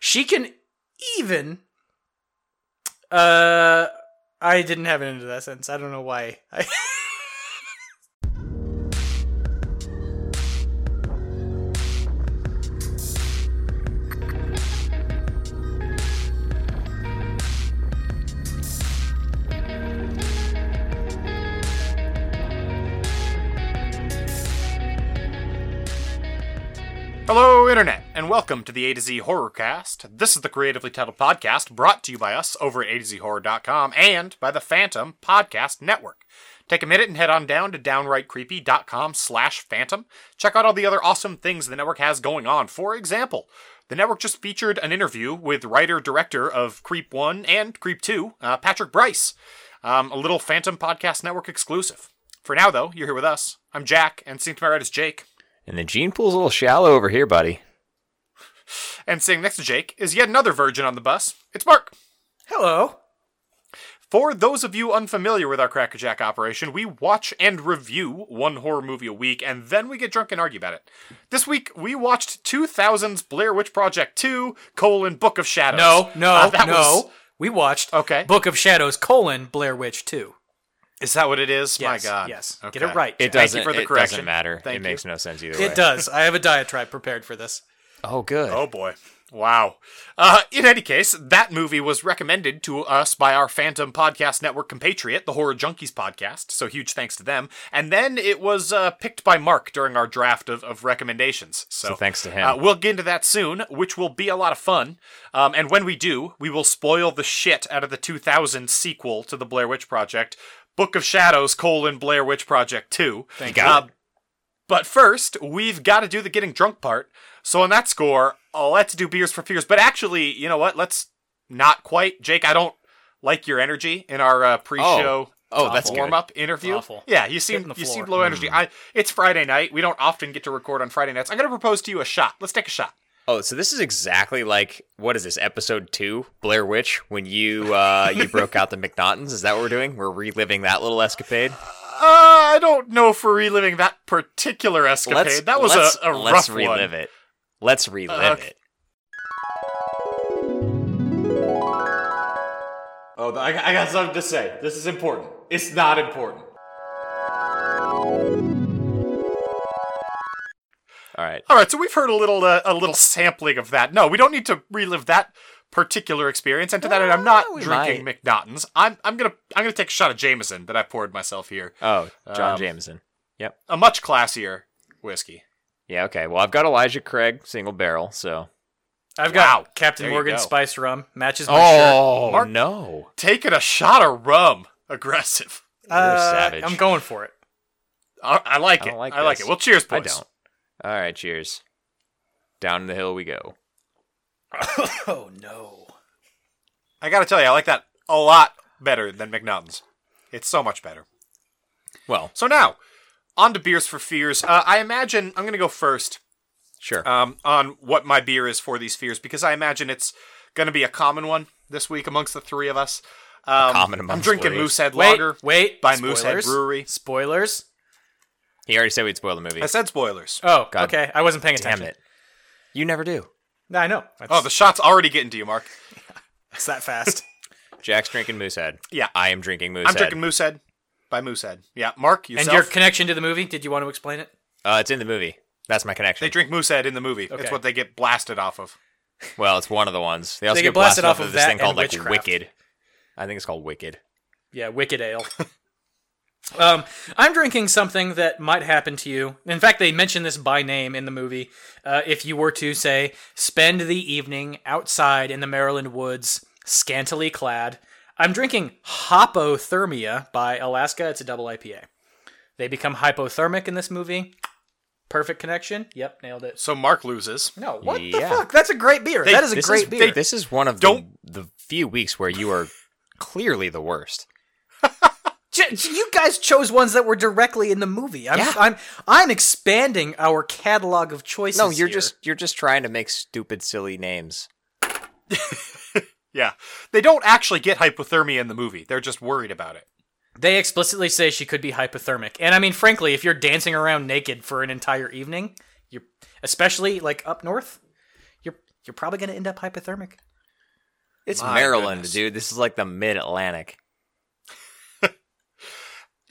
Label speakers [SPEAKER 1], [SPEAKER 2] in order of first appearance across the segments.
[SPEAKER 1] She can even. Uh, I didn't have an end to that sentence. I don't know why. I-
[SPEAKER 2] Hello, Internet, and welcome to the A to Z Horrorcast. This is the creatively titled podcast brought to you by us over at A to Z Horror.com and by the Phantom Podcast Network. Take a minute and head on down to downrightcreepy.com slash phantom. Check out all the other awesome things the network has going on. For example, the network just featured an interview with writer-director of Creep 1 and Creep 2, uh, Patrick Bryce, um, a little Phantom Podcast Network exclusive. For now, though, you're here with us. I'm Jack, and sitting to my right is Jake.
[SPEAKER 3] And the gene pool's a little shallow over here, buddy.
[SPEAKER 2] And sitting next to Jake is yet another virgin on the bus. It's Mark.
[SPEAKER 1] Hello.
[SPEAKER 2] For those of you unfamiliar with our Crackerjack operation, we watch and review one horror movie a week, and then we get drunk and argue about it. This week, we watched 2000's Blair Witch Project 2, colon, Book of Shadows.
[SPEAKER 1] No, no,
[SPEAKER 2] Uh, that
[SPEAKER 1] no.
[SPEAKER 2] was-
[SPEAKER 1] We watched
[SPEAKER 2] Okay.
[SPEAKER 1] Book of Shadows colon Blair Witch 2.
[SPEAKER 2] is that what it is?
[SPEAKER 1] Yes,
[SPEAKER 2] My God.
[SPEAKER 1] yes.
[SPEAKER 2] Okay.
[SPEAKER 1] Get it right.
[SPEAKER 2] Thank
[SPEAKER 3] It doesn't.
[SPEAKER 2] you for the
[SPEAKER 3] it
[SPEAKER 2] correction.
[SPEAKER 3] doesn't matter.
[SPEAKER 2] Thank
[SPEAKER 3] it
[SPEAKER 2] you.
[SPEAKER 3] makes no sense either way.
[SPEAKER 1] It does. I have a diatribe prepared for this.
[SPEAKER 3] Oh, good.
[SPEAKER 2] Oh boy. Wow. Uh, in any case, that movie was recommended to us by our Phantom Podcast Network compatriot, the Horror Junkies Podcast, so huge thanks to them. And then it was uh, picked by Mark during our draft of, of recommendations. So,
[SPEAKER 3] So thanks to him.
[SPEAKER 2] Uh, we'll get into that soon, which will be a lot of fun. Um, and when we do, we will spoil the shit out of the 2000 sequel to the Blair Witch Project, Book of Shadows, colon, Blair Witch Project 2.
[SPEAKER 1] Thank
[SPEAKER 3] You
[SPEAKER 2] Uh,
[SPEAKER 3] got it.
[SPEAKER 2] but first, we've got to do the getting drunk part. So on that score, oh, let's do beers for fears. But actually, you know what? Let's not quite. Jake, I don't like your energy in our uh, pre-show.
[SPEAKER 3] Oh, that's good.
[SPEAKER 2] warm-up interview.
[SPEAKER 1] Awful.
[SPEAKER 2] Yeah, you
[SPEAKER 1] Hitting
[SPEAKER 2] seem
[SPEAKER 1] the
[SPEAKER 2] you
[SPEAKER 1] floor.
[SPEAKER 2] seem low energy. I it's Friday night. We don't often get to record on Friday nights. I'm gonna propose to you a shot. Let's take a shot.
[SPEAKER 3] Oh, so this is exactly like what is this episode two Blair Witch when you uh, you broke out the McNaughtons? Is that what we're doing? We're reliving that little escapade.
[SPEAKER 2] Uh, I don't know for reliving that particular escapade. that was
[SPEAKER 3] let's,
[SPEAKER 2] a, a
[SPEAKER 3] let's
[SPEAKER 2] rough one.
[SPEAKER 3] relive it. Let's relive
[SPEAKER 2] Uh, okay.
[SPEAKER 3] it.
[SPEAKER 2] Oh, I got, I got something to say. This is important. It's not important.
[SPEAKER 3] All right.
[SPEAKER 2] All right, so we've heard a little uh, a little sampling of that. No, we don't need to relive that particular experience. And to that end, I'm not
[SPEAKER 3] Ah, we
[SPEAKER 2] drinking McNaughton's. I'm I'm gonna I'm gonna take a shot of Jameson that I poured myself here.
[SPEAKER 3] Oh, John
[SPEAKER 2] Um,
[SPEAKER 3] Jameson. Yep.
[SPEAKER 2] A much classier whiskey.
[SPEAKER 3] Yeah. Okay. Well, I've got Elijah Craig single barrel. So.
[SPEAKER 1] I've got
[SPEAKER 2] Wow.
[SPEAKER 1] Captain
[SPEAKER 2] There you
[SPEAKER 1] Morgan
[SPEAKER 2] go.
[SPEAKER 1] spiced rum. Matches my shirt.
[SPEAKER 3] Oh
[SPEAKER 2] Mark-
[SPEAKER 3] no.
[SPEAKER 2] Taking a shot of rum, aggressive.
[SPEAKER 1] Uh,
[SPEAKER 3] savage.
[SPEAKER 1] I'm going for it.
[SPEAKER 2] I, I like
[SPEAKER 3] I don't
[SPEAKER 2] it.
[SPEAKER 3] like
[SPEAKER 2] I like
[SPEAKER 3] this.
[SPEAKER 2] it. Well, cheers, boys.
[SPEAKER 3] I don't. All right. Cheers. Down the hill we go.
[SPEAKER 1] Oh no.
[SPEAKER 2] I gotta tell you, I like that a lot better than McNaughton's. It's so much better.
[SPEAKER 3] Well,
[SPEAKER 2] So now, on to beers for fears. Uh, I imagine I'm gonna go first.
[SPEAKER 3] sure.
[SPEAKER 2] um, on what my beer is for these fears because I imagine it's going to be a common one this week amongst the three of us. Um,
[SPEAKER 3] common
[SPEAKER 2] I'm
[SPEAKER 3] amongst
[SPEAKER 2] drinking
[SPEAKER 3] three.
[SPEAKER 2] Moosehead
[SPEAKER 1] Wait,
[SPEAKER 2] Lager.
[SPEAKER 1] wait.
[SPEAKER 2] by
[SPEAKER 1] Spoilers?
[SPEAKER 2] Moosehead Brewery.
[SPEAKER 1] Spoilers.
[SPEAKER 3] he already said we'd spoil the movie.
[SPEAKER 2] I said spoilers.
[SPEAKER 1] Oh,
[SPEAKER 3] God
[SPEAKER 1] okay. I wasn't paying
[SPEAKER 3] Damn
[SPEAKER 1] attention.
[SPEAKER 3] it. You never do.
[SPEAKER 1] No, I know. That's,
[SPEAKER 2] Oh, the shot's already getting to you, Mark.
[SPEAKER 1] it's that fast.
[SPEAKER 3] Jack's drinking Moosehead.
[SPEAKER 2] Yeah.
[SPEAKER 3] I am drinking Moosehead.
[SPEAKER 2] I'm drinking Moosehead by Moosehead. Yeah, Mark, yourself.
[SPEAKER 1] and your connection to the movie? Did you want to explain it?
[SPEAKER 3] uh, it's in the movie. That's my connection.
[SPEAKER 2] they drink Moosehead in the movie.
[SPEAKER 1] Okay.
[SPEAKER 2] It's what they get blasted off of.
[SPEAKER 3] well, it's one of the ones. They also
[SPEAKER 1] get
[SPEAKER 3] get blasted,
[SPEAKER 1] blasted off
[SPEAKER 3] off
[SPEAKER 1] of
[SPEAKER 3] of this
[SPEAKER 1] that
[SPEAKER 3] thing called
[SPEAKER 1] and
[SPEAKER 3] like
[SPEAKER 1] witchcraft.
[SPEAKER 3] Wicked. I think it's called Wicked.
[SPEAKER 1] Yeah, Wicked Ale. um, I'm drinking something that might happen to you. In fact, they mention this by name in the movie. Uh, if you were to say, spend the evening outside in the Maryland woods, scantily clad. I'm drinking Hopothermia by Alaska. It's a double IPA. They become hypothermic in this movie. Perfect connection. Yep, nailed it.
[SPEAKER 2] So Mark loses.
[SPEAKER 1] No, what
[SPEAKER 3] Yeah.
[SPEAKER 1] the fuck? That's a great beer. that is a
[SPEAKER 3] This
[SPEAKER 1] great
[SPEAKER 3] is,
[SPEAKER 1] beer.
[SPEAKER 3] This is one of
[SPEAKER 2] Don't-
[SPEAKER 3] the, the few weeks where you are clearly the worst.
[SPEAKER 1] J- j- you guys chose ones that were directly in the movie. I'm
[SPEAKER 3] Yeah.
[SPEAKER 1] I'm I'm expanding our catalog of choices.
[SPEAKER 3] No, you're
[SPEAKER 1] here.
[SPEAKER 3] just you're just trying to make stupid, silly names.
[SPEAKER 2] Yeah. They don't actually get hypothermia in the movie. They're just worried about it.
[SPEAKER 1] They explicitly say she could be hypothermic. And I mean frankly, if you're dancing around naked for an entire evening, you're especially like up north, you're you're probably going to end up hypothermic.
[SPEAKER 3] It's
[SPEAKER 2] My
[SPEAKER 3] Maryland,
[SPEAKER 2] goodness.
[SPEAKER 3] dude. This is like the mid Atlantic.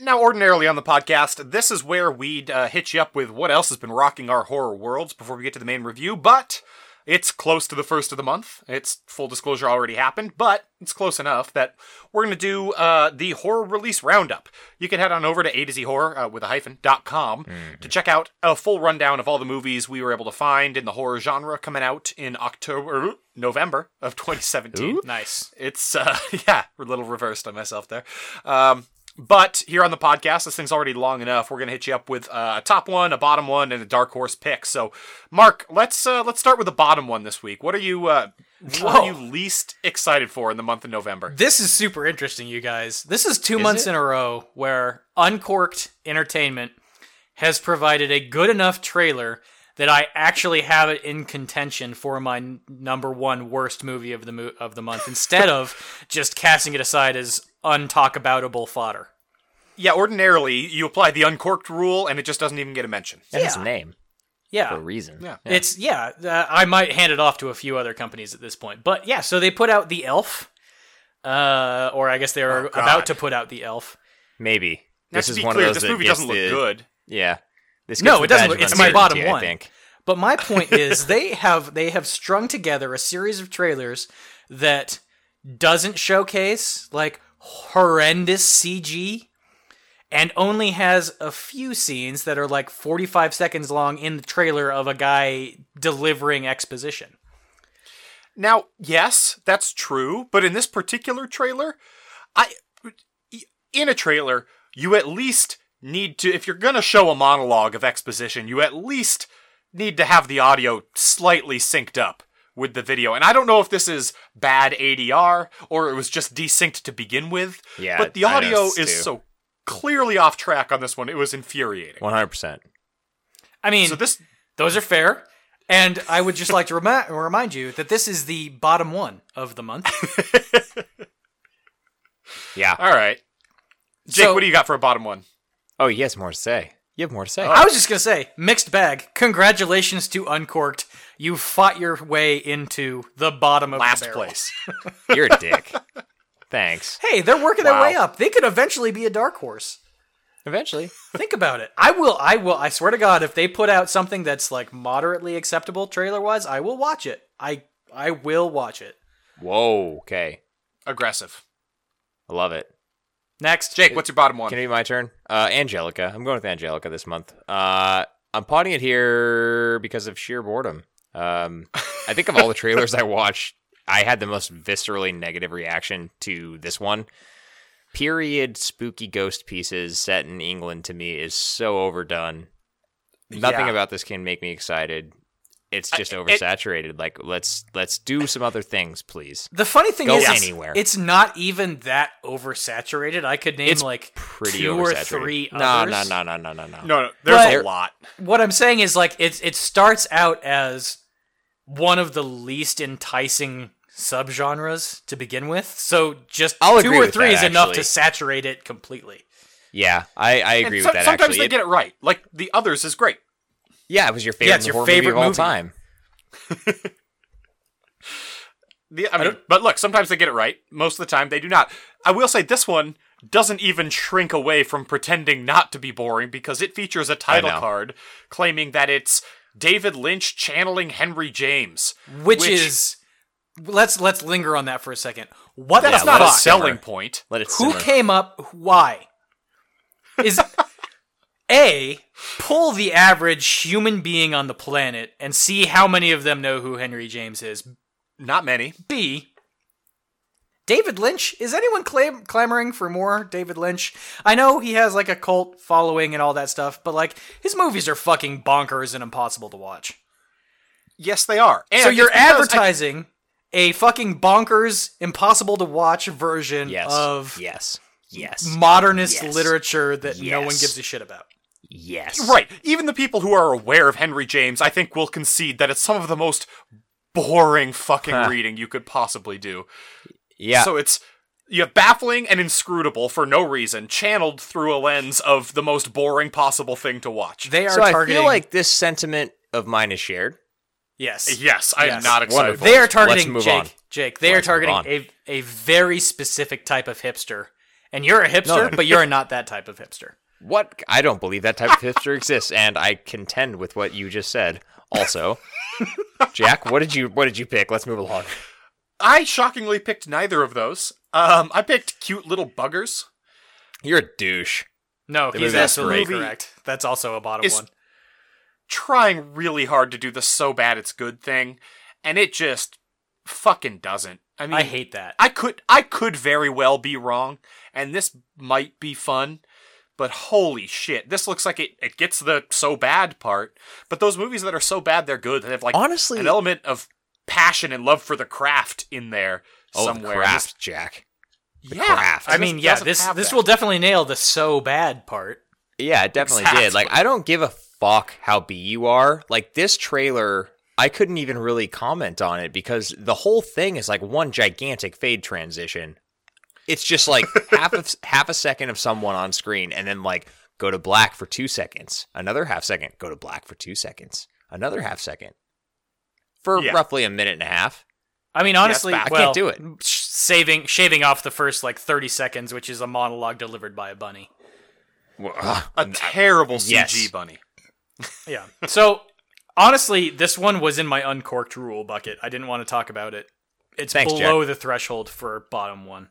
[SPEAKER 2] Now, ordinarily on the podcast, this is where we'd uh, hit you up with what else has been rocking our horror worlds before we get to the main review, but it's close to the first of the month. It's full disclosure already happened, but it's close enough that we're going to do uh, the horror release roundup. You can head on over to A to Z Horror uh, with a hyphen dot com to check out a full rundown of all the movies we were able to find in the horror genre coming out in October, November of 2017
[SPEAKER 1] Nice.
[SPEAKER 2] it's uh yeah we're a little reversed on myself there um but here on the podcast this thing's already long enough we're gonna hit you up with uh, a top one a bottom one and a dark horse pick so mark let's uh let's start with the bottom one this week what are you uh what are
[SPEAKER 1] Whoa.
[SPEAKER 2] you least excited for in the month of november
[SPEAKER 1] This is super interesting, you guys. This is two months in a row where Uncorked Entertainment has provided a good enough trailer that I actually have it in contention for my n- number one worst movie of the mo- of the month instead of just casting it aside as untalkaboutable fodder.
[SPEAKER 2] yeah ordinarily you apply the uncorked rule and it just doesn't even get a mention
[SPEAKER 3] And its name
[SPEAKER 1] Yeah.
[SPEAKER 3] for a reason.
[SPEAKER 2] Yeah.
[SPEAKER 1] It's yeah. Uh, I might hand it off to a few other companies at this point, but yeah. So they put out the Elf, uh, or I guess they are
[SPEAKER 2] Oh, God.
[SPEAKER 1] about to put out the Elf.
[SPEAKER 3] Maybe
[SPEAKER 2] now,
[SPEAKER 3] this
[SPEAKER 2] to
[SPEAKER 3] is
[SPEAKER 2] be
[SPEAKER 3] one
[SPEAKER 2] clear
[SPEAKER 3] of those
[SPEAKER 2] this
[SPEAKER 3] that
[SPEAKER 2] movie
[SPEAKER 3] gets
[SPEAKER 2] doesn't look
[SPEAKER 3] the-
[SPEAKER 2] good
[SPEAKER 3] Yeah. This
[SPEAKER 1] No,
[SPEAKER 3] gets
[SPEAKER 1] it
[SPEAKER 3] the
[SPEAKER 1] doesn't
[SPEAKER 3] badge
[SPEAKER 1] look-
[SPEAKER 3] of
[SPEAKER 1] it's my
[SPEAKER 3] uncertainty,
[SPEAKER 1] bottom
[SPEAKER 3] I
[SPEAKER 1] one.
[SPEAKER 3] think.
[SPEAKER 1] But my point is, they have they have strung together a series of trailers that doesn't showcase like horrendous CG, and only has a few scenes that are like forty five seconds long in the trailer of a guy delivering exposition.
[SPEAKER 2] Now, yes, that's true, but in this particular trailer, I in a trailer, you at least need to if you're going to show a monologue of exposition, you at least need to have the audio slightly synced up with the video. And I don't know if this is bad ADR or it was just desynced to begin with,
[SPEAKER 3] Yeah,
[SPEAKER 2] but the
[SPEAKER 3] I
[SPEAKER 2] audio
[SPEAKER 3] noticed
[SPEAKER 2] is
[SPEAKER 3] too.
[SPEAKER 2] so clearly off track on this one. It was infuriating.
[SPEAKER 3] One hundred percent.
[SPEAKER 1] I mean,
[SPEAKER 2] So this
[SPEAKER 1] Those are fair. And I would just like to remi- remind you that this is the bottom one of the month.
[SPEAKER 3] Yeah.
[SPEAKER 1] Uh,
[SPEAKER 2] All right. Jake,
[SPEAKER 1] So-
[SPEAKER 2] what do you got for a bottom one?
[SPEAKER 3] Oh, he has more to say. You have more to say.
[SPEAKER 1] I was just going to say, mixed bag. Congratulations to Uncorked. You fought your way into the bottom of the
[SPEAKER 2] Last
[SPEAKER 1] barrel.
[SPEAKER 2] place.
[SPEAKER 3] You're a dick. Thanks.
[SPEAKER 1] Hey, they're working
[SPEAKER 2] Wow.
[SPEAKER 1] their way up. They could eventually be a dark horse.
[SPEAKER 3] Eventually.
[SPEAKER 1] Think about it. I will I will I swear to god if they put out something that's like moderately acceptable trailer-wise, I will watch it. I I will watch it.
[SPEAKER 3] Whoa. Okay.
[SPEAKER 2] Aggressive.
[SPEAKER 3] I love it.
[SPEAKER 1] Next.
[SPEAKER 2] Jake, what's your bottom one?
[SPEAKER 3] Can it be my turn? Uh, Angelica. I'm going with Angelica this month. Uh, I'm potting it here because of sheer boredom. Um, I think of all the trailers I watched, I had the most viscerally negative reaction to this one. Period spooky ghost pieces set in England to me is so overdone. Nothing
[SPEAKER 2] Yeah.
[SPEAKER 3] about this can make me excited. It's just
[SPEAKER 2] it-
[SPEAKER 3] oversaturated. like let's let's do some other things, please.
[SPEAKER 1] The funny thing
[SPEAKER 3] Go
[SPEAKER 1] is, it's-
[SPEAKER 3] anywhere.
[SPEAKER 1] It's not even that oversaturated. I could name
[SPEAKER 3] It's
[SPEAKER 1] like
[SPEAKER 3] Pretty
[SPEAKER 1] two or
[SPEAKER 3] oversaturated.
[SPEAKER 1] three.
[SPEAKER 3] No, no,
[SPEAKER 1] others.
[SPEAKER 3] no, no, no, no, no.
[SPEAKER 2] No, no there's a
[SPEAKER 1] But-
[SPEAKER 2] lot.
[SPEAKER 1] What I'm saying is like it. It starts out as one of the least enticing subgenres to begin with. So just
[SPEAKER 3] I'll
[SPEAKER 1] two
[SPEAKER 3] agree
[SPEAKER 1] or
[SPEAKER 3] with
[SPEAKER 1] three
[SPEAKER 3] that,
[SPEAKER 1] is enough to
[SPEAKER 3] actually.
[SPEAKER 1] saturate it completely.
[SPEAKER 3] Yeah, I, I agree
[SPEAKER 2] And
[SPEAKER 3] with
[SPEAKER 2] so-
[SPEAKER 3] that.
[SPEAKER 2] sometimes
[SPEAKER 3] actually.
[SPEAKER 2] they
[SPEAKER 3] It-
[SPEAKER 2] get it right. Like the others is great.
[SPEAKER 3] Yeah, it was your favorite
[SPEAKER 1] Yeah, it's your
[SPEAKER 3] horror
[SPEAKER 1] favorite
[SPEAKER 3] movie of all
[SPEAKER 1] movie.
[SPEAKER 3] time.
[SPEAKER 2] The, I mean, but look, sometimes they get it right. Most of the time, they do not. I will say this one doesn't even shrink away from pretending not to be boring because it features a title
[SPEAKER 3] know.
[SPEAKER 2] card claiming that it's David Lynch channeling Henry James.
[SPEAKER 1] Which,
[SPEAKER 2] Which-
[SPEAKER 1] is let's let's linger on that for a second. What
[SPEAKER 2] That's
[SPEAKER 1] the
[SPEAKER 2] not a
[SPEAKER 1] fuck?
[SPEAKER 3] sell-
[SPEAKER 2] selling
[SPEAKER 3] simmer.
[SPEAKER 2] point.
[SPEAKER 3] Let it
[SPEAKER 1] Who
[SPEAKER 3] simmer.
[SPEAKER 1] came up? Why? Is A pull the average human being on the planet and see how many of them know who Henry James is.
[SPEAKER 2] Not many.
[SPEAKER 1] B David Lynch. Is anyone clam- clamoring for more David Lynch? I know he has like a cult following and all that stuff, but like his movies are fucking bonkers and impossible to watch.
[SPEAKER 2] Yes, they are. And
[SPEAKER 1] so you're
[SPEAKER 2] it's because I-
[SPEAKER 1] advertising a fucking bonkers, impossible to watch version
[SPEAKER 3] Yes.
[SPEAKER 1] of
[SPEAKER 3] yes. Yes.
[SPEAKER 1] modernist
[SPEAKER 3] Yes.
[SPEAKER 1] literature that no one
[SPEAKER 3] Yes.
[SPEAKER 1] gives a shit about.
[SPEAKER 3] yes.
[SPEAKER 2] Right. Even the people who are aware of Henry James, I think, will concede that it's some of the most boring fucking
[SPEAKER 3] Huh.
[SPEAKER 2] reading you could possibly do.
[SPEAKER 3] Yeah.
[SPEAKER 2] So it's you have baffling and inscrutable for no reason, channeled through a lens of the most boring possible thing to watch.
[SPEAKER 1] They are
[SPEAKER 3] So I
[SPEAKER 1] targeting
[SPEAKER 3] feel like this sentiment of mine is shared.
[SPEAKER 1] Yes.
[SPEAKER 2] Yes, I am
[SPEAKER 1] Yes.
[SPEAKER 2] not excited.
[SPEAKER 3] Wonderful.
[SPEAKER 2] for
[SPEAKER 1] They are
[SPEAKER 3] Let's
[SPEAKER 1] targeting
[SPEAKER 3] move
[SPEAKER 1] Jake.
[SPEAKER 3] on.
[SPEAKER 1] Jake. They
[SPEAKER 3] Let's
[SPEAKER 1] are
[SPEAKER 3] move
[SPEAKER 1] targeting
[SPEAKER 3] on.
[SPEAKER 1] a a very specific type of hipster, and you're a hipster,
[SPEAKER 3] No.
[SPEAKER 1] but you're not that type of hipster.
[SPEAKER 3] What? I don't believe that type of hipster exists, and I contend with what you just said. Also, Jack, what did you what did you pick? Let's move along.
[SPEAKER 2] I shockingly picked neither of those. Um, I picked cute little buggers.
[SPEAKER 3] You're a douche.
[SPEAKER 1] No, he's
[SPEAKER 3] movie is
[SPEAKER 1] absolutely
[SPEAKER 2] great.
[SPEAKER 1] correct. That's also a bottom
[SPEAKER 2] It's-
[SPEAKER 1] one.
[SPEAKER 2] Trying really hard to do the so bad it's good thing, and it just fucking doesn't. I mean,
[SPEAKER 1] I hate that.
[SPEAKER 2] I could I could very well be wrong, and this might be fun, but holy shit, this looks like it, it gets the so bad part. But those movies that are so bad they're good, that have like
[SPEAKER 3] Honestly-
[SPEAKER 2] an element of passion and love for the craft in there
[SPEAKER 3] Oh, the
[SPEAKER 2] somewhere.
[SPEAKER 3] craft, Jack.
[SPEAKER 2] This- yeah,
[SPEAKER 3] craft.
[SPEAKER 1] I
[SPEAKER 2] this
[SPEAKER 1] mean, yeah,
[SPEAKER 2] doesn't
[SPEAKER 1] this
[SPEAKER 2] have
[SPEAKER 1] this
[SPEAKER 2] that.
[SPEAKER 1] will definitely nail the so bad part.
[SPEAKER 3] Yeah, it definitely did. Like,
[SPEAKER 2] Exactly.
[SPEAKER 3] I don't give a fuck how B you are. Like, this trailer, I couldn't even really comment on it because the whole thing is like one gigantic fade transition. It's just like half of half a second of someone on screen, and then like go to black for two seconds, another half second, go to black for two seconds, another half second, for
[SPEAKER 2] Yeah.
[SPEAKER 3] roughly a minute and a half.
[SPEAKER 1] I mean, honestly,
[SPEAKER 2] bad. I
[SPEAKER 3] can't
[SPEAKER 1] well,
[SPEAKER 3] do it.
[SPEAKER 1] sh- Saving shaving off the first like thirty seconds, which is a monologue delivered by a bunny.
[SPEAKER 3] Well, ugh.
[SPEAKER 2] a terrible CG
[SPEAKER 3] Yes.
[SPEAKER 2] bunny.
[SPEAKER 1] Yeah. So honestly, this one was in my uncorked rule bucket. I didn't want to talk about it. It's
[SPEAKER 3] Thanks,
[SPEAKER 1] below the threshold for bottom one.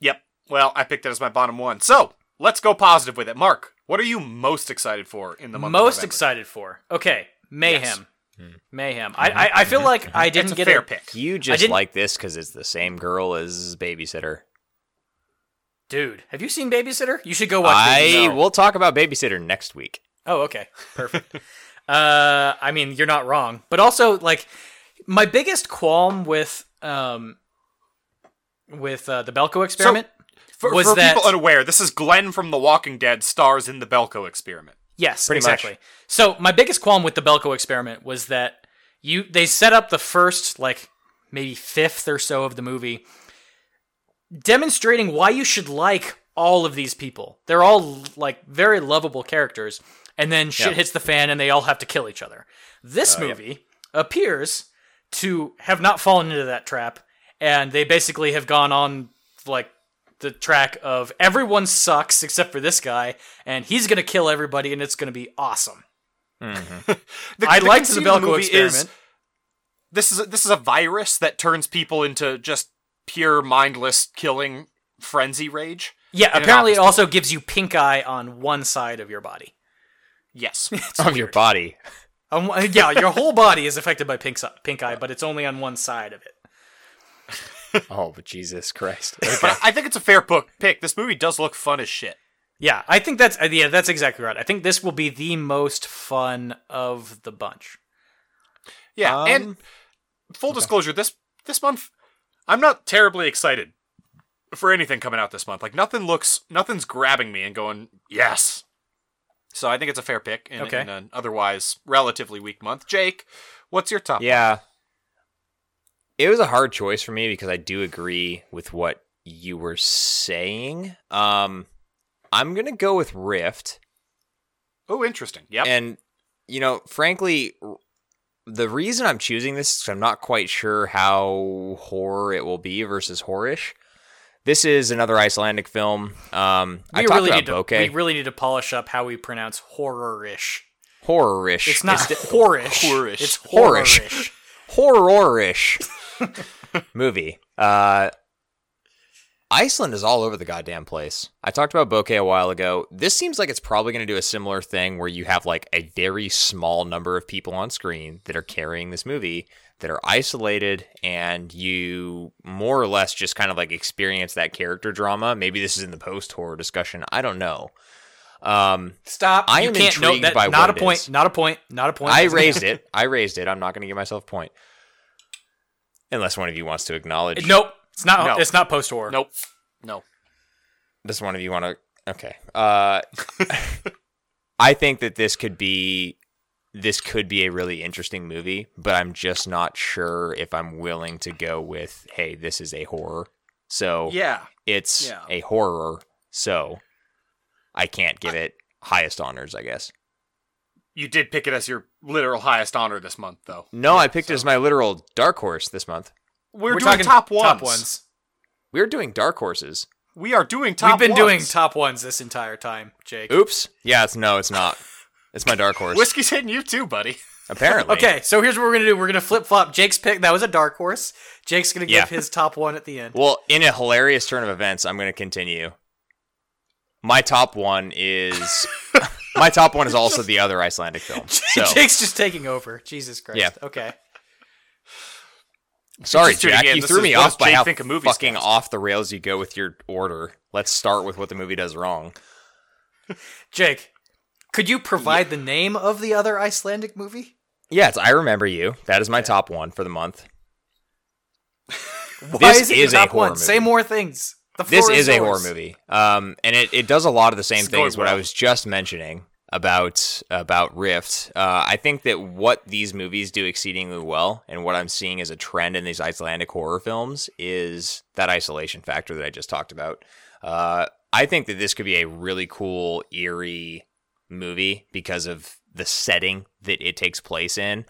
[SPEAKER 2] Yep. Well, I picked it as my bottom one. So let's go positive with it. Mark, what are you most excited for in the month? of
[SPEAKER 1] Most
[SPEAKER 2] November?
[SPEAKER 1] excited for. Okay, mayhem.
[SPEAKER 2] Yes. Hmm. Mm-hmm.
[SPEAKER 1] Mayhem. I, I I feel like I didn't
[SPEAKER 2] It's a
[SPEAKER 1] get
[SPEAKER 2] fair
[SPEAKER 1] a,
[SPEAKER 2] pick.
[SPEAKER 3] you
[SPEAKER 1] I
[SPEAKER 3] just
[SPEAKER 1] didn't-
[SPEAKER 3] like this because it's the same girl as babysitter.
[SPEAKER 1] Dude, have you seen Babysitter? You should go watch.
[SPEAKER 3] I
[SPEAKER 1] Babysitter.
[SPEAKER 3] we'll talk about babysitter next week.
[SPEAKER 1] Oh, okay. Perfect. uh, I mean, you're not wrong. But also, like, my biggest qualm with um, with uh, the Belko experiment
[SPEAKER 2] For,
[SPEAKER 1] was
[SPEAKER 2] for
[SPEAKER 1] that
[SPEAKER 2] people unaware, this is Glenn from The Walking Dead, stars in the Belko experiment.
[SPEAKER 1] yes,
[SPEAKER 3] Pretty much.
[SPEAKER 1] exactly. So my biggest qualm with the Belko experiment was that you they set up the first like maybe fifth or so of the movie, demonstrating why you should like all of these people. They're all like very lovable characters, and then shit
[SPEAKER 3] Yeah. Uh,
[SPEAKER 1] hits the fan, and they all have to kill each other. This movie appears to have not fallen into that trap, and they basically have gone on like the track of everyone sucks except for this guy, and he's gonna kill everybody, and it's gonna be awesome.
[SPEAKER 2] The,
[SPEAKER 1] I liked the
[SPEAKER 2] conceit
[SPEAKER 1] Belko
[SPEAKER 2] of movie
[SPEAKER 1] experiment.
[SPEAKER 2] Is, this is a, this is a virus that turns people into just pure mindless killing frenzy rage.
[SPEAKER 1] yeah,
[SPEAKER 2] an
[SPEAKER 1] apparently it
[SPEAKER 2] office
[SPEAKER 1] also gives you pink eye on one side of your body.
[SPEAKER 2] Yes.
[SPEAKER 1] Oh,
[SPEAKER 3] of your body.
[SPEAKER 1] On one- yeah, your whole body is affected by pink si- pink eye, but it's only on one side of it.
[SPEAKER 3] Oh, but Jesus Christ!
[SPEAKER 2] but I think it's a fair book pick. This movie does look fun as shit.
[SPEAKER 1] Yeah, I think that's uh, yeah, that's exactly right. I think this will be the most fun of the bunch.
[SPEAKER 2] Yeah,
[SPEAKER 3] Um,
[SPEAKER 2] and full disclosure, this this month I'm not terribly excited for anything coming out this month. Like nothing looks nothing's grabbing me and going, "Yes." So I think it's a fair pick in,
[SPEAKER 1] Okay.
[SPEAKER 2] in an otherwise relatively weak month. Jake, what's your
[SPEAKER 1] Um,
[SPEAKER 2] top?
[SPEAKER 3] yeah, it was a hard choice for me because I do agree with what you were saying. Um, I'm gonna go with Rift,
[SPEAKER 2] Oh, interesting. Yep.
[SPEAKER 3] and you know, frankly, r- the reason I'm choosing this is 'cause I'm not quite sure how horror it will be versus horish. This is another Icelandic film. Um,
[SPEAKER 1] We
[SPEAKER 3] I talked
[SPEAKER 1] really
[SPEAKER 3] about
[SPEAKER 1] need to
[SPEAKER 3] Bokeh.
[SPEAKER 1] we really need to polish up how we pronounce horror-ish.
[SPEAKER 3] horror-ish.
[SPEAKER 1] It's not
[SPEAKER 3] de-
[SPEAKER 1] horish.
[SPEAKER 2] Horish.
[SPEAKER 1] It's
[SPEAKER 3] Horish.
[SPEAKER 1] horror-ish.
[SPEAKER 3] horror-ish movie. Uh, Iceland is all over the goddamn place. I talked about bokeh a while ago. This seems like it's probably going to do a similar thing where you have like a very small number of people on screen that are carrying this movie that are isolated and you more or less just kind of like experience that character drama. Maybe this is in the post horror discussion. I don't know. Um,
[SPEAKER 1] Stop.
[SPEAKER 3] I
[SPEAKER 1] you
[SPEAKER 3] am
[SPEAKER 1] can't
[SPEAKER 3] intrigued
[SPEAKER 1] no, that,
[SPEAKER 3] by
[SPEAKER 1] not
[SPEAKER 3] what
[SPEAKER 1] a
[SPEAKER 3] it
[SPEAKER 1] point.
[SPEAKER 3] is.
[SPEAKER 1] Not a point. Not a point.
[SPEAKER 3] I
[SPEAKER 1] That's-
[SPEAKER 3] raised it. I raised it. I'm not going to give myself a point. Unless one of you wants to acknowledge.
[SPEAKER 1] Nope. It's not.
[SPEAKER 2] No.
[SPEAKER 1] It's not post horror.
[SPEAKER 2] nope. No.
[SPEAKER 3] Does one of you want to? Okay. Uh, I think that this could be this could be a really interesting movie, but I'm just not sure if I'm willing to go with, hey, this is a horror.
[SPEAKER 1] oh.
[SPEAKER 3] So
[SPEAKER 2] Yeah.
[SPEAKER 3] it's
[SPEAKER 2] yeah.
[SPEAKER 3] a horror. So I can't give it highest honors, I guess.
[SPEAKER 2] You did pick it as your literal highest honor this month, though.
[SPEAKER 3] No, I picked it as my literal dark horse this month.
[SPEAKER 2] We're, doing top ones.
[SPEAKER 1] Top ones.
[SPEAKER 3] We're doing dark horses.
[SPEAKER 2] We are doing top.
[SPEAKER 1] We've been doing
[SPEAKER 2] ones.
[SPEAKER 1] top ones this entire time, Jake.
[SPEAKER 3] Oops. Yeah, it's no, it's not. It's my dark horse.
[SPEAKER 2] Whiskey's hitting you too, buddy.
[SPEAKER 3] apparently.
[SPEAKER 1] Okay, so here's what we're gonna do. We're gonna flip flop Jake's pick. That was a dark horse. Jake's gonna give
[SPEAKER 3] Yeah.
[SPEAKER 1] his top one at the end.
[SPEAKER 3] Well, in a hilarious turn of events, I'm going to continue. My top one is my top one is also the other Icelandic film. So
[SPEAKER 1] Jake's just taking over. Jesus Christ.
[SPEAKER 3] Yeah.
[SPEAKER 1] Okay.
[SPEAKER 3] sorry,
[SPEAKER 2] Just do it
[SPEAKER 3] Jack,
[SPEAKER 2] again.
[SPEAKER 3] you
[SPEAKER 2] This
[SPEAKER 3] threw
[SPEAKER 2] is
[SPEAKER 3] me
[SPEAKER 2] what
[SPEAKER 3] off
[SPEAKER 2] does
[SPEAKER 3] by
[SPEAKER 2] Jake
[SPEAKER 3] how
[SPEAKER 2] think of movies
[SPEAKER 3] fucking
[SPEAKER 2] guys?
[SPEAKER 3] off the rails you go with your order. Let's start with what the movie does wrong.
[SPEAKER 1] Jake, could you provide the name of the other Icelandic movie?
[SPEAKER 3] Yeah, it's I remember you. That is my top one for the month.
[SPEAKER 1] Why
[SPEAKER 3] This
[SPEAKER 1] it your
[SPEAKER 3] is a
[SPEAKER 1] top
[SPEAKER 3] horror
[SPEAKER 1] one? Say
[SPEAKER 3] movie.
[SPEAKER 1] more things. The
[SPEAKER 3] this
[SPEAKER 1] floor
[SPEAKER 3] is a horror
[SPEAKER 1] yours.
[SPEAKER 3] movie um and it, it does a lot of the same
[SPEAKER 2] It's
[SPEAKER 3] thing as
[SPEAKER 2] going
[SPEAKER 3] what i
[SPEAKER 2] well.
[SPEAKER 3] was just mentioning about about rift uh, i think that what these movies do exceedingly well and what i'm seeing as a trend in these icelandic horror films is that isolation factor that i just talked about uh, i think that this could be a really cool eerie movie because of the setting that it takes place in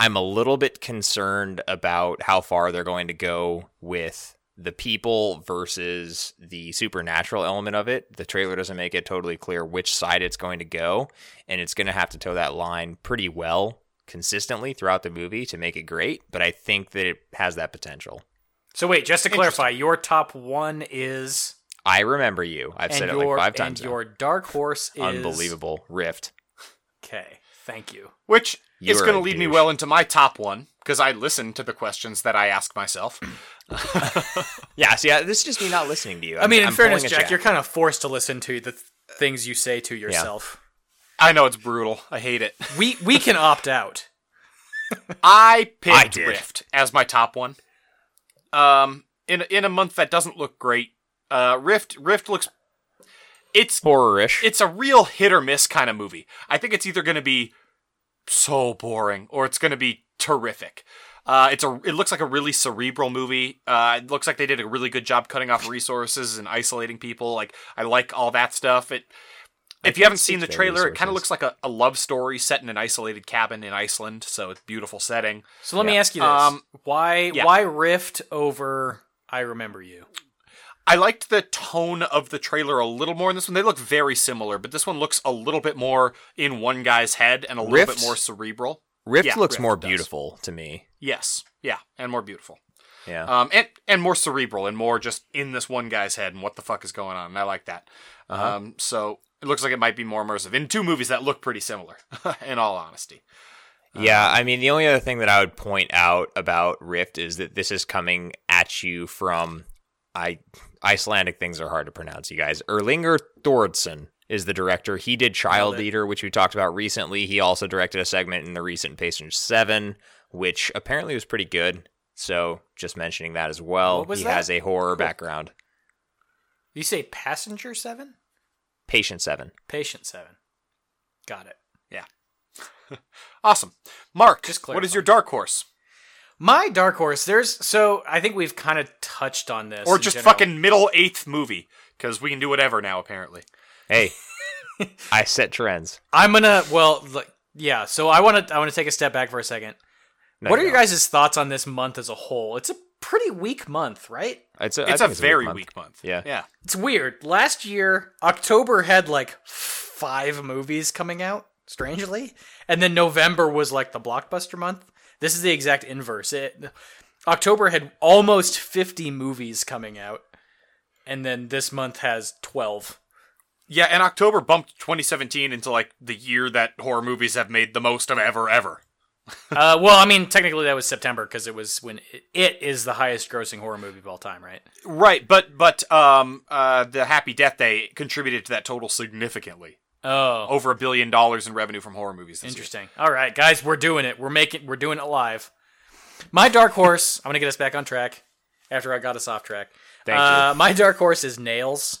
[SPEAKER 3] I'm a little bit concerned about how far they're going to go with the people versus the supernatural element of it. The trailer doesn't make it totally clear which side it's going to go, and it's going to have to toe that line pretty well consistently throughout the movie to make it great, but I think that it has that potential.
[SPEAKER 1] So wait, just to clarify, your top one is
[SPEAKER 3] I remember you. I've
[SPEAKER 1] and
[SPEAKER 3] said it
[SPEAKER 1] your
[SPEAKER 3] like five
[SPEAKER 1] and
[SPEAKER 3] times. now.
[SPEAKER 1] your dark horse is
[SPEAKER 3] Unbelievable rift.
[SPEAKER 1] Okay, thank you.
[SPEAKER 2] Which
[SPEAKER 3] You
[SPEAKER 2] is
[SPEAKER 3] are
[SPEAKER 2] going to
[SPEAKER 3] a
[SPEAKER 2] lead me
[SPEAKER 3] douche.
[SPEAKER 2] well into my top one because I listen to the questions that I ask myself.
[SPEAKER 3] Yeah, see, I- this is just me not listening to you.
[SPEAKER 1] I mean, in
[SPEAKER 3] I'm
[SPEAKER 1] fairness,
[SPEAKER 3] pulling a
[SPEAKER 1] Jack, you're kind of forced to listen to the th- things you say to yourself.
[SPEAKER 2] I know it's brutal. I hate it.
[SPEAKER 1] We we can opt out.
[SPEAKER 2] I picked
[SPEAKER 3] I did.
[SPEAKER 2] Rift as my top one. Um, in in a month that doesn't look great. Uh, Rift Rift looks. It's
[SPEAKER 3] horror-ish.
[SPEAKER 2] it's a real hit or miss kind of movie. I think it's either going to be so boring or it's going to be terrific. Uh, it's a. It looks like a really cerebral movie. Uh, it looks like they did a really good job cutting off resources and isolating people. Like I like all that stuff. It. If you haven't seen the
[SPEAKER 3] their
[SPEAKER 2] trailer, it kind of
[SPEAKER 3] resources.
[SPEAKER 2] looks like a, a love story set in an isolated cabin in Iceland. So it's beautiful setting.
[SPEAKER 1] So let me
[SPEAKER 3] Yeah.
[SPEAKER 1] ask you this:
[SPEAKER 2] Um,
[SPEAKER 1] Why
[SPEAKER 2] yeah.
[SPEAKER 1] why rift over? I remember you.
[SPEAKER 2] I liked the tone of the trailer a little more in this one. They look very similar, but this one looks a little bit more in one guy's head and a little
[SPEAKER 3] Rift?
[SPEAKER 2] bit more cerebral.
[SPEAKER 3] rift
[SPEAKER 2] yeah,
[SPEAKER 3] looks
[SPEAKER 2] Rift
[SPEAKER 3] more
[SPEAKER 2] does.
[SPEAKER 3] beautiful to me.
[SPEAKER 2] Yes, yeah, and more beautiful,
[SPEAKER 3] Yeah.
[SPEAKER 2] um, and and more cerebral and more just in this one guy's head and what the fuck is going on. And I like that. Um, so it looks like it might be more immersive in two movies that look pretty similar. in all honesty,
[SPEAKER 1] Um,
[SPEAKER 3] Yeah, I mean, the only other thing that I would point out about Rift is that this is coming at you from I Icelandic things are hard to pronounce, you guys. Erlinger Thordsson is the director. He did Child
[SPEAKER 1] Nailed it.
[SPEAKER 3] Eater, which we talked about recently. He also directed a segment in the recent Patient 7, which apparently was pretty good. So, just mentioning that as well.
[SPEAKER 1] What was
[SPEAKER 3] he
[SPEAKER 1] that?
[SPEAKER 3] has a horror
[SPEAKER 1] Cool.
[SPEAKER 3] background.
[SPEAKER 1] You say passenger seven,
[SPEAKER 3] Patient 7.
[SPEAKER 1] patient seven. Got it.
[SPEAKER 2] awesome. Mark,
[SPEAKER 1] Just
[SPEAKER 2] what
[SPEAKER 1] clarifying.
[SPEAKER 2] is your dark horse,
[SPEAKER 1] My dark horse. There's so I think we've kind of touched on this,
[SPEAKER 2] or
[SPEAKER 1] in
[SPEAKER 2] just
[SPEAKER 1] general.
[SPEAKER 2] fucking middle eighth movie? Because we can do whatever now, apparently.
[SPEAKER 3] Hey, I set trends.
[SPEAKER 1] I'm gonna. Well, like, yeah. So I want to. I want to take a step back for a second.
[SPEAKER 3] No,
[SPEAKER 1] what are
[SPEAKER 3] you
[SPEAKER 1] your
[SPEAKER 3] don't.
[SPEAKER 1] guys' thoughts on this month as a whole? It's a pretty weak month, right?
[SPEAKER 3] It's a, I
[SPEAKER 2] It's a
[SPEAKER 3] think
[SPEAKER 2] very
[SPEAKER 3] month.
[SPEAKER 2] weak month.
[SPEAKER 3] Yeah.
[SPEAKER 2] yeah.
[SPEAKER 1] It's weird. Last year, October had like five movies coming out, strangely, and then November was like the blockbuster month. This is the exact inverse. It, October had almost 50 movies coming out, and then this month has 12.
[SPEAKER 2] Yeah, and October bumped 2017 into like the year that horror movies have made the most of ever, ever.
[SPEAKER 1] uh, well, I mean, technically that was September because it was when it, it is the highest grossing horror movie of all time, right?
[SPEAKER 2] Right, but but um uh the Happy Death Day contributed to that total significantly,
[SPEAKER 1] Oh,
[SPEAKER 2] over a billion dollars in revenue from horror movies. This
[SPEAKER 1] Interesting. All right, guys, we're doing it. We're making. We're doing it live. My dark horse. I'm gonna get us back on track. After I got us off track.
[SPEAKER 3] Thank
[SPEAKER 1] uh, My dark horse is nails.
[SPEAKER 2] Year.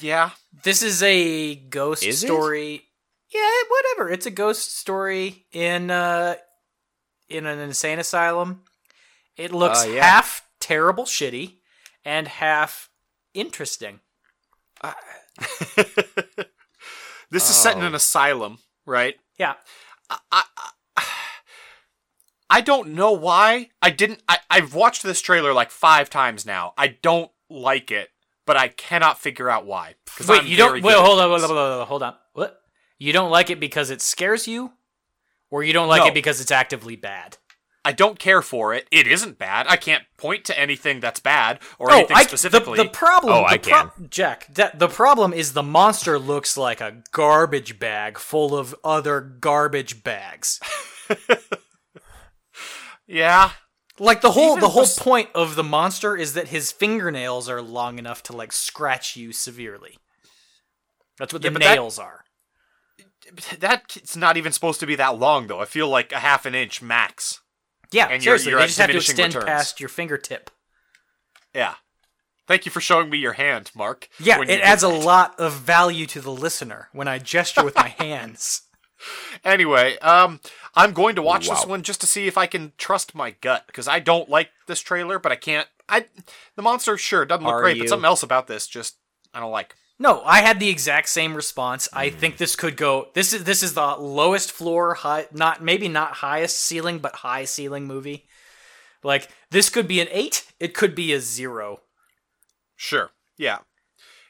[SPEAKER 2] Yeah,
[SPEAKER 1] This is a ghost
[SPEAKER 3] Is it?
[SPEAKER 1] story. Yeah, whatever. It's a ghost story in uh, in an insane asylum. It looks
[SPEAKER 3] Uh, yeah.
[SPEAKER 1] half terrible, shitty, and half interesting.
[SPEAKER 2] this is set in
[SPEAKER 3] Oh.
[SPEAKER 2] an asylum right?
[SPEAKER 1] Yeah.
[SPEAKER 2] I don't know why I didn't. I, I've watched this trailer like five times now. I don't like it, but I cannot figure out why. 'Cause
[SPEAKER 1] Wait,
[SPEAKER 2] I'm
[SPEAKER 1] you don't.
[SPEAKER 2] very
[SPEAKER 1] Wait,
[SPEAKER 2] good at
[SPEAKER 1] hold on, hold
[SPEAKER 2] this.
[SPEAKER 1] on, hold on, hold on. What? You don't like it because it scares you, or you don't like
[SPEAKER 2] No.
[SPEAKER 1] it because it's actively bad?
[SPEAKER 2] I don't care for it. It isn't bad. I can't point to anything that's bad or
[SPEAKER 1] Oh,
[SPEAKER 2] anything
[SPEAKER 1] I,
[SPEAKER 2] specifically.
[SPEAKER 1] The, the problem.
[SPEAKER 3] Oh,
[SPEAKER 1] the
[SPEAKER 3] I
[SPEAKER 1] pro- Jack, that, the problem is the monster looks like a garbage bag full of other garbage bags.
[SPEAKER 2] yeah,
[SPEAKER 1] Like the whole
[SPEAKER 2] Even
[SPEAKER 1] the whole
[SPEAKER 2] bes-
[SPEAKER 1] point of the monster is that his fingernails are long enough to like scratch you severely. That's what
[SPEAKER 2] Yeah,
[SPEAKER 1] the
[SPEAKER 2] but that-
[SPEAKER 1] nails are.
[SPEAKER 2] that's not even supposed to be that long though. I feel like a half an inch max.
[SPEAKER 1] Yeah,
[SPEAKER 2] and you're-
[SPEAKER 1] seriously,
[SPEAKER 2] you're
[SPEAKER 1] they
[SPEAKER 2] at
[SPEAKER 1] just have to
[SPEAKER 2] diminishing
[SPEAKER 1] extend
[SPEAKER 2] returns.
[SPEAKER 1] past your fingertip.
[SPEAKER 2] Yeah. Thank you for showing me your hand, Mark.
[SPEAKER 1] Yeah,
[SPEAKER 2] when you
[SPEAKER 1] it
[SPEAKER 2] did
[SPEAKER 1] adds a
[SPEAKER 2] that.
[SPEAKER 1] lot of value to the listener when I gesture with my hands.
[SPEAKER 2] Anyway, um, I'm going to watch this
[SPEAKER 3] Wow.
[SPEAKER 2] one just to see if I can trust my gut because I don't like this trailer, but I can't. I the monster sure doesn't look
[SPEAKER 3] Are
[SPEAKER 2] great,
[SPEAKER 3] you-
[SPEAKER 2] but something else about this just I don't like.
[SPEAKER 1] No, I had the exact same response. I
[SPEAKER 3] Mm.
[SPEAKER 1] think this could go. This is this is the lowest floor, high not maybe not highest ceiling, but high ceiling movie. Like this could be an eight. It could be a zero.
[SPEAKER 2] Sure, yeah,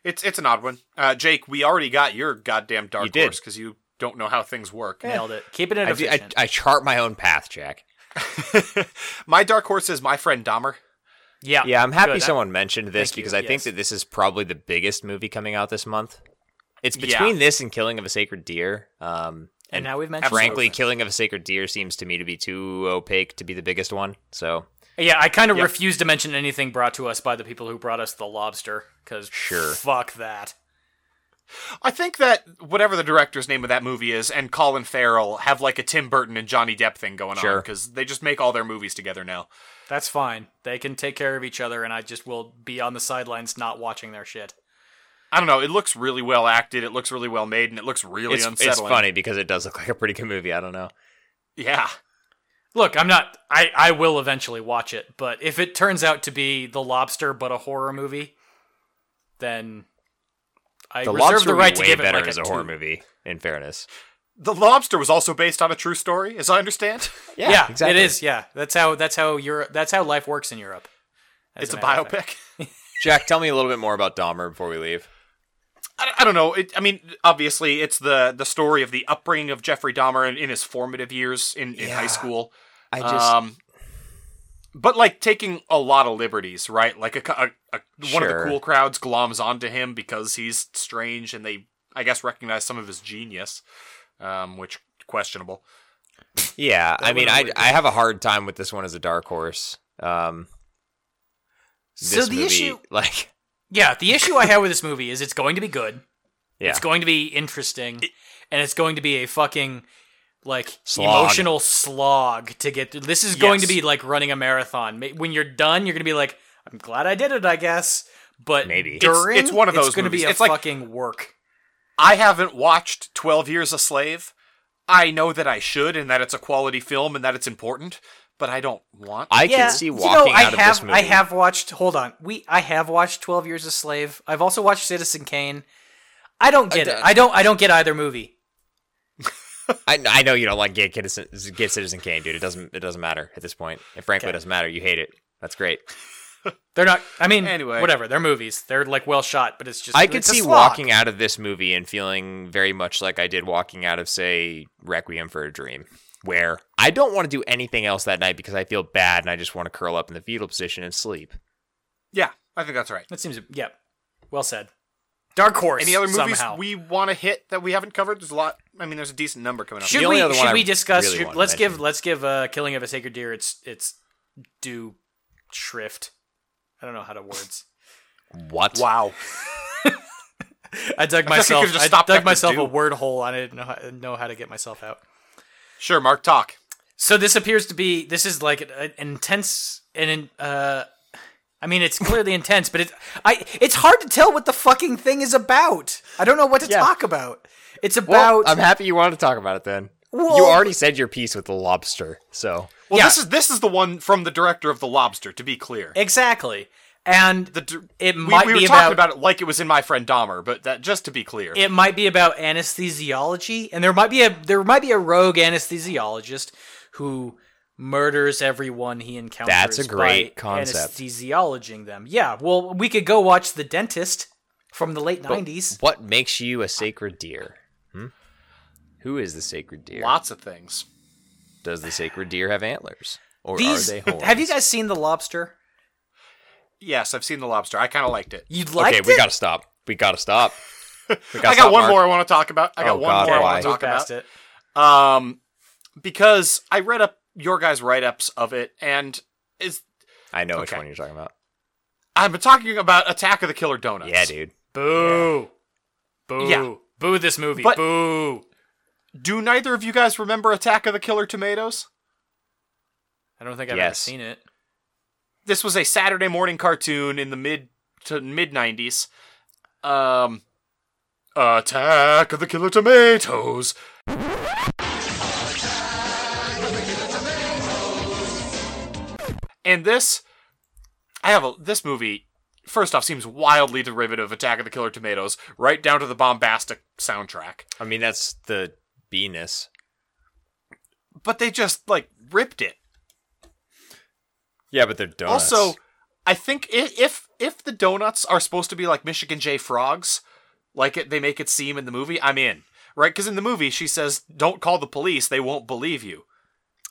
[SPEAKER 2] it's it's an odd one. Uh, Jake, we already got your goddamn dark
[SPEAKER 3] You did. Eh.
[SPEAKER 2] horse because you don't know how things work.
[SPEAKER 1] Nailed it. Keeping it
[SPEAKER 3] I, do- I,
[SPEAKER 1] efficient.
[SPEAKER 3] I chart my own path, Jack.
[SPEAKER 2] my dark horse is my friend Dahmer.
[SPEAKER 1] yeah.
[SPEAKER 3] Yeah, I'm happy
[SPEAKER 1] Good. I-
[SPEAKER 3] someone mentioned this
[SPEAKER 1] Thank you,
[SPEAKER 3] because I think
[SPEAKER 1] yes.
[SPEAKER 3] that this is probably the biggest movie coming out this month. It's
[SPEAKER 2] Yeah.
[SPEAKER 3] between this and Killing of a Sacred Deer. Um,
[SPEAKER 1] And, now we've mentioned.
[SPEAKER 3] frankly,
[SPEAKER 1] it.
[SPEAKER 3] Killing of a Sacred Deer seems to me to be too opaque to be the biggest one. So
[SPEAKER 1] yeah, I kind of
[SPEAKER 2] Yep.
[SPEAKER 1] refuse to mention anything brought to us by the people who brought us the lobster because
[SPEAKER 3] Sure.
[SPEAKER 1] fuck that.
[SPEAKER 2] I think that whatever the director's name of that movie is, and Colin Farrell have like a Tim Burton and Johnny Depp thing going on
[SPEAKER 3] Sure.
[SPEAKER 2] because they just make all their movies together now.
[SPEAKER 1] That's fine. They can take care of each other, and I just will be on the sidelines not watching their shit.
[SPEAKER 2] I don't know. It looks really well acted. It looks really well made, and it looks really
[SPEAKER 3] it's, it's
[SPEAKER 2] unsettling.
[SPEAKER 3] funny because it does look like a pretty good movie. I don't know.
[SPEAKER 2] Yeah,
[SPEAKER 1] Look, I'm not. I I will eventually watch it, but if it turns out to be The Lobster but a horror movie, then I
[SPEAKER 3] The
[SPEAKER 1] reserve
[SPEAKER 3] Lobster
[SPEAKER 1] the
[SPEAKER 3] would be
[SPEAKER 1] right to
[SPEAKER 3] way
[SPEAKER 1] give it
[SPEAKER 3] better
[SPEAKER 1] like
[SPEAKER 3] as
[SPEAKER 1] a
[SPEAKER 3] a horror
[SPEAKER 1] two.
[SPEAKER 3] movie. In fairness,
[SPEAKER 2] the lobster was also based on a true story, as I understand.
[SPEAKER 1] Yeah, it is. Yeah, that's how that's how Europe. That's how life works in Europe. as
[SPEAKER 2] it's a
[SPEAKER 1] matter of fact.
[SPEAKER 2] biopic.
[SPEAKER 3] Jack, tell me a little bit more about Dahmer before we leave.
[SPEAKER 2] I, I don't know. It, I mean, obviously, it's the the story of the upbringing of Jeffrey Dahmer in, in his formative years in, in high
[SPEAKER 3] Yeah.
[SPEAKER 2] school.
[SPEAKER 3] I
[SPEAKER 2] um, but like taking a lot of liberties, right? Like a, co- a, a one of the
[SPEAKER 3] Sure.
[SPEAKER 2] cool crowds gloms onto him because he's strange, and they, I guess, recognize some of his genius, um, which questionable.
[SPEAKER 3] yeah. I mean,
[SPEAKER 2] would've
[SPEAKER 3] I
[SPEAKER 2] worked
[SPEAKER 3] I have a hard time with this one as a dark horse. Um,
[SPEAKER 1] So
[SPEAKER 3] this
[SPEAKER 1] the
[SPEAKER 3] movie,
[SPEAKER 1] issue-
[SPEAKER 3] like,
[SPEAKER 1] Yeah, the issue I have with this movie is it's going to be good.
[SPEAKER 3] yeah,
[SPEAKER 1] It's going to be interesting, and it's going to be a fucking like
[SPEAKER 3] Slog.
[SPEAKER 1] emotional slog to get through. This is going to
[SPEAKER 2] Yes.
[SPEAKER 1] be like running a marathon. Ma- When you're done, you're going to be like, "I'm glad I did it, I guess." But
[SPEAKER 3] Maybe. It's-
[SPEAKER 1] during,
[SPEAKER 2] it's one of those
[SPEAKER 1] It's going to be
[SPEAKER 2] movies.
[SPEAKER 1] a
[SPEAKER 2] It's like-
[SPEAKER 1] fucking work.
[SPEAKER 2] I haven't watched 12 Years a Slave. I know that I should and that it's a quality film and that it's important, but I don't want
[SPEAKER 3] I
[SPEAKER 1] yeah,
[SPEAKER 3] can see
[SPEAKER 1] you know,
[SPEAKER 3] walking
[SPEAKER 1] I
[SPEAKER 3] out
[SPEAKER 1] have,
[SPEAKER 3] of this movie.
[SPEAKER 1] I have watched. Hold on, we. I have watched Twelve Years a Slave. I've also watched Citizen Kane. I don't get it.
[SPEAKER 3] d-
[SPEAKER 1] I don't. I don't get either movie.
[SPEAKER 3] I, I know you don't like Get Citizen, Get Citizen Kane, dude. It doesn't it doesn't matter at this point. It frankly
[SPEAKER 1] Okay.
[SPEAKER 3] doesn't matter. You hate it. That's great.
[SPEAKER 1] They're not. I mean,
[SPEAKER 2] Anyway.
[SPEAKER 1] whatever. They're movies. They're like well shot, but it's just.
[SPEAKER 3] I could
[SPEAKER 1] it's a
[SPEAKER 3] see
[SPEAKER 1] slog.
[SPEAKER 3] walking out of this movie and feeling very much like I did walking out of, say, Requiem for a Dream, where I don't want to do anything else that night because I feel bad and I just want to curl up in the fetal position and sleep.
[SPEAKER 2] Yeah, I think that's right.
[SPEAKER 1] That seems. Yeah. Well said. Dark Horse.
[SPEAKER 2] Any other movies
[SPEAKER 1] somehow.
[SPEAKER 2] we want to hit that we haven't covered? There's a lot. I mean, there's a decent number coming up.
[SPEAKER 1] should
[SPEAKER 3] The only
[SPEAKER 1] we?
[SPEAKER 3] other one
[SPEAKER 1] Should
[SPEAKER 3] I
[SPEAKER 1] we discuss?
[SPEAKER 3] really
[SPEAKER 1] should-
[SPEAKER 3] wanna
[SPEAKER 1] let's give.
[SPEAKER 3] mention.
[SPEAKER 1] Let's give. Uh, Killing of a Sacred Deer. It's. It's. Due. Shrift. I don't know how to words.
[SPEAKER 3] What?
[SPEAKER 2] Wow.
[SPEAKER 1] I dug
[SPEAKER 2] I guess you
[SPEAKER 1] myself.
[SPEAKER 2] could've just
[SPEAKER 1] I
[SPEAKER 2] stopped
[SPEAKER 1] dug
[SPEAKER 2] after
[SPEAKER 1] myself
[SPEAKER 2] due.
[SPEAKER 1] a word hole. and I didn't know how, know how to get myself out.
[SPEAKER 2] Sure, Mark, talk.
[SPEAKER 1] So this appears to be this is like an intense and in- uh I mean it's clearly intense, but it's I it's hard to tell what the fucking thing is about. I don't know what to talk about. It's
[SPEAKER 3] Well,
[SPEAKER 1] about
[SPEAKER 3] I'm happy you wanted to talk about it then.
[SPEAKER 1] Well-
[SPEAKER 3] you already said your piece with the lobster, so
[SPEAKER 2] Well,
[SPEAKER 1] Yeah.
[SPEAKER 2] this is this is the one from the director of The Lobster, to be clear.
[SPEAKER 1] exactly. and
[SPEAKER 2] The dir-
[SPEAKER 1] it
[SPEAKER 2] we,
[SPEAKER 1] might
[SPEAKER 2] we were
[SPEAKER 1] be
[SPEAKER 2] talking
[SPEAKER 1] about,
[SPEAKER 2] about... it like it was in my friend Dahmer, but that just to be clear,
[SPEAKER 1] it might be about anesthesiology, and there might be a there might be a rogue anesthesiologist who murders everyone he encounters.
[SPEAKER 3] That's a great
[SPEAKER 1] by
[SPEAKER 3] concept.
[SPEAKER 1] Anesthesiologing them, yeah. Well, we could go watch The Dentist from the late nineties.
[SPEAKER 3] What makes you a sacred deer? Hmm? Who is the sacred deer?
[SPEAKER 2] lots of things.
[SPEAKER 3] Does the sacred deer have antlers, or
[SPEAKER 1] These
[SPEAKER 3] are they horns?
[SPEAKER 1] have you guys seen The Lobster?
[SPEAKER 2] Yes, I've seen The Lobster. I kind of liked it.
[SPEAKER 1] You liked
[SPEAKER 3] Okay, we
[SPEAKER 1] it?
[SPEAKER 3] gotta stop. We gotta stop. We gotta
[SPEAKER 2] I
[SPEAKER 3] stop,
[SPEAKER 2] got one
[SPEAKER 3] Mark.
[SPEAKER 2] more I want to talk about. I got
[SPEAKER 3] Oh,
[SPEAKER 2] one
[SPEAKER 3] God,
[SPEAKER 2] more I
[SPEAKER 3] why?
[SPEAKER 2] want to
[SPEAKER 1] Move
[SPEAKER 2] talk about.
[SPEAKER 1] past it. eh?
[SPEAKER 2] Um, because I read up your guys' write ups of it, and is
[SPEAKER 3] I know which
[SPEAKER 2] Okay.
[SPEAKER 3] one you're talking about.
[SPEAKER 2] I've been talking about Attack of the Killer Donuts.
[SPEAKER 3] Yeah, dude.
[SPEAKER 1] Boo. Boo.
[SPEAKER 2] Yeah.
[SPEAKER 1] Boo this movie.
[SPEAKER 2] But-
[SPEAKER 1] Boo.
[SPEAKER 2] Do neither of you guys remember Attack of the Killer Tomatoes?
[SPEAKER 1] I don't think I've ever
[SPEAKER 3] Yes.
[SPEAKER 1] seen it.
[SPEAKER 2] This was a Saturday morning cartoon in the mid to mid nineties. Um, Attack of the Killer Tomatoes. And this, I have a this movie. First off, seems wildly derivative of Attack of the Killer Tomatoes, right down to the bombastic soundtrack.
[SPEAKER 3] I mean, that's the beeness.
[SPEAKER 2] But they just like ripped it.
[SPEAKER 3] Yeah, but they're donuts.
[SPEAKER 2] Also, I think i- if if the donuts are supposed to be like Michigan J frogs, like it, they make it seem in the movie, I'm in. Right? Because in the movie, she says, "Don't call the police; they won't believe you."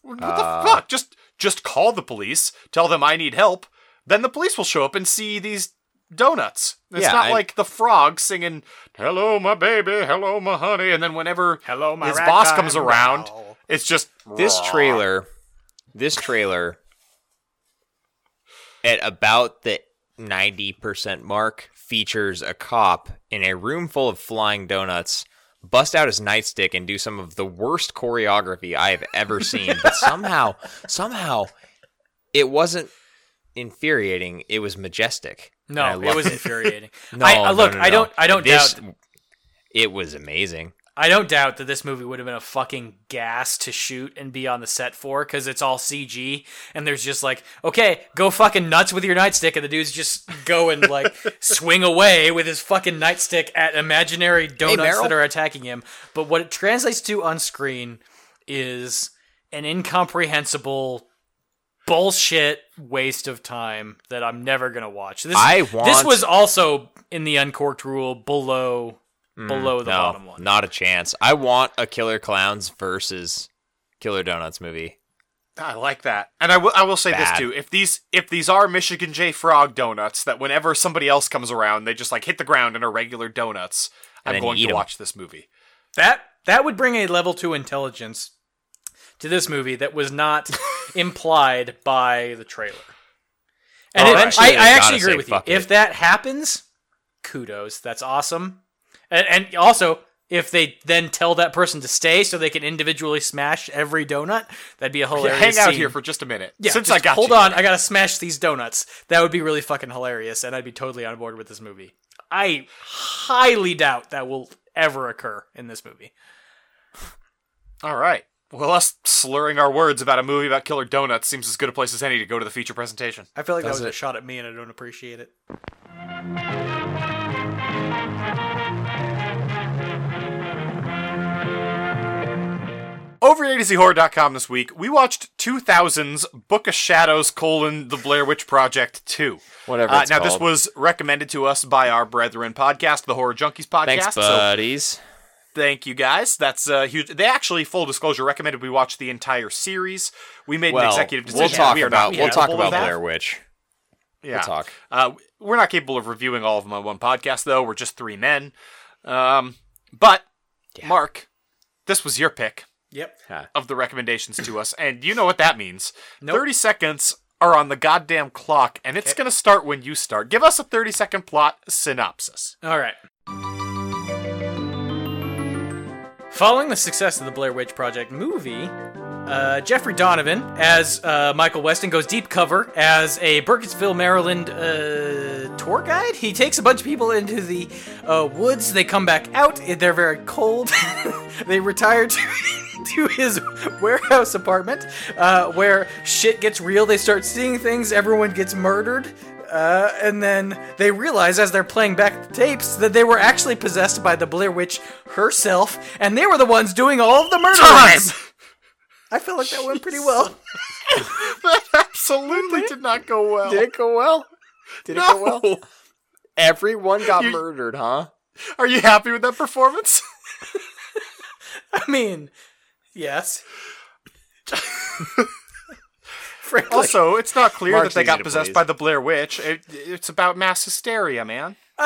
[SPEAKER 2] What
[SPEAKER 3] Uh.
[SPEAKER 2] the fuck? Just just call the police. Tell them I need help. Then the police will show up and see these donuts. It's
[SPEAKER 3] Yeah,
[SPEAKER 2] not
[SPEAKER 3] I-
[SPEAKER 2] like the frog singing "Hello, my baby, hello, my honey," and then whenever
[SPEAKER 1] Hello, my
[SPEAKER 2] his
[SPEAKER 1] rat
[SPEAKER 2] boss
[SPEAKER 1] guy.
[SPEAKER 2] comes around,
[SPEAKER 1] Wow.
[SPEAKER 2] it's just
[SPEAKER 3] this trailer, this trailer, at about the ninety percent mark, features a cop in a room full of flying donuts. Bust out his nightstick and do some of the worst choreography I have ever seen. But somehow, somehow, it wasn't infuriating. It was majestic.
[SPEAKER 1] No,
[SPEAKER 3] And I
[SPEAKER 1] it
[SPEAKER 3] loved
[SPEAKER 1] was infuriating.
[SPEAKER 3] No,
[SPEAKER 1] I, I-
[SPEAKER 3] no,
[SPEAKER 1] look,
[SPEAKER 3] no,
[SPEAKER 1] I
[SPEAKER 3] no.
[SPEAKER 1] don't, I don't
[SPEAKER 3] This-
[SPEAKER 1] doubt,
[SPEAKER 3] It was amazing.
[SPEAKER 1] I don't doubt that this movie would have been a fucking gas to shoot and be on the set for because it's all CG and there's just like, okay, go fucking nuts with your nightstick, and the dude's just go and like swing away with his fucking nightstick at imaginary donuts
[SPEAKER 3] Meryl.
[SPEAKER 1] that are attacking him. But what it translates to on screen is an incomprehensible bullshit waste of time that I'm never gonna watch. This
[SPEAKER 3] I
[SPEAKER 1] this
[SPEAKER 3] want-
[SPEAKER 1] was also in the uncorked rule below below the
[SPEAKER 3] Mm, no,
[SPEAKER 1] bottom one.
[SPEAKER 3] not a chance. I want a Killer Clowns versus Killer Donuts movie.
[SPEAKER 2] I like that, and I will. I will say
[SPEAKER 3] Bad.
[SPEAKER 2] this too: if these if these are Michigan J Frog donuts, that whenever somebody else comes around, they just like hit the ground and are regular donuts.
[SPEAKER 3] And
[SPEAKER 2] I'm
[SPEAKER 3] then
[SPEAKER 2] going
[SPEAKER 3] eat
[SPEAKER 2] to
[SPEAKER 3] 'em.
[SPEAKER 2] watch this movie.
[SPEAKER 1] that that would bring a level two intelligence to this movie that was not implied by the trailer. And it-
[SPEAKER 2] All
[SPEAKER 1] I,
[SPEAKER 2] right.
[SPEAKER 3] Eventually,
[SPEAKER 1] I
[SPEAKER 3] they
[SPEAKER 1] actually
[SPEAKER 3] gotta
[SPEAKER 1] agree
[SPEAKER 3] say,
[SPEAKER 1] with you.
[SPEAKER 3] "Fuck it."
[SPEAKER 1] If that happens, kudos. That's awesome. And, and also, if they then tell that person to stay so they can individually smash every donut, that'd be a
[SPEAKER 2] Yeah,
[SPEAKER 1] hilarious.
[SPEAKER 2] hang out
[SPEAKER 1] scene.
[SPEAKER 2] here for just a minute.
[SPEAKER 1] Yeah,
[SPEAKER 2] Since
[SPEAKER 1] just
[SPEAKER 2] I got
[SPEAKER 1] hold
[SPEAKER 2] you.
[SPEAKER 1] on, I gotta smash these donuts. That would be really fucking hilarious, and I'd be totally on board with this movie. I highly doubt that will ever occur in this movie.
[SPEAKER 2] All right. Well, us slurring our words about a movie about killer donuts seems as good a place as any to go to the feature presentation.
[SPEAKER 1] I feel like
[SPEAKER 3] Does
[SPEAKER 1] that was a
[SPEAKER 3] it?
[SPEAKER 1] shot at me, and I don't appreciate it.
[SPEAKER 2] Over at ADZHorror.com this week, we watched 2000's Book of Shadows colon The Blair Witch Project 2.
[SPEAKER 3] Whatever
[SPEAKER 2] Uh,
[SPEAKER 3] it's
[SPEAKER 2] now, this
[SPEAKER 3] called.
[SPEAKER 2] was recommended to us by our brethren podcast, the Horror Junkies podcast.
[SPEAKER 3] Thanks,
[SPEAKER 2] so
[SPEAKER 3] buddies.
[SPEAKER 2] Thank you guys. That's uh, huge. They actually, full disclosure, recommended we watch the entire series. We made an
[SPEAKER 3] well,
[SPEAKER 2] executive decision.
[SPEAKER 3] we'll talk
[SPEAKER 2] we are
[SPEAKER 3] about
[SPEAKER 2] not
[SPEAKER 3] we'll talk
[SPEAKER 2] capable of
[SPEAKER 3] about
[SPEAKER 2] that.
[SPEAKER 3] Blair Witch.
[SPEAKER 2] Yeah.
[SPEAKER 3] We'll talk.
[SPEAKER 2] Uh, we're not capable of reviewing all of them on one podcast, though. We're just three men. Um, but Mark, this was your pick
[SPEAKER 1] Yep.
[SPEAKER 2] of the recommendations to us, and you know what that means.
[SPEAKER 1] Nope.
[SPEAKER 2] Thirty seconds are on the goddamn clock, and it's gonna start when you start. Give us a thirty-second plot synopsis.
[SPEAKER 1] All right. Following the success of the Blair Witch Project movie, uh, Jeffrey Donovan, as uh, Michael Weston, goes deep cover as a Burkittsville, Maryland uh, tour guide. He takes a bunch of people into the uh, woods. They come back out. They're very cold. they retire to, to his warehouse apartment uh, where shit gets real. They start seeing things. Everyone gets murdered. Uh, and then they realize as they're playing back the tapes that they were actually possessed by the Blair Witch herself, and they were the ones doing all of the murderings. I feel like that went pretty well.
[SPEAKER 2] that absolutely did not go well.
[SPEAKER 3] Did it go well? Did it go well?
[SPEAKER 2] No.
[SPEAKER 3] Everyone got
[SPEAKER 2] You-
[SPEAKER 3] murdered, huh?
[SPEAKER 2] Are you happy with that performance?
[SPEAKER 1] I mean, yes. Frankly,
[SPEAKER 2] Also, it's not clear
[SPEAKER 3] Mark's
[SPEAKER 2] that they
[SPEAKER 3] easy
[SPEAKER 2] got
[SPEAKER 3] to
[SPEAKER 2] possessed
[SPEAKER 3] please.
[SPEAKER 2] by the Blair Witch. It, it's about mass hysteria, man.
[SPEAKER 1] uh,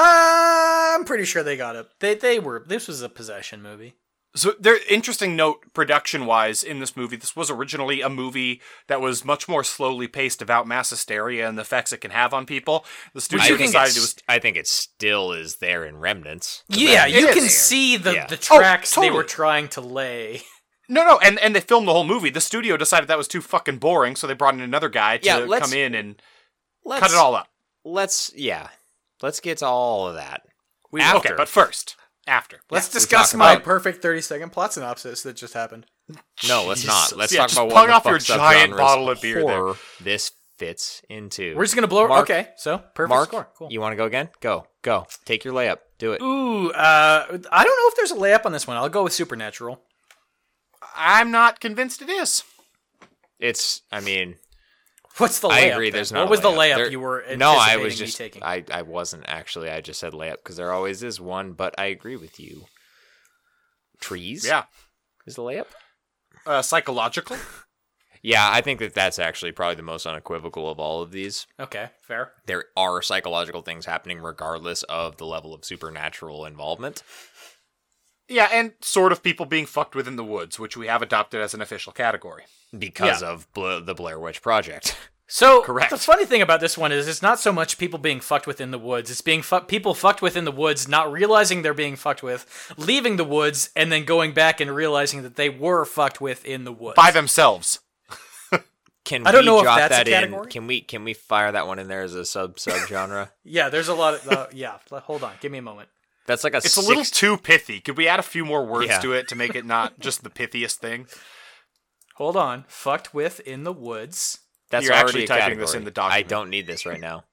[SPEAKER 1] I'm pretty sure they got it. They they were. This was a possession movie.
[SPEAKER 2] So, there. Interesting note, production-wise, in this movie, this was originally a movie that was much more slowly paced about mass hysteria and the effects it can have on people. The
[SPEAKER 1] I
[SPEAKER 2] studio
[SPEAKER 1] think
[SPEAKER 2] decided
[SPEAKER 3] it's-
[SPEAKER 2] it was
[SPEAKER 3] I think it still is there in remnants.
[SPEAKER 1] Yeah,
[SPEAKER 2] It
[SPEAKER 1] you
[SPEAKER 2] is
[SPEAKER 1] can
[SPEAKER 2] there.
[SPEAKER 1] see the,
[SPEAKER 3] Yeah.
[SPEAKER 1] the tracks they
[SPEAKER 2] totally.
[SPEAKER 1] were trying to lay.
[SPEAKER 2] no, no, and and they filmed the whole movie. The studio decided that was too fucking boring, so they brought in another guy to
[SPEAKER 3] Yeah, let's-
[SPEAKER 2] come in and
[SPEAKER 3] Let's,
[SPEAKER 2] cut it all up.
[SPEAKER 3] Let's yeah. Let's get to all of that.
[SPEAKER 1] We
[SPEAKER 2] Okay, but first, after,
[SPEAKER 1] Let's
[SPEAKER 2] Yeah.
[SPEAKER 1] discuss
[SPEAKER 3] talk
[SPEAKER 1] my
[SPEAKER 3] about-
[SPEAKER 1] perfect 30 second plot synopsis that just happened.
[SPEAKER 3] No, let's not. Let's
[SPEAKER 2] Yeah,
[SPEAKER 3] talk
[SPEAKER 2] just
[SPEAKER 3] about
[SPEAKER 2] plug
[SPEAKER 3] what the
[SPEAKER 2] off your
[SPEAKER 3] fuck
[SPEAKER 2] giant
[SPEAKER 3] subgenres
[SPEAKER 2] bottle
[SPEAKER 3] of
[SPEAKER 2] of beer there.
[SPEAKER 3] horror this fits into.
[SPEAKER 1] We're just going to blow.
[SPEAKER 3] Mark-
[SPEAKER 1] okay, so perfect
[SPEAKER 3] Mark,
[SPEAKER 1] score. Cool.
[SPEAKER 3] you want to go again? Go, go. Take your layup. Do it.
[SPEAKER 1] Ooh, uh, I don't know if there's a layup on this one. I'll go with Supernatural.
[SPEAKER 2] I'm not convinced it is.
[SPEAKER 3] It's. I mean,
[SPEAKER 1] What's the layup?
[SPEAKER 3] I agree.
[SPEAKER 1] then?
[SPEAKER 3] There's not.
[SPEAKER 1] What
[SPEAKER 3] a
[SPEAKER 1] was the layup
[SPEAKER 3] layup There-
[SPEAKER 1] you were anticipating
[SPEAKER 3] No, I was just.
[SPEAKER 1] me taking?
[SPEAKER 3] I I wasn't actually. I just said layup because there always is one. But I agree with you. Trees.
[SPEAKER 2] Yeah,
[SPEAKER 3] Is the layup?
[SPEAKER 2] uh, psychological.
[SPEAKER 3] Yeah, I think that that's actually probably the most unequivocal of all of these.
[SPEAKER 1] okay, fair.
[SPEAKER 3] There are psychological things happening regardless of the level of supernatural involvement.
[SPEAKER 2] Yeah, and sort of people being fucked with in the woods, which we have adopted as an official category.
[SPEAKER 3] because of Bla- the Blair Witch Project.
[SPEAKER 1] So
[SPEAKER 2] Correct.
[SPEAKER 1] the funny thing about this one is it's not so much people being fucked with in the woods. It's being fu- people fucked with in the woods, not realizing they're being fucked with, leaving the woods, and then going back and realizing that they were fucked with in the woods.
[SPEAKER 2] By themselves.
[SPEAKER 3] Can
[SPEAKER 1] I don't
[SPEAKER 3] we
[SPEAKER 1] know if
[SPEAKER 3] drop
[SPEAKER 1] that's a
[SPEAKER 3] that in?
[SPEAKER 1] category.
[SPEAKER 3] Can we can we fire that one in there as a sub sub genre?
[SPEAKER 1] yeah, there's a lot of uh, yeah. l- Hold on, give me a moment.
[SPEAKER 3] That's like a
[SPEAKER 2] It's
[SPEAKER 3] six,
[SPEAKER 2] a little too pithy. Could we add a few more words
[SPEAKER 3] Yeah.
[SPEAKER 2] to it to make it not just the pithiest thing?
[SPEAKER 1] Hold on, fucked with in the woods.
[SPEAKER 3] That's
[SPEAKER 2] you're
[SPEAKER 3] already
[SPEAKER 2] actually
[SPEAKER 3] a
[SPEAKER 2] typing this
[SPEAKER 3] category.
[SPEAKER 2] in the document.
[SPEAKER 3] I don't need this right now.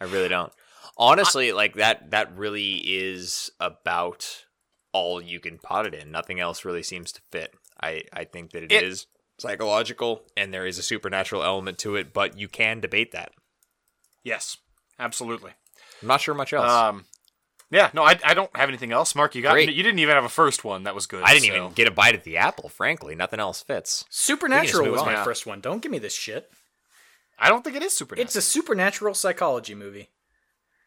[SPEAKER 3] I really don't. Honestly, like that that really is about all you can pot it in. Nothing else really seems to fit. I I think that
[SPEAKER 2] It-
[SPEAKER 3] it is psychological and there is a supernatural element to it, but you can debate that.
[SPEAKER 2] Yes, absolutely.
[SPEAKER 3] I'm not sure much else.
[SPEAKER 2] Um, yeah, no, I, I don't have anything else. Mark, you got
[SPEAKER 3] Great.
[SPEAKER 2] you didn't even have a first one that was good.
[SPEAKER 3] I didn't
[SPEAKER 2] so-
[SPEAKER 3] even get a bite at the apple, frankly. Nothing else fits.
[SPEAKER 1] Supernatural
[SPEAKER 3] move
[SPEAKER 1] was
[SPEAKER 3] on.
[SPEAKER 1] my
[SPEAKER 2] Yeah.
[SPEAKER 1] first one. Don't give me this shit.
[SPEAKER 2] I don't think it is supernatural.
[SPEAKER 1] It's a supernatural psychology movie.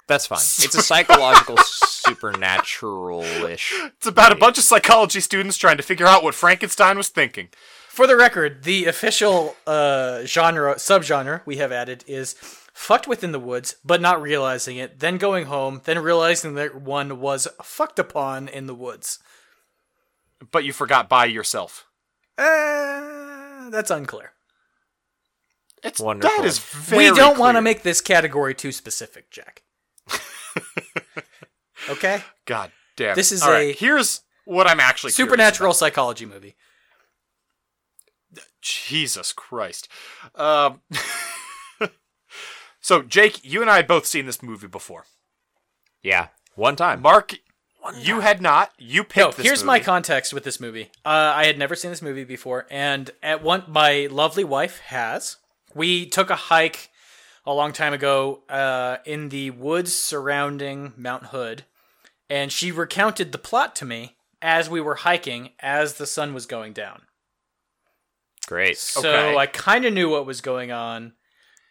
[SPEAKER 3] That's fine. It's a psychological supernatural-ish.
[SPEAKER 2] It's about a bunch of psychology students trying to figure out what Frankenstein was thinking.
[SPEAKER 1] For the record, the official uh, genre subgenre we have added is fucked within the woods, but not realizing it, then going home, then realizing that one was fucked upon in the woods.
[SPEAKER 2] But you forgot by yourself.
[SPEAKER 1] Uh, that's unclear.
[SPEAKER 2] It's
[SPEAKER 3] Wonderful.
[SPEAKER 2] that is very
[SPEAKER 1] we don't want
[SPEAKER 2] want
[SPEAKER 1] to make this category too specific, Jack. okay,
[SPEAKER 2] God damn.
[SPEAKER 1] This is
[SPEAKER 2] All right,
[SPEAKER 1] a-
[SPEAKER 2] here's what I'm actually curious
[SPEAKER 1] supernatural psychology movie.
[SPEAKER 2] about. Jesus Christ. Um, so Jake, you and I had both seen this movie before.
[SPEAKER 3] Yeah, one time.
[SPEAKER 2] Mark, you had not. You picked.
[SPEAKER 1] No,
[SPEAKER 2] this
[SPEAKER 1] here's my
[SPEAKER 2] movie.
[SPEAKER 1] context with this movie. Uh, I had never seen this movie before, and at one, my lovely wife has. We took a hike a long time ago uh, in the woods surrounding Mount Hood, and she recounted the plot to me as we were hiking, as the sun was going down.
[SPEAKER 3] Great.
[SPEAKER 1] So
[SPEAKER 2] Okay.
[SPEAKER 1] I kind of knew what was going on,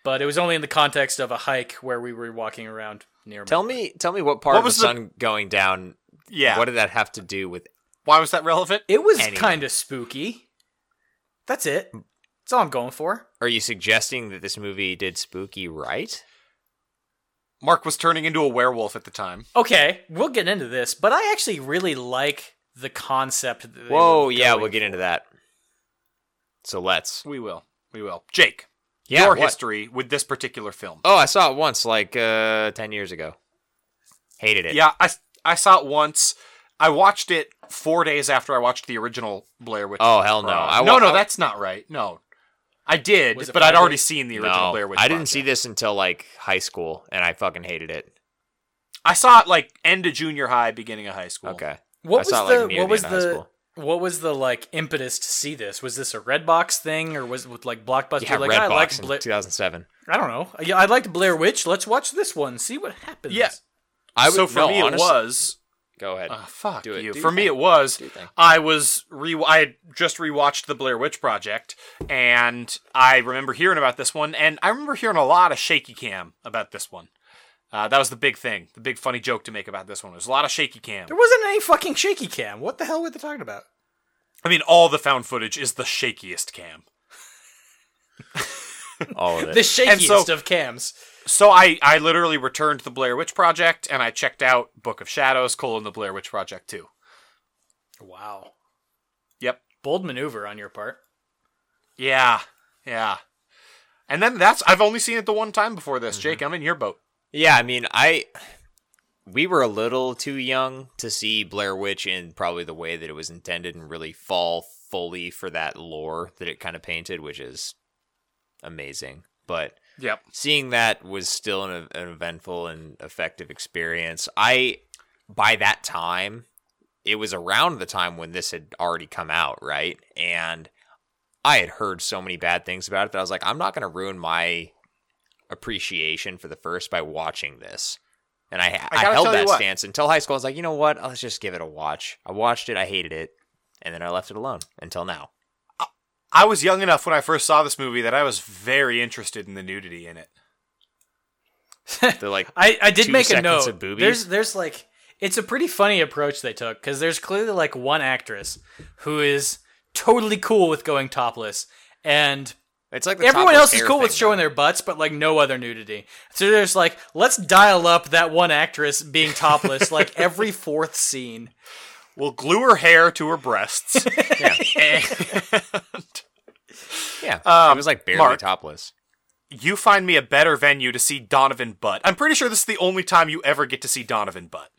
[SPEAKER 1] but it was only in the context of a hike where we were walking around near.
[SPEAKER 3] Tell me, tell me what part
[SPEAKER 2] What
[SPEAKER 3] of the,
[SPEAKER 2] was the-
[SPEAKER 3] sun going down.
[SPEAKER 2] yeah.
[SPEAKER 3] What did that have to do with?
[SPEAKER 2] Why was that relevant?
[SPEAKER 1] it was
[SPEAKER 3] Anyway.
[SPEAKER 1] kind of spooky. That's it. That's all I'm going for.
[SPEAKER 3] Are you suggesting that this movie did spooky right?
[SPEAKER 2] Mark was turning into a werewolf at the time.
[SPEAKER 1] Okay, we'll get into this, but I actually really like the concept. That they
[SPEAKER 3] Whoa,
[SPEAKER 1] were
[SPEAKER 3] yeah,
[SPEAKER 1] going-
[SPEAKER 3] we'll get into that. So let's.
[SPEAKER 2] We will. We will. Jake,
[SPEAKER 3] Yeah,
[SPEAKER 2] your
[SPEAKER 3] what?
[SPEAKER 2] history with this particular film.
[SPEAKER 3] Oh, I saw it once, like uh, ten years ago. Hated it.
[SPEAKER 2] Yeah, I I saw it once. I watched it four days after I watched the original Blair Witch.
[SPEAKER 3] Oh hell no!
[SPEAKER 2] Project.
[SPEAKER 3] I wa-
[SPEAKER 2] no, no,
[SPEAKER 3] I-
[SPEAKER 2] that's not right. No, I did,
[SPEAKER 1] Was it
[SPEAKER 2] but I'd
[SPEAKER 1] Friday?
[SPEAKER 2] already seen the original
[SPEAKER 3] No,
[SPEAKER 2] Blair Witch.
[SPEAKER 3] I didn't see
[SPEAKER 2] Project.
[SPEAKER 3] this until like high school, and I fucking hated it.
[SPEAKER 2] I saw it like end of junior high, beginning of high school.
[SPEAKER 3] Okay,
[SPEAKER 1] What
[SPEAKER 3] I
[SPEAKER 1] was
[SPEAKER 3] saw it, like,
[SPEAKER 1] the
[SPEAKER 3] near
[SPEAKER 1] what
[SPEAKER 3] the
[SPEAKER 1] was
[SPEAKER 3] end of high
[SPEAKER 1] the
[SPEAKER 3] school.
[SPEAKER 1] what was the like impetus to see this? Was this a red box thing or was it with like blockbuster?
[SPEAKER 3] yeah,
[SPEAKER 1] like I
[SPEAKER 3] Redbox
[SPEAKER 1] like
[SPEAKER 3] in
[SPEAKER 1] Bla-
[SPEAKER 3] 2007.
[SPEAKER 1] I don't know. Yeah, I liked Blair Witch. Let's watch this one. See what happens.
[SPEAKER 2] Yeah.
[SPEAKER 3] I would,
[SPEAKER 2] so for
[SPEAKER 3] no,
[SPEAKER 2] me,
[SPEAKER 3] honestly-
[SPEAKER 2] it was.
[SPEAKER 3] Go ahead.
[SPEAKER 2] Ah, fuck
[SPEAKER 3] Do it.
[SPEAKER 2] you.
[SPEAKER 3] Do
[SPEAKER 2] For
[SPEAKER 3] your
[SPEAKER 2] me,
[SPEAKER 3] thing.
[SPEAKER 2] it was.
[SPEAKER 3] Do your thing.
[SPEAKER 2] I was re. I had just rewatched the Blair Witch Project, and I remember hearing about this one, and I remember hearing a lot of shaky cam about this one. Uh, that was the big thing, the big funny joke to make about this one. There's a lot of shaky cam.
[SPEAKER 1] There wasn't any fucking shaky cam. What the hell were they talking about?
[SPEAKER 2] I mean, all the found footage is the shakiest cam.
[SPEAKER 3] All of it.
[SPEAKER 1] The shakiest
[SPEAKER 2] so-
[SPEAKER 1] of cams.
[SPEAKER 2] So I, I literally returned to the Blair Witch Project, and I checked out Book of Shadows, colon, the Blair Witch Project too.
[SPEAKER 1] Wow.
[SPEAKER 2] Yep.
[SPEAKER 1] Bold maneuver on your part.
[SPEAKER 2] Yeah. Yeah. And then that's I've only seen it the one time before this,
[SPEAKER 1] Mm-hmm.
[SPEAKER 2] Jake. I'm in your boat.
[SPEAKER 3] Yeah, I mean, I we were a little too young to see Blair Witch in probably the way that it was intended and really fall fully for that lore that it kind of painted, which is amazing. But
[SPEAKER 2] Yep.
[SPEAKER 3] seeing that was still an, an eventful and effective experience. I by that time, it was around the time when this had already come out, right? And I had heard so many bad things about it that I was like, I'm not going to ruin my appreciation for the first by watching this. And I, I,
[SPEAKER 2] gotta
[SPEAKER 3] held
[SPEAKER 2] tell you
[SPEAKER 3] that
[SPEAKER 2] what.
[SPEAKER 3] stance until high school. I was like, you know what? Let's just give it a watch. I watched it. I hated it. And then I left it alone until now.
[SPEAKER 2] I was young enough when I first saw this movie that I was very interested in the nudity in it.
[SPEAKER 3] They're like,
[SPEAKER 1] I, I did
[SPEAKER 3] Two
[SPEAKER 1] make a
[SPEAKER 3] seconds
[SPEAKER 1] note.
[SPEAKER 3] of boobies?
[SPEAKER 1] There's there's like it's a pretty funny approach they took because there's clearly like one actress who is totally cool with going topless and
[SPEAKER 3] it's like the
[SPEAKER 1] everyone
[SPEAKER 3] topless
[SPEAKER 1] else is
[SPEAKER 3] hair
[SPEAKER 1] cool with
[SPEAKER 3] thing,
[SPEAKER 1] showing
[SPEAKER 3] though.
[SPEAKER 1] their butts but like no other nudity so they're just like let's dial up that one actress being topless like every fourth scene
[SPEAKER 2] We'll glue her hair to her breasts. And
[SPEAKER 3] Yeah, it
[SPEAKER 2] Um,
[SPEAKER 3] was like barely
[SPEAKER 2] Mark.
[SPEAKER 3] topless.
[SPEAKER 2] you find me a better venue to see Donovan Butt. I'm pretty sure this is the only time you ever get to see Donovan Butt.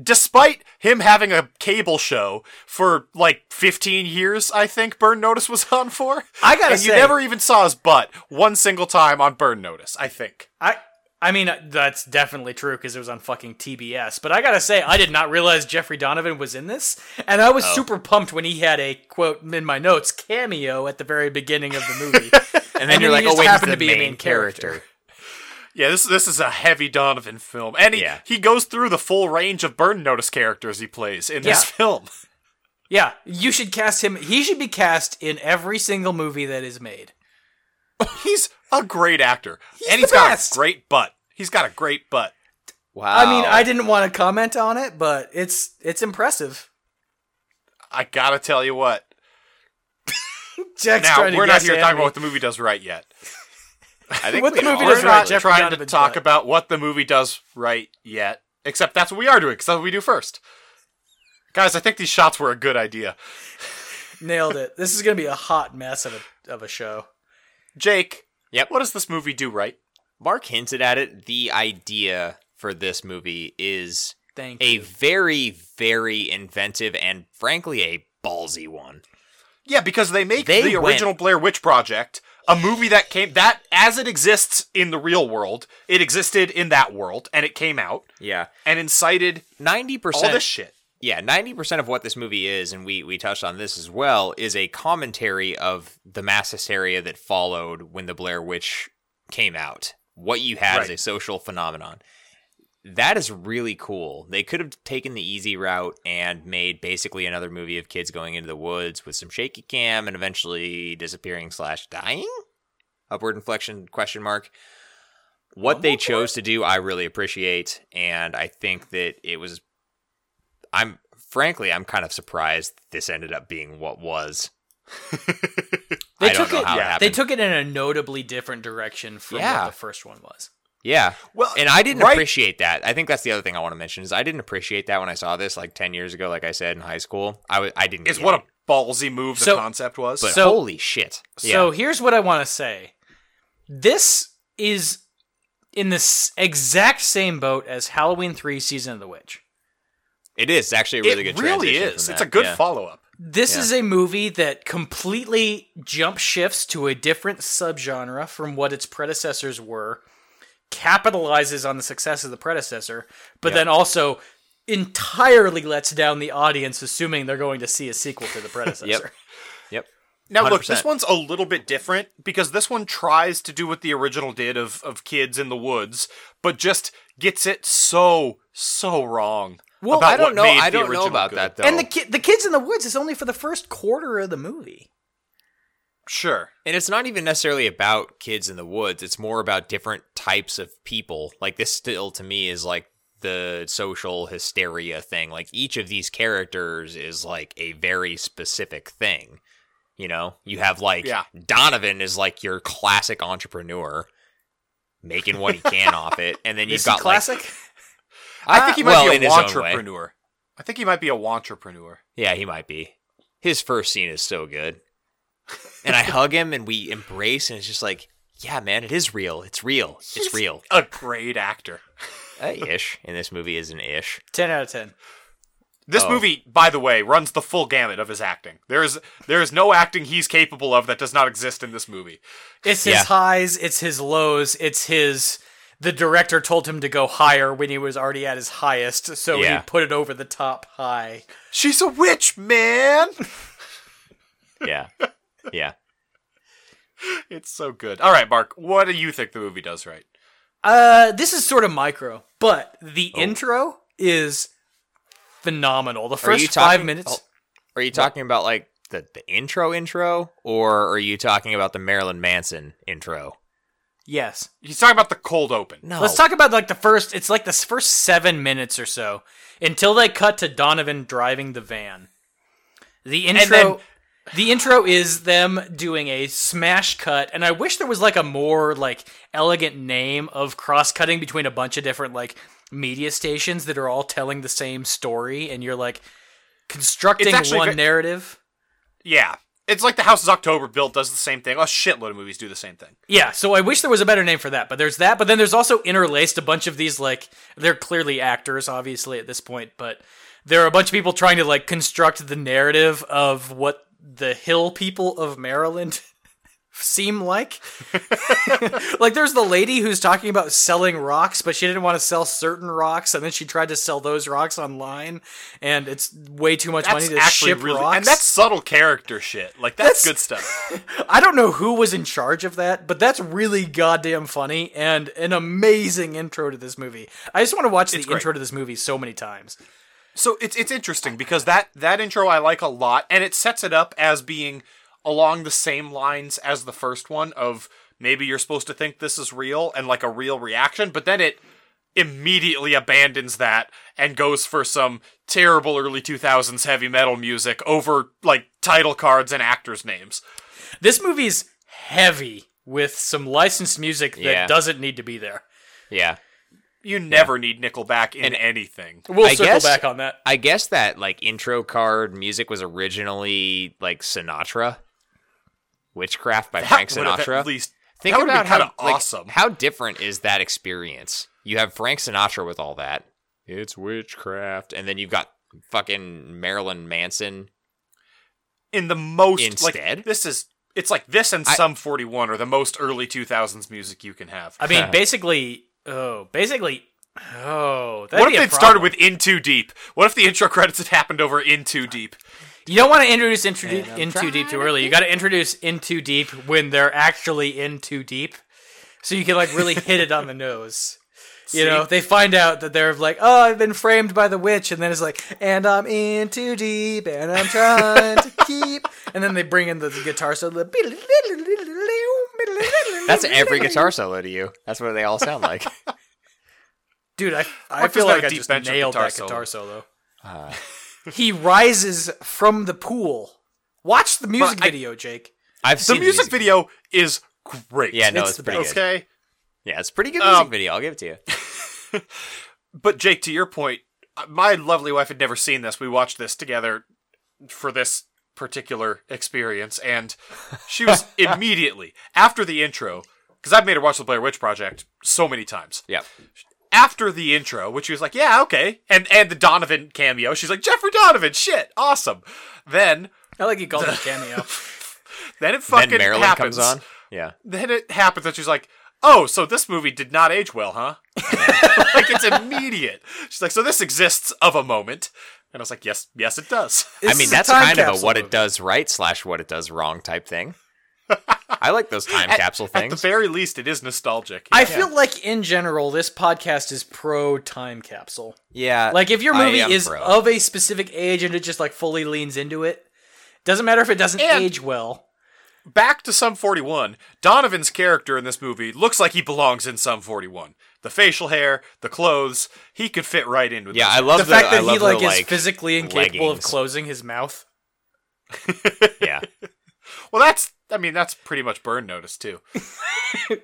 [SPEAKER 2] Despite him having a cable show for like 15 years, I think Burn Notice was on for.
[SPEAKER 1] I gotta
[SPEAKER 2] and you
[SPEAKER 1] say-
[SPEAKER 2] never even saw his butt one single time on Burn Notice. I think.
[SPEAKER 1] i i mean uh, that's definitely true because it was on fucking tbs but i gotta say i did not realize jeffrey donovan was in this and i
[SPEAKER 2] Oh.
[SPEAKER 1] was super pumped when he had a quote in my notes cameo at the very beginning of the movie
[SPEAKER 3] And
[SPEAKER 1] then
[SPEAKER 3] then
[SPEAKER 1] you're
[SPEAKER 3] you're
[SPEAKER 1] he
[SPEAKER 3] like,
[SPEAKER 1] just
[SPEAKER 3] oh wait, he's
[SPEAKER 1] happened
[SPEAKER 3] the
[SPEAKER 1] to be a
[SPEAKER 3] main,
[SPEAKER 1] main character.
[SPEAKER 3] character.
[SPEAKER 2] Yeah, this this is a heavy Donovan film, and he,
[SPEAKER 3] Yeah.
[SPEAKER 2] he goes through the full range of Burn Notice characters he plays in this
[SPEAKER 1] Yeah.
[SPEAKER 2] film.
[SPEAKER 1] yeah you should cast him he should be cast in every single movie that is made
[SPEAKER 2] He's a great actor,
[SPEAKER 1] the
[SPEAKER 2] and he's got
[SPEAKER 1] best.
[SPEAKER 2] a great butt. He's got a great butt.
[SPEAKER 3] Wow.
[SPEAKER 1] I
[SPEAKER 2] Oh.
[SPEAKER 1] mean, I didn't want to comment on it, but it's it's impressive.
[SPEAKER 2] I gotta tell you what.
[SPEAKER 1] Jack's
[SPEAKER 2] Now
[SPEAKER 1] trying to
[SPEAKER 2] we're not
[SPEAKER 1] guess
[SPEAKER 2] here
[SPEAKER 1] at
[SPEAKER 2] talking
[SPEAKER 1] me.
[SPEAKER 2] about what the movie does right yet.
[SPEAKER 3] I think
[SPEAKER 1] what the
[SPEAKER 3] we
[SPEAKER 1] movie
[SPEAKER 3] are
[SPEAKER 1] does
[SPEAKER 2] We're not
[SPEAKER 1] right,
[SPEAKER 3] really-
[SPEAKER 1] Jeffrey
[SPEAKER 2] trying to
[SPEAKER 1] Donovan's
[SPEAKER 2] talk
[SPEAKER 1] butt.
[SPEAKER 2] about what the movie does right yet. Except that's what we are doing, because that's what we do first. Guys, I think these shots were a good idea.
[SPEAKER 1] nailed it. This is gonna be a hot mess of a of a show.
[SPEAKER 2] Jake,
[SPEAKER 3] Yep.
[SPEAKER 2] what does this movie do right?
[SPEAKER 3] Mark hinted at it. The idea for this movie is
[SPEAKER 1] Thank
[SPEAKER 3] a
[SPEAKER 1] you.
[SPEAKER 3] very, very inventive and frankly a ballsy one.
[SPEAKER 2] Yeah, because they make
[SPEAKER 3] They
[SPEAKER 2] the
[SPEAKER 3] went-
[SPEAKER 2] original Blair Witch Project a movie that came that as it exists in the real world, it existed in that world, and it came out
[SPEAKER 3] Yeah,
[SPEAKER 2] and incited
[SPEAKER 3] ninety
[SPEAKER 2] all
[SPEAKER 3] percent.
[SPEAKER 2] this shit.
[SPEAKER 3] yeah, ninety percent of what this movie is, and we we touched on this as well, is a commentary of the mass hysteria that followed when the Blair Witch came out. What you had is
[SPEAKER 2] Right.
[SPEAKER 3] a social phenomenon. That is really cool. They could have taken the easy route and made basically another movie of kids going into the woods with some shaky cam and eventually disappearing slash dying. Upward inflection question mark what they chose to do i really appreciate and i think that it was i'm frankly i'm kind of surprised this ended up being what was
[SPEAKER 1] They
[SPEAKER 3] i don't
[SPEAKER 1] took
[SPEAKER 3] know
[SPEAKER 1] it-
[SPEAKER 3] how
[SPEAKER 2] yeah,
[SPEAKER 3] it
[SPEAKER 1] They
[SPEAKER 3] happened
[SPEAKER 1] took it in a notably different direction from what
[SPEAKER 3] Yeah.
[SPEAKER 1] the first one was.
[SPEAKER 3] yeah
[SPEAKER 2] Well,
[SPEAKER 3] and i didn't
[SPEAKER 2] right-
[SPEAKER 3] appreciate that i think that's the other thing i want to mention is i didn't appreciate that when i saw this like 10 years ago like i said in high school i, w- I didn't
[SPEAKER 2] Is
[SPEAKER 3] get
[SPEAKER 2] what
[SPEAKER 3] it,
[SPEAKER 2] a ballsy move the
[SPEAKER 1] So-
[SPEAKER 2] concept was.
[SPEAKER 3] but
[SPEAKER 1] so-
[SPEAKER 3] holy shit
[SPEAKER 1] So here's what I want to say. This is in the s- exact same boat as Halloween 3 Season of the Witch.
[SPEAKER 3] yeah it is actually a really
[SPEAKER 2] it
[SPEAKER 3] good
[SPEAKER 2] really
[SPEAKER 3] transition
[SPEAKER 2] is.
[SPEAKER 3] from
[SPEAKER 2] It's a
[SPEAKER 3] that,
[SPEAKER 2] good
[SPEAKER 3] yeah.
[SPEAKER 2] follow up.
[SPEAKER 1] This is a movie that completely jump shifts to a different subgenre from what its predecessors were, capitalizes on the success of the predecessor, but then also entirely lets down the audience assuming they're going to see a sequel to the predecessor.
[SPEAKER 3] Yep.
[SPEAKER 2] Now look,
[SPEAKER 3] 100%.
[SPEAKER 2] this one's a little bit different because this one tries to do what the original did of of kids in the woods, but just gets it so so wrong.
[SPEAKER 3] Well,
[SPEAKER 2] about
[SPEAKER 3] I don't
[SPEAKER 2] what
[SPEAKER 3] know.
[SPEAKER 2] made
[SPEAKER 3] I
[SPEAKER 2] the
[SPEAKER 3] don't know
[SPEAKER 2] original
[SPEAKER 3] about
[SPEAKER 2] good.
[SPEAKER 3] that though.
[SPEAKER 1] And the ki- the kids in the woods is only for the first quarter of the movie.
[SPEAKER 2] Sure,
[SPEAKER 3] And it's not even necessarily about kids in the woods. It's more about different types of people. Like this still to me is like the social hysteria thing. Like each of these characters is like a very specific thing. You know, you have like
[SPEAKER 2] Yeah.
[SPEAKER 3] Donovan is like your classic entrepreneur making what he can off it. And then you've
[SPEAKER 1] Is he
[SPEAKER 3] got
[SPEAKER 1] classic?
[SPEAKER 3] like
[SPEAKER 2] I think he might
[SPEAKER 3] Ah, well, in
[SPEAKER 2] be a
[SPEAKER 3] his own way.
[SPEAKER 2] entrepreneur. I think he might be a entrepreneur.
[SPEAKER 3] Yeah, he might be. His first scene is so good. And I hug him and we embrace and it's just like, yeah, man, it is real. It's real. It's real.
[SPEAKER 2] A great actor.
[SPEAKER 3] Uh, ish. And this movie is an ish.
[SPEAKER 1] ten out of ten.
[SPEAKER 2] This
[SPEAKER 3] Oh.
[SPEAKER 2] movie, by the way, runs the full gamut of his acting. There is there is no acting he's capable of that does not exist in this movie.
[SPEAKER 1] It's his
[SPEAKER 3] Yeah.
[SPEAKER 1] highs, it's his lows, it's his. The director told him to go higher when he was already at his highest, so
[SPEAKER 3] Yeah.
[SPEAKER 1] he put it over the top high.
[SPEAKER 2] She's a witch, man.
[SPEAKER 3] Yeah. Yeah.
[SPEAKER 2] it's so good. All right, Mark, what do you think the movie does right?
[SPEAKER 1] Uh, this is sort of micro, but the
[SPEAKER 3] Oh.
[SPEAKER 1] intro is phenomenal. The first five minutes.
[SPEAKER 3] oh, Are you talking about like the, the intro intro or are you talking about the Marilyn Manson intro?
[SPEAKER 1] Yes.
[SPEAKER 2] He's talking about the cold open.
[SPEAKER 3] No.
[SPEAKER 1] Let's talk about like the first. It's like the first seven minutes or so until they cut to Donovan driving the van. The intro. the intro is them doing a smash cut, and I wish there was like a more like elegant name of cross cutting between a bunch of different like media stations that are all telling the same story, and you're like constructing
[SPEAKER 2] It's actually
[SPEAKER 1] one
[SPEAKER 2] ve-
[SPEAKER 1] narrative.
[SPEAKER 2] Yeah. It's like the House is October built does the same thing. A shitload of movies do the same thing.
[SPEAKER 1] Yeah, so I wish there was a better name for that, but there's that. But then there's also interlaced a bunch of these like they're clearly actors, obviously at this point, but there are a bunch of people trying to like construct the narrative of what the hill people of Maryland seem like. like there's the lady who's talking about selling rocks, but she didn't want to sell certain rocks, and then she tried to sell those rocks online, and it's way too much
[SPEAKER 2] That's
[SPEAKER 1] money to
[SPEAKER 2] actually
[SPEAKER 1] ship
[SPEAKER 2] really
[SPEAKER 1] rocks.
[SPEAKER 2] and that's subtle character shit. Like that's,
[SPEAKER 1] That's-
[SPEAKER 2] good stuff.
[SPEAKER 1] I don't know who was in charge of that, but that's really goddamn funny and an amazing intro to this movie. I just want to watch the
[SPEAKER 2] It's great.
[SPEAKER 1] intro to this movie so many times.
[SPEAKER 2] So it's it's interesting because that that intro I like a lot, and it sets it up as being along the same lines as the first one of maybe you're supposed to think this is real and like a real reaction, but then it immediately abandons that and goes for some terrible early 2000s heavy metal music over like title cards and actors names.
[SPEAKER 1] This movie's heavy with some licensed music that
[SPEAKER 3] Yeah.
[SPEAKER 1] doesn't need to be there.
[SPEAKER 3] yeah.
[SPEAKER 2] You never need Nickelback in
[SPEAKER 3] And-
[SPEAKER 2] anything.
[SPEAKER 1] We'll
[SPEAKER 3] I
[SPEAKER 1] circle
[SPEAKER 3] guess-
[SPEAKER 1] back on that.
[SPEAKER 3] I guess that like intro card music was originally like Sinatra, Witchcraft by Frank
[SPEAKER 2] That would've
[SPEAKER 3] Sinatra.
[SPEAKER 2] At least
[SPEAKER 3] Think
[SPEAKER 2] that would've
[SPEAKER 3] about
[SPEAKER 2] been
[SPEAKER 3] how
[SPEAKER 2] kinda
[SPEAKER 3] like,
[SPEAKER 2] awesome.
[SPEAKER 3] how different is that experience? You have Frank Sinatra with all that. It's witchcraft, and then you've got fucking Marilyn Manson.
[SPEAKER 2] in the most
[SPEAKER 3] Instead?
[SPEAKER 2] like this is it's like this and
[SPEAKER 3] I-
[SPEAKER 2] some 41 are the most early 2000s music you can have.
[SPEAKER 1] I mean, basically, oh, basically, oh, that'd
[SPEAKER 2] what
[SPEAKER 1] be
[SPEAKER 2] if
[SPEAKER 1] a
[SPEAKER 2] they'd started with In Too Deep? What if the intro credits had happened over In
[SPEAKER 3] Uh,
[SPEAKER 2] Too Deep?
[SPEAKER 1] You don't want to introduce into, in too deep too early. You got to introduce in too deep when they're actually in too deep, so you can like really hit it on the nose. You know, they find out that they're like, "Oh, I've been framed by the witch," and then it's like, "And I'm in too deep, and I'm trying to keep." And then they bring in the guitar solo.
[SPEAKER 3] That's every guitar solo to you. That's what they all sound like.
[SPEAKER 1] dude. I I
[SPEAKER 2] Mark
[SPEAKER 1] feel
[SPEAKER 2] doesn't have
[SPEAKER 1] like
[SPEAKER 2] a
[SPEAKER 1] I
[SPEAKER 2] deep
[SPEAKER 1] just
[SPEAKER 2] bench of
[SPEAKER 1] nailed
[SPEAKER 2] guitar
[SPEAKER 1] that guitar solo. he rises from the pool. Watch the music
[SPEAKER 2] I-
[SPEAKER 1] video, Jake.
[SPEAKER 3] I've
[SPEAKER 2] The
[SPEAKER 3] seen
[SPEAKER 2] music video is great.
[SPEAKER 3] Yeah, no,
[SPEAKER 1] It's
[SPEAKER 3] it's,
[SPEAKER 1] the
[SPEAKER 3] pretty
[SPEAKER 1] best.
[SPEAKER 3] good.
[SPEAKER 2] Okay.
[SPEAKER 3] Yeah, it's a pretty good music
[SPEAKER 2] Um,
[SPEAKER 3] video. I'll give it to you.
[SPEAKER 2] But Jake, to your point, uh, my lovely wife had never seen this. We watched this together for this particular experience, and she was immediately after the intro because I've made her watch the Blair Witch Project so many times.
[SPEAKER 3] Yeah,
[SPEAKER 2] after the intro, which she was like, yeah, okay, and and the Donovan cameo, she's like, Jeffrey Donovan, shit, awesome. Then
[SPEAKER 1] I like you called it a cameo.
[SPEAKER 2] then it fucking
[SPEAKER 3] Then Marilyn
[SPEAKER 2] happens.
[SPEAKER 3] comes on. Yeah.
[SPEAKER 2] Then it happens, and she's like, oh, so this movie did not age well, huh? like it's immediate. She's like, so this exists of a moment, and I was like, yes, yes, it does.
[SPEAKER 1] This
[SPEAKER 3] I
[SPEAKER 1] is
[SPEAKER 3] mean,
[SPEAKER 1] a
[SPEAKER 3] that's
[SPEAKER 1] time
[SPEAKER 3] kind of a
[SPEAKER 1] capsule
[SPEAKER 3] what
[SPEAKER 1] movie.
[SPEAKER 3] it does right slash what it does wrong type thing. I like those time capsule
[SPEAKER 2] At the
[SPEAKER 3] things.
[SPEAKER 2] very least, it is nostalgic.
[SPEAKER 1] I feel like in general this podcast is pro time capsule.
[SPEAKER 3] yeah.
[SPEAKER 1] Like if your
[SPEAKER 3] I
[SPEAKER 1] movie
[SPEAKER 3] am
[SPEAKER 1] is
[SPEAKER 3] pro.
[SPEAKER 1] of a specific age and it just like fully leans into it, doesn't matter if it doesn't
[SPEAKER 2] And-
[SPEAKER 1] age well.
[SPEAKER 2] Back to Sum 41, Donovan's character in this movie looks like he belongs in Sum 41. The facial hair, the clothes, he could fit right in with
[SPEAKER 3] yeah,
[SPEAKER 2] this
[SPEAKER 3] I love
[SPEAKER 1] the fact
[SPEAKER 3] I
[SPEAKER 1] that he
[SPEAKER 3] love the,
[SPEAKER 1] like is
[SPEAKER 3] like,
[SPEAKER 1] physically incapable of
[SPEAKER 3] leggings.
[SPEAKER 1] closing his mouth.
[SPEAKER 3] Yeah.
[SPEAKER 2] Well, that's, I mean, that's pretty much burn notice, too.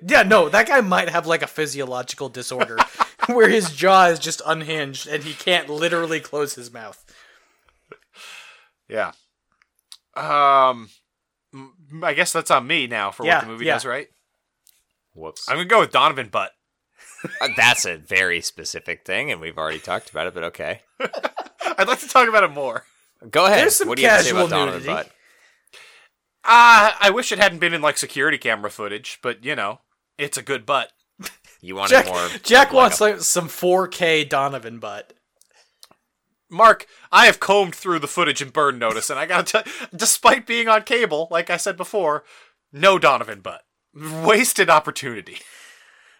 [SPEAKER 1] Yeah, no, that guy might have like a physiological disorder where his jaw is just unhinged and he can't literally close his mouth.
[SPEAKER 2] Yeah. Um, m- I guess that's on me now for
[SPEAKER 1] Yeah,
[SPEAKER 2] what the movie
[SPEAKER 1] yeah.
[SPEAKER 2] does, right?
[SPEAKER 3] Whoops.
[SPEAKER 2] I'm going to go with Donovan Butt.
[SPEAKER 3] Uh, That's a very specific thing, and we've already talked about it. But okay,
[SPEAKER 2] I'd like to talk about it more.
[SPEAKER 3] go ahead.
[SPEAKER 1] There's some
[SPEAKER 3] what do you have to say
[SPEAKER 1] casual
[SPEAKER 3] about Donovan
[SPEAKER 1] nudity.
[SPEAKER 3] Butt?
[SPEAKER 2] Uh, I wish it hadn't been in, like, security camera footage, but, you know, it's a good butt.
[SPEAKER 3] You wanted
[SPEAKER 1] Jack,
[SPEAKER 3] more.
[SPEAKER 1] Jack
[SPEAKER 3] like
[SPEAKER 1] wants
[SPEAKER 3] a-
[SPEAKER 1] like some 4K Donovan butt.
[SPEAKER 2] Mark, I have combed through the footage in Burn Notice, and I gotta tell despite being on cable, like I said before, no Donovan Butt. Wasted opportunity.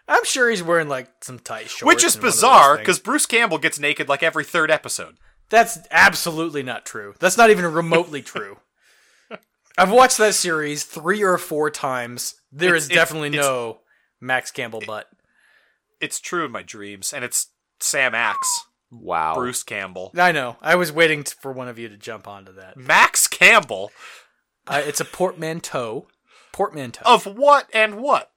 [SPEAKER 1] I'm sure he's wearing like some tight shorts,
[SPEAKER 2] Which is
[SPEAKER 1] and one of those
[SPEAKER 2] bizarre,
[SPEAKER 1] things.
[SPEAKER 2] because Bruce Campbell gets naked like every third episode.
[SPEAKER 1] That's absolutely not true. That's not even remotely true. I've watched that series three or four times. There
[SPEAKER 2] It's-
[SPEAKER 1] is
[SPEAKER 2] it's-
[SPEAKER 1] definitely
[SPEAKER 2] it's-
[SPEAKER 1] no Max Campbell butt.
[SPEAKER 2] It's true in my dreams, and it's Sam Axe,
[SPEAKER 3] wow,
[SPEAKER 2] Bruce Campbell.
[SPEAKER 1] I know. I was waiting t- for one of you to jump onto that.
[SPEAKER 2] Max Campbell?
[SPEAKER 1] Uh, it's a portmanteau. Portmanteau.
[SPEAKER 2] Of what and what?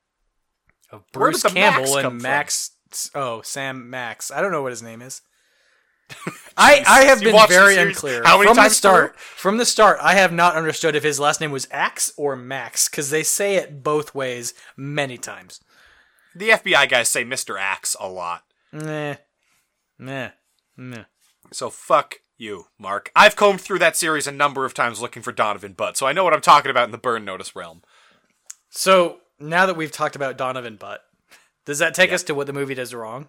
[SPEAKER 1] of
[SPEAKER 2] Oh, where
[SPEAKER 1] Bruce
[SPEAKER 2] did the Max
[SPEAKER 1] Campbell
[SPEAKER 2] come
[SPEAKER 1] and
[SPEAKER 2] from?
[SPEAKER 1] Max. Oh, Sam Max. I don't know what his name is. I, I have
[SPEAKER 2] you
[SPEAKER 1] been
[SPEAKER 2] watched the
[SPEAKER 1] very
[SPEAKER 2] series
[SPEAKER 1] unclear
[SPEAKER 2] how many
[SPEAKER 1] from the
[SPEAKER 2] times
[SPEAKER 1] start. From the start, I have not understood if his last name was Axe or Max because they say it both ways many times.
[SPEAKER 2] The FBI guys say Mr. Axe a lot.
[SPEAKER 1] Nah, nah, nah.
[SPEAKER 2] So fuck you, Mark. I've combed through that series a number of times looking for Donovan Butt, so I know what I'm talking about in the Burn Notice realm.
[SPEAKER 1] So now that we've talked about Donovan Butt, does that take us to what the movie does wrong?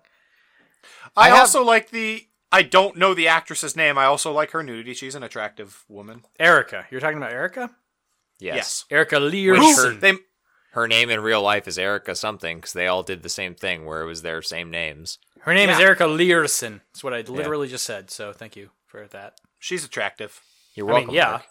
[SPEAKER 2] I,
[SPEAKER 1] I have-
[SPEAKER 2] also like the. I don't know the actress's name. I also like her nudity. She's an attractive woman.
[SPEAKER 1] Erica, you're talking about Erica.
[SPEAKER 3] yes.
[SPEAKER 1] Erica
[SPEAKER 2] Yes.
[SPEAKER 1] Learson.
[SPEAKER 2] They,
[SPEAKER 3] Her name in real life is Erica something because they all did the same thing where it was their same names.
[SPEAKER 1] Her name is
[SPEAKER 2] Yeah.
[SPEAKER 1] Erica Learson. That's what I literally just said. So thank you for that.
[SPEAKER 2] she's attractive.
[SPEAKER 3] You're
[SPEAKER 1] I mean,
[SPEAKER 3] welcome.
[SPEAKER 1] yeah.
[SPEAKER 3] Mark.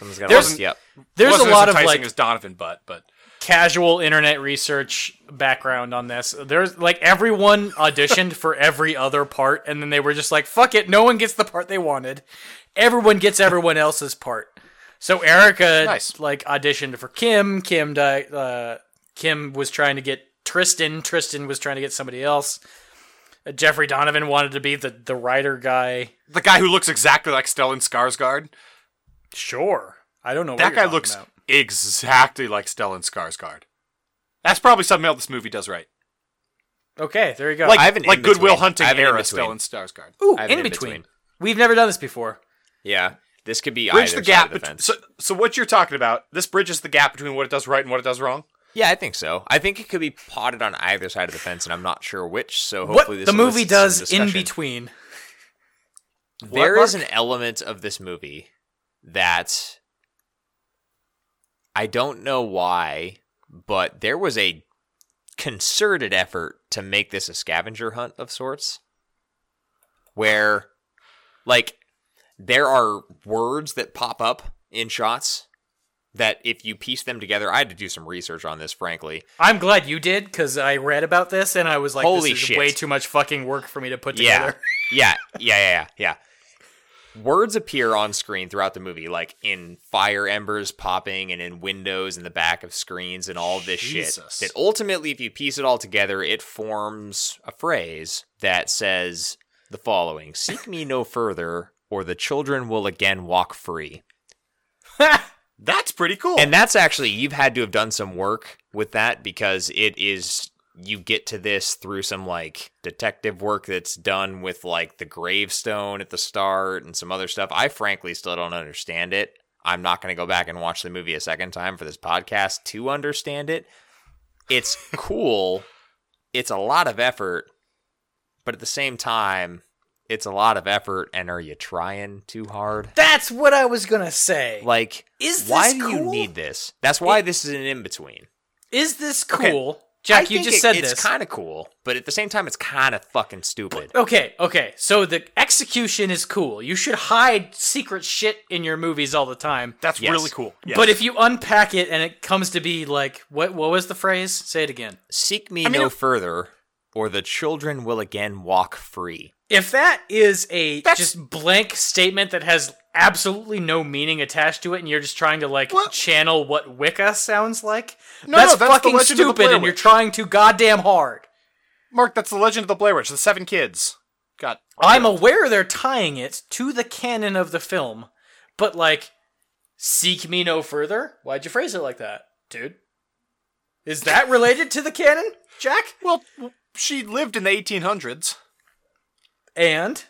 [SPEAKER 3] Someone's gonna.
[SPEAKER 1] There's-
[SPEAKER 3] listen- Yep.
[SPEAKER 1] There's a
[SPEAKER 2] Wasn't
[SPEAKER 1] lot
[SPEAKER 2] as
[SPEAKER 1] of
[SPEAKER 2] enticing
[SPEAKER 1] like
[SPEAKER 2] as Donovan Butt, but
[SPEAKER 1] casual internet research background on this. There's like everyone auditioned for every other part, and then they were just like, "Fuck it, no one gets the part they wanted. Everyone gets everyone else's part." So Erica
[SPEAKER 2] Nice.
[SPEAKER 1] like auditioned for Kim. Kim di- uh, Kim was trying to get Tristan. Tristan was trying to get somebody else. Uh, Jeffrey Donovan wanted to be the the writer guy.
[SPEAKER 2] the guy who looks exactly like Stellan Skarsgård.
[SPEAKER 1] Sure, I don't know.
[SPEAKER 2] That
[SPEAKER 1] what you're
[SPEAKER 2] guy
[SPEAKER 1] talking
[SPEAKER 2] looks
[SPEAKER 1] about.
[SPEAKER 2] exactly like Stellan Skarsgård. That's probably something else this movie does right.
[SPEAKER 1] okay. There you go.
[SPEAKER 2] Like,
[SPEAKER 3] I have an
[SPEAKER 2] like
[SPEAKER 3] in-between.
[SPEAKER 2] Goodwill
[SPEAKER 3] I
[SPEAKER 2] Hunting
[SPEAKER 3] have an
[SPEAKER 2] era
[SPEAKER 3] in-between.
[SPEAKER 2] Stellan Skarsgård.
[SPEAKER 1] Ooh,
[SPEAKER 3] I have an
[SPEAKER 1] in between.
[SPEAKER 3] in-between.
[SPEAKER 1] We've never done this before.
[SPEAKER 3] Yeah. This could be
[SPEAKER 2] Bridge
[SPEAKER 3] either
[SPEAKER 2] the gap.
[SPEAKER 3] Side of the
[SPEAKER 2] bet-
[SPEAKER 3] fence.
[SPEAKER 2] so, so what you're talking about? This bridges the gap between what it does right and what it does wrong.
[SPEAKER 3] yeah, I think so. I think it could be potted on either side of the fence, and I'm not sure which. So
[SPEAKER 1] what
[SPEAKER 3] hopefully, this
[SPEAKER 1] the movie
[SPEAKER 3] elicits some
[SPEAKER 1] does in
[SPEAKER 3] discussion.
[SPEAKER 1] between.
[SPEAKER 3] There
[SPEAKER 2] What,
[SPEAKER 3] is an element of this movie that I don't know why, but there was a concerted effort to make this a scavenger hunt of sorts where like there are words that pop up in shots that if you piece them together I had to do some research on this frankly
[SPEAKER 1] I'm glad you did because I read about this and I was like,
[SPEAKER 3] Holy
[SPEAKER 1] this is
[SPEAKER 3] shit.
[SPEAKER 1] way too much fucking work for me to put
[SPEAKER 3] Yeah.
[SPEAKER 1] together.
[SPEAKER 3] yeah, yeah, yeah, yeah, yeah. Words appear on screen throughout the movie, like in fire embers popping and in windows in the back of screens and all this
[SPEAKER 2] Jesus.
[SPEAKER 3] shit. That ultimately, if you piece it all together, it forms a phrase that says the following Seek me no further, or the children will again walk free.
[SPEAKER 2] That's pretty cool.
[SPEAKER 3] And that's actually you've had to have done some work with that because it is you get to this through some like detective work that's done with like the gravestone at the start and some other stuff. I frankly still don't understand it. I'm not going to go back and watch the movie a second time for this podcast to understand it. It's cool. it's a lot of effort, but at the same time, it's a lot of effort and are you trying too hard?
[SPEAKER 1] That's what I was gonna say.
[SPEAKER 3] Like
[SPEAKER 1] Is
[SPEAKER 3] why
[SPEAKER 1] this
[SPEAKER 3] do you
[SPEAKER 1] cool?
[SPEAKER 3] need this? That's why this is an in between.
[SPEAKER 1] Is this
[SPEAKER 2] Okay.
[SPEAKER 1] cool? Jack, you just said
[SPEAKER 3] it's
[SPEAKER 1] this.
[SPEAKER 3] kind of cool, but at the same time, it's kind of fucking stupid.
[SPEAKER 1] Okay, okay. So the execution is cool. You should hide secret shit in your movies all the time.
[SPEAKER 2] That's
[SPEAKER 3] Yes.
[SPEAKER 2] really cool. Yes.
[SPEAKER 1] But if you unpack it and it comes to be like what what was the phrase? Say it again.
[SPEAKER 3] Seek me
[SPEAKER 2] I mean,
[SPEAKER 3] no
[SPEAKER 2] if-
[SPEAKER 3] further, or the children will again walk free.
[SPEAKER 1] If that is a
[SPEAKER 2] That's-
[SPEAKER 1] just blank statement that has absolutely no meaning attached to it and you're just trying to like
[SPEAKER 2] Well-
[SPEAKER 1] channel what Wicca sounds like,
[SPEAKER 2] No,
[SPEAKER 1] that's,
[SPEAKER 2] no, that's the
[SPEAKER 1] fucking
[SPEAKER 2] Legend of the
[SPEAKER 1] stupid
[SPEAKER 2] Blair
[SPEAKER 1] and you're
[SPEAKER 2] Witch.
[SPEAKER 1] trying too goddamn hard.
[SPEAKER 2] Mark, that's the Legend of the Blair Witch. The seven kids got.
[SPEAKER 1] I'm aware they're tying it to the canon of the film, but like, seek me no further? Why'd you phrase it like that, dude? Is that related to the canon, Jack?
[SPEAKER 2] Well, she lived in the 1800s.
[SPEAKER 1] And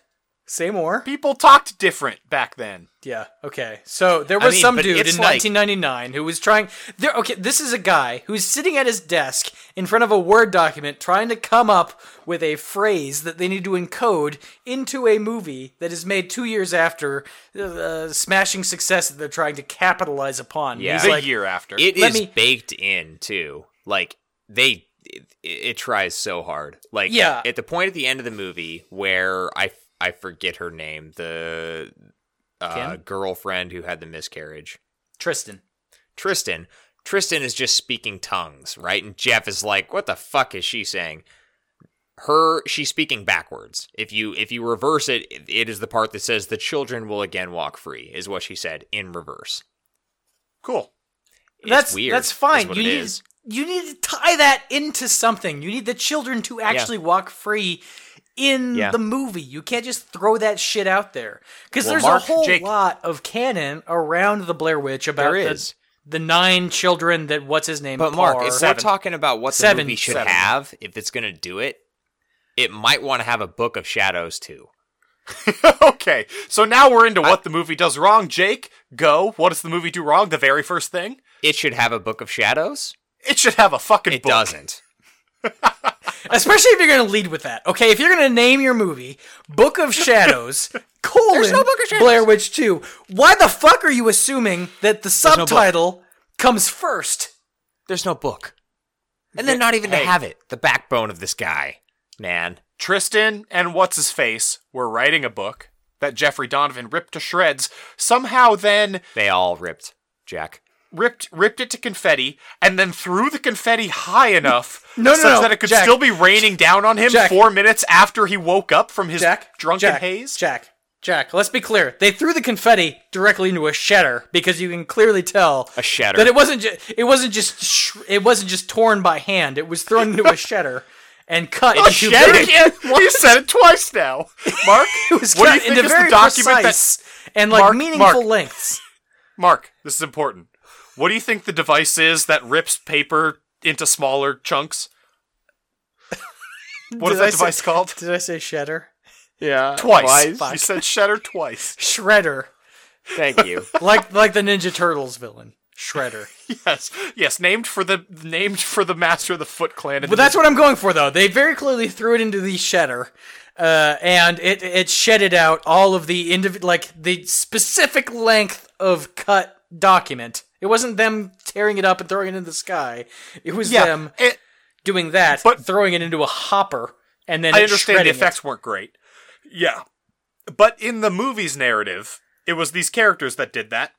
[SPEAKER 1] say more.
[SPEAKER 2] People talked different back then.
[SPEAKER 1] Yeah. Okay. So there
[SPEAKER 3] I
[SPEAKER 1] was
[SPEAKER 3] mean,
[SPEAKER 1] some
[SPEAKER 3] but
[SPEAKER 1] dude in
[SPEAKER 3] it's like-
[SPEAKER 1] 1999 who was trying. There. Okay. This is a guy who's sitting at his desk in front of a Word document trying to come up with a phrase that they need to encode into a movie that is made two years after the smashing success that they're trying to capitalize upon.
[SPEAKER 3] Yeah.
[SPEAKER 1] He's
[SPEAKER 2] The
[SPEAKER 1] like,
[SPEAKER 2] year after.
[SPEAKER 3] It is
[SPEAKER 1] Let me-
[SPEAKER 3] baked in too. Like they, it, it tries so hard. Like
[SPEAKER 1] Yeah.
[SPEAKER 3] at the point at the end of the movie where I I forget her name, the uh,
[SPEAKER 1] Kim?
[SPEAKER 3] girlfriend who had the miscarriage.
[SPEAKER 1] Tristan.
[SPEAKER 3] Tristan. Tristan is just speaking tongues, right? And Jeff is like, "What the fuck is she saying?" Her, she's speaking backwards. If you if you reverse it, it is the part that says the children will again walk free, is what she said in reverse.
[SPEAKER 2] cool.
[SPEAKER 3] It's
[SPEAKER 1] that's
[SPEAKER 3] weird.
[SPEAKER 1] That's fine.
[SPEAKER 3] Is what
[SPEAKER 1] you
[SPEAKER 3] it
[SPEAKER 1] need.
[SPEAKER 3] is.
[SPEAKER 1] You need to tie that into something. You need the children to actually walk free in
[SPEAKER 3] Yeah.
[SPEAKER 1] the movie. You can't just throw that shit out there because
[SPEAKER 2] Well,
[SPEAKER 1] there's
[SPEAKER 2] Mark,
[SPEAKER 1] a whole
[SPEAKER 2] Jake-
[SPEAKER 1] lot of canon around the Blair Witch about
[SPEAKER 3] There
[SPEAKER 1] the-
[SPEAKER 3] is.
[SPEAKER 1] the, nine children that what's his name.
[SPEAKER 3] But Mark,
[SPEAKER 1] Parr-
[SPEAKER 3] if we're
[SPEAKER 2] Seven.
[SPEAKER 3] talking about what the
[SPEAKER 1] Seven.
[SPEAKER 3] movie should
[SPEAKER 2] Seven.
[SPEAKER 3] have, if it's gonna do it, it might want to have a book of shadows too.
[SPEAKER 2] okay, so now we're into what the movie does wrong. Jake, go. What does the movie do wrong? The very first thing?
[SPEAKER 3] It should have a book of shadows.
[SPEAKER 2] It should have a fucking
[SPEAKER 3] It
[SPEAKER 2] book.
[SPEAKER 3] doesn't.
[SPEAKER 1] especially if you're going to lead with that, okay? If you're going to name your movie Book of Shadows. Colon,
[SPEAKER 3] no Book of Shadows.
[SPEAKER 1] Blair Witch 2. Why the fuck are you assuming that the
[SPEAKER 3] book.
[SPEAKER 1] subtitle comes first?
[SPEAKER 3] There's no book. And then not even
[SPEAKER 2] hey.
[SPEAKER 3] to have it. The backbone of this guy, man.
[SPEAKER 2] Tristan and what's his face were writing a book that Jeffrey Donovan ripped to shreds, somehow then
[SPEAKER 3] They all ripped Jack.
[SPEAKER 2] ripped ripped it to confetti, and then threw the confetti high enough
[SPEAKER 1] No, no,
[SPEAKER 2] such
[SPEAKER 1] no,
[SPEAKER 2] that it could
[SPEAKER 1] Jack.
[SPEAKER 2] still be raining down on him
[SPEAKER 1] Jack.
[SPEAKER 2] four minutes after he woke up from his
[SPEAKER 1] Jack,
[SPEAKER 2] drunken
[SPEAKER 1] Jack,
[SPEAKER 2] haze.
[SPEAKER 1] Jack, Jack. Let's be clear. They threw the confetti directly into a shatter because you can clearly tell
[SPEAKER 3] A shatter.
[SPEAKER 1] that it wasn't. Ju- it wasn't just. Sh- it wasn't just torn by hand. It was thrown into a shatter and cut into
[SPEAKER 2] Shatter
[SPEAKER 1] very-
[SPEAKER 2] again? You Oh, said it twice now, Mark.
[SPEAKER 1] It was
[SPEAKER 2] what do
[SPEAKER 1] cut
[SPEAKER 2] you think
[SPEAKER 1] into
[SPEAKER 2] is
[SPEAKER 1] very
[SPEAKER 2] the document that
[SPEAKER 1] precise and like
[SPEAKER 2] Mark,
[SPEAKER 1] meaningful
[SPEAKER 2] Mark.
[SPEAKER 1] lengths.
[SPEAKER 2] Mark, this is important. What do you think the device is that rips paper into smaller chunks? What is
[SPEAKER 1] Did I
[SPEAKER 2] that
[SPEAKER 1] say-
[SPEAKER 2] device called?
[SPEAKER 1] Did I say shatter?
[SPEAKER 3] Yeah.
[SPEAKER 2] Twice.
[SPEAKER 1] Fuck.
[SPEAKER 2] You said shatter twice.
[SPEAKER 1] Shredder,
[SPEAKER 3] Thank you.
[SPEAKER 1] like like the Ninja Turtles villain, Shredder.
[SPEAKER 2] Yes, yes. Named for the named for the master of the Foot Clan. and
[SPEAKER 1] But that's what I'm going for, though. They very clearly threw it into the shedder, uh, and it it shedded out all of the indiv- like the specific length of cut document. It wasn't them tearing it up and throwing it into the sky. It was
[SPEAKER 2] yeah.
[SPEAKER 1] them
[SPEAKER 2] it-
[SPEAKER 1] doing that,
[SPEAKER 2] But-
[SPEAKER 1] throwing it into a hopper, and then
[SPEAKER 2] I understand the
[SPEAKER 1] shredding it.
[SPEAKER 2] effects weren't great. Yeah, but in the movie's narrative, it was these characters that did that,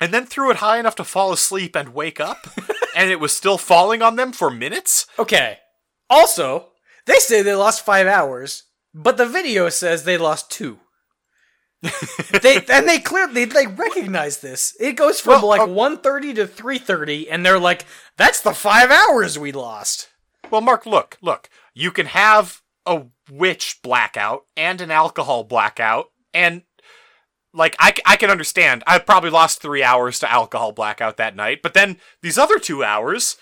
[SPEAKER 2] and then threw it high enough to fall asleep and wake up, and it was still falling on them for minutes.
[SPEAKER 1] Okay. Also, they say they lost five hours, but the video says they lost two. they and they clearly they recognize this. It goes from
[SPEAKER 2] Well,
[SPEAKER 1] like
[SPEAKER 2] uh,
[SPEAKER 1] 1.30 to three thirty, and they're like, "That's the five hours we lost."
[SPEAKER 2] Well, Mark, look, look. You can have a witch blackout and an alcohol blackout, and like I, c- I can understand. I probably lost three hours to alcohol blackout that night, but then these other two hours,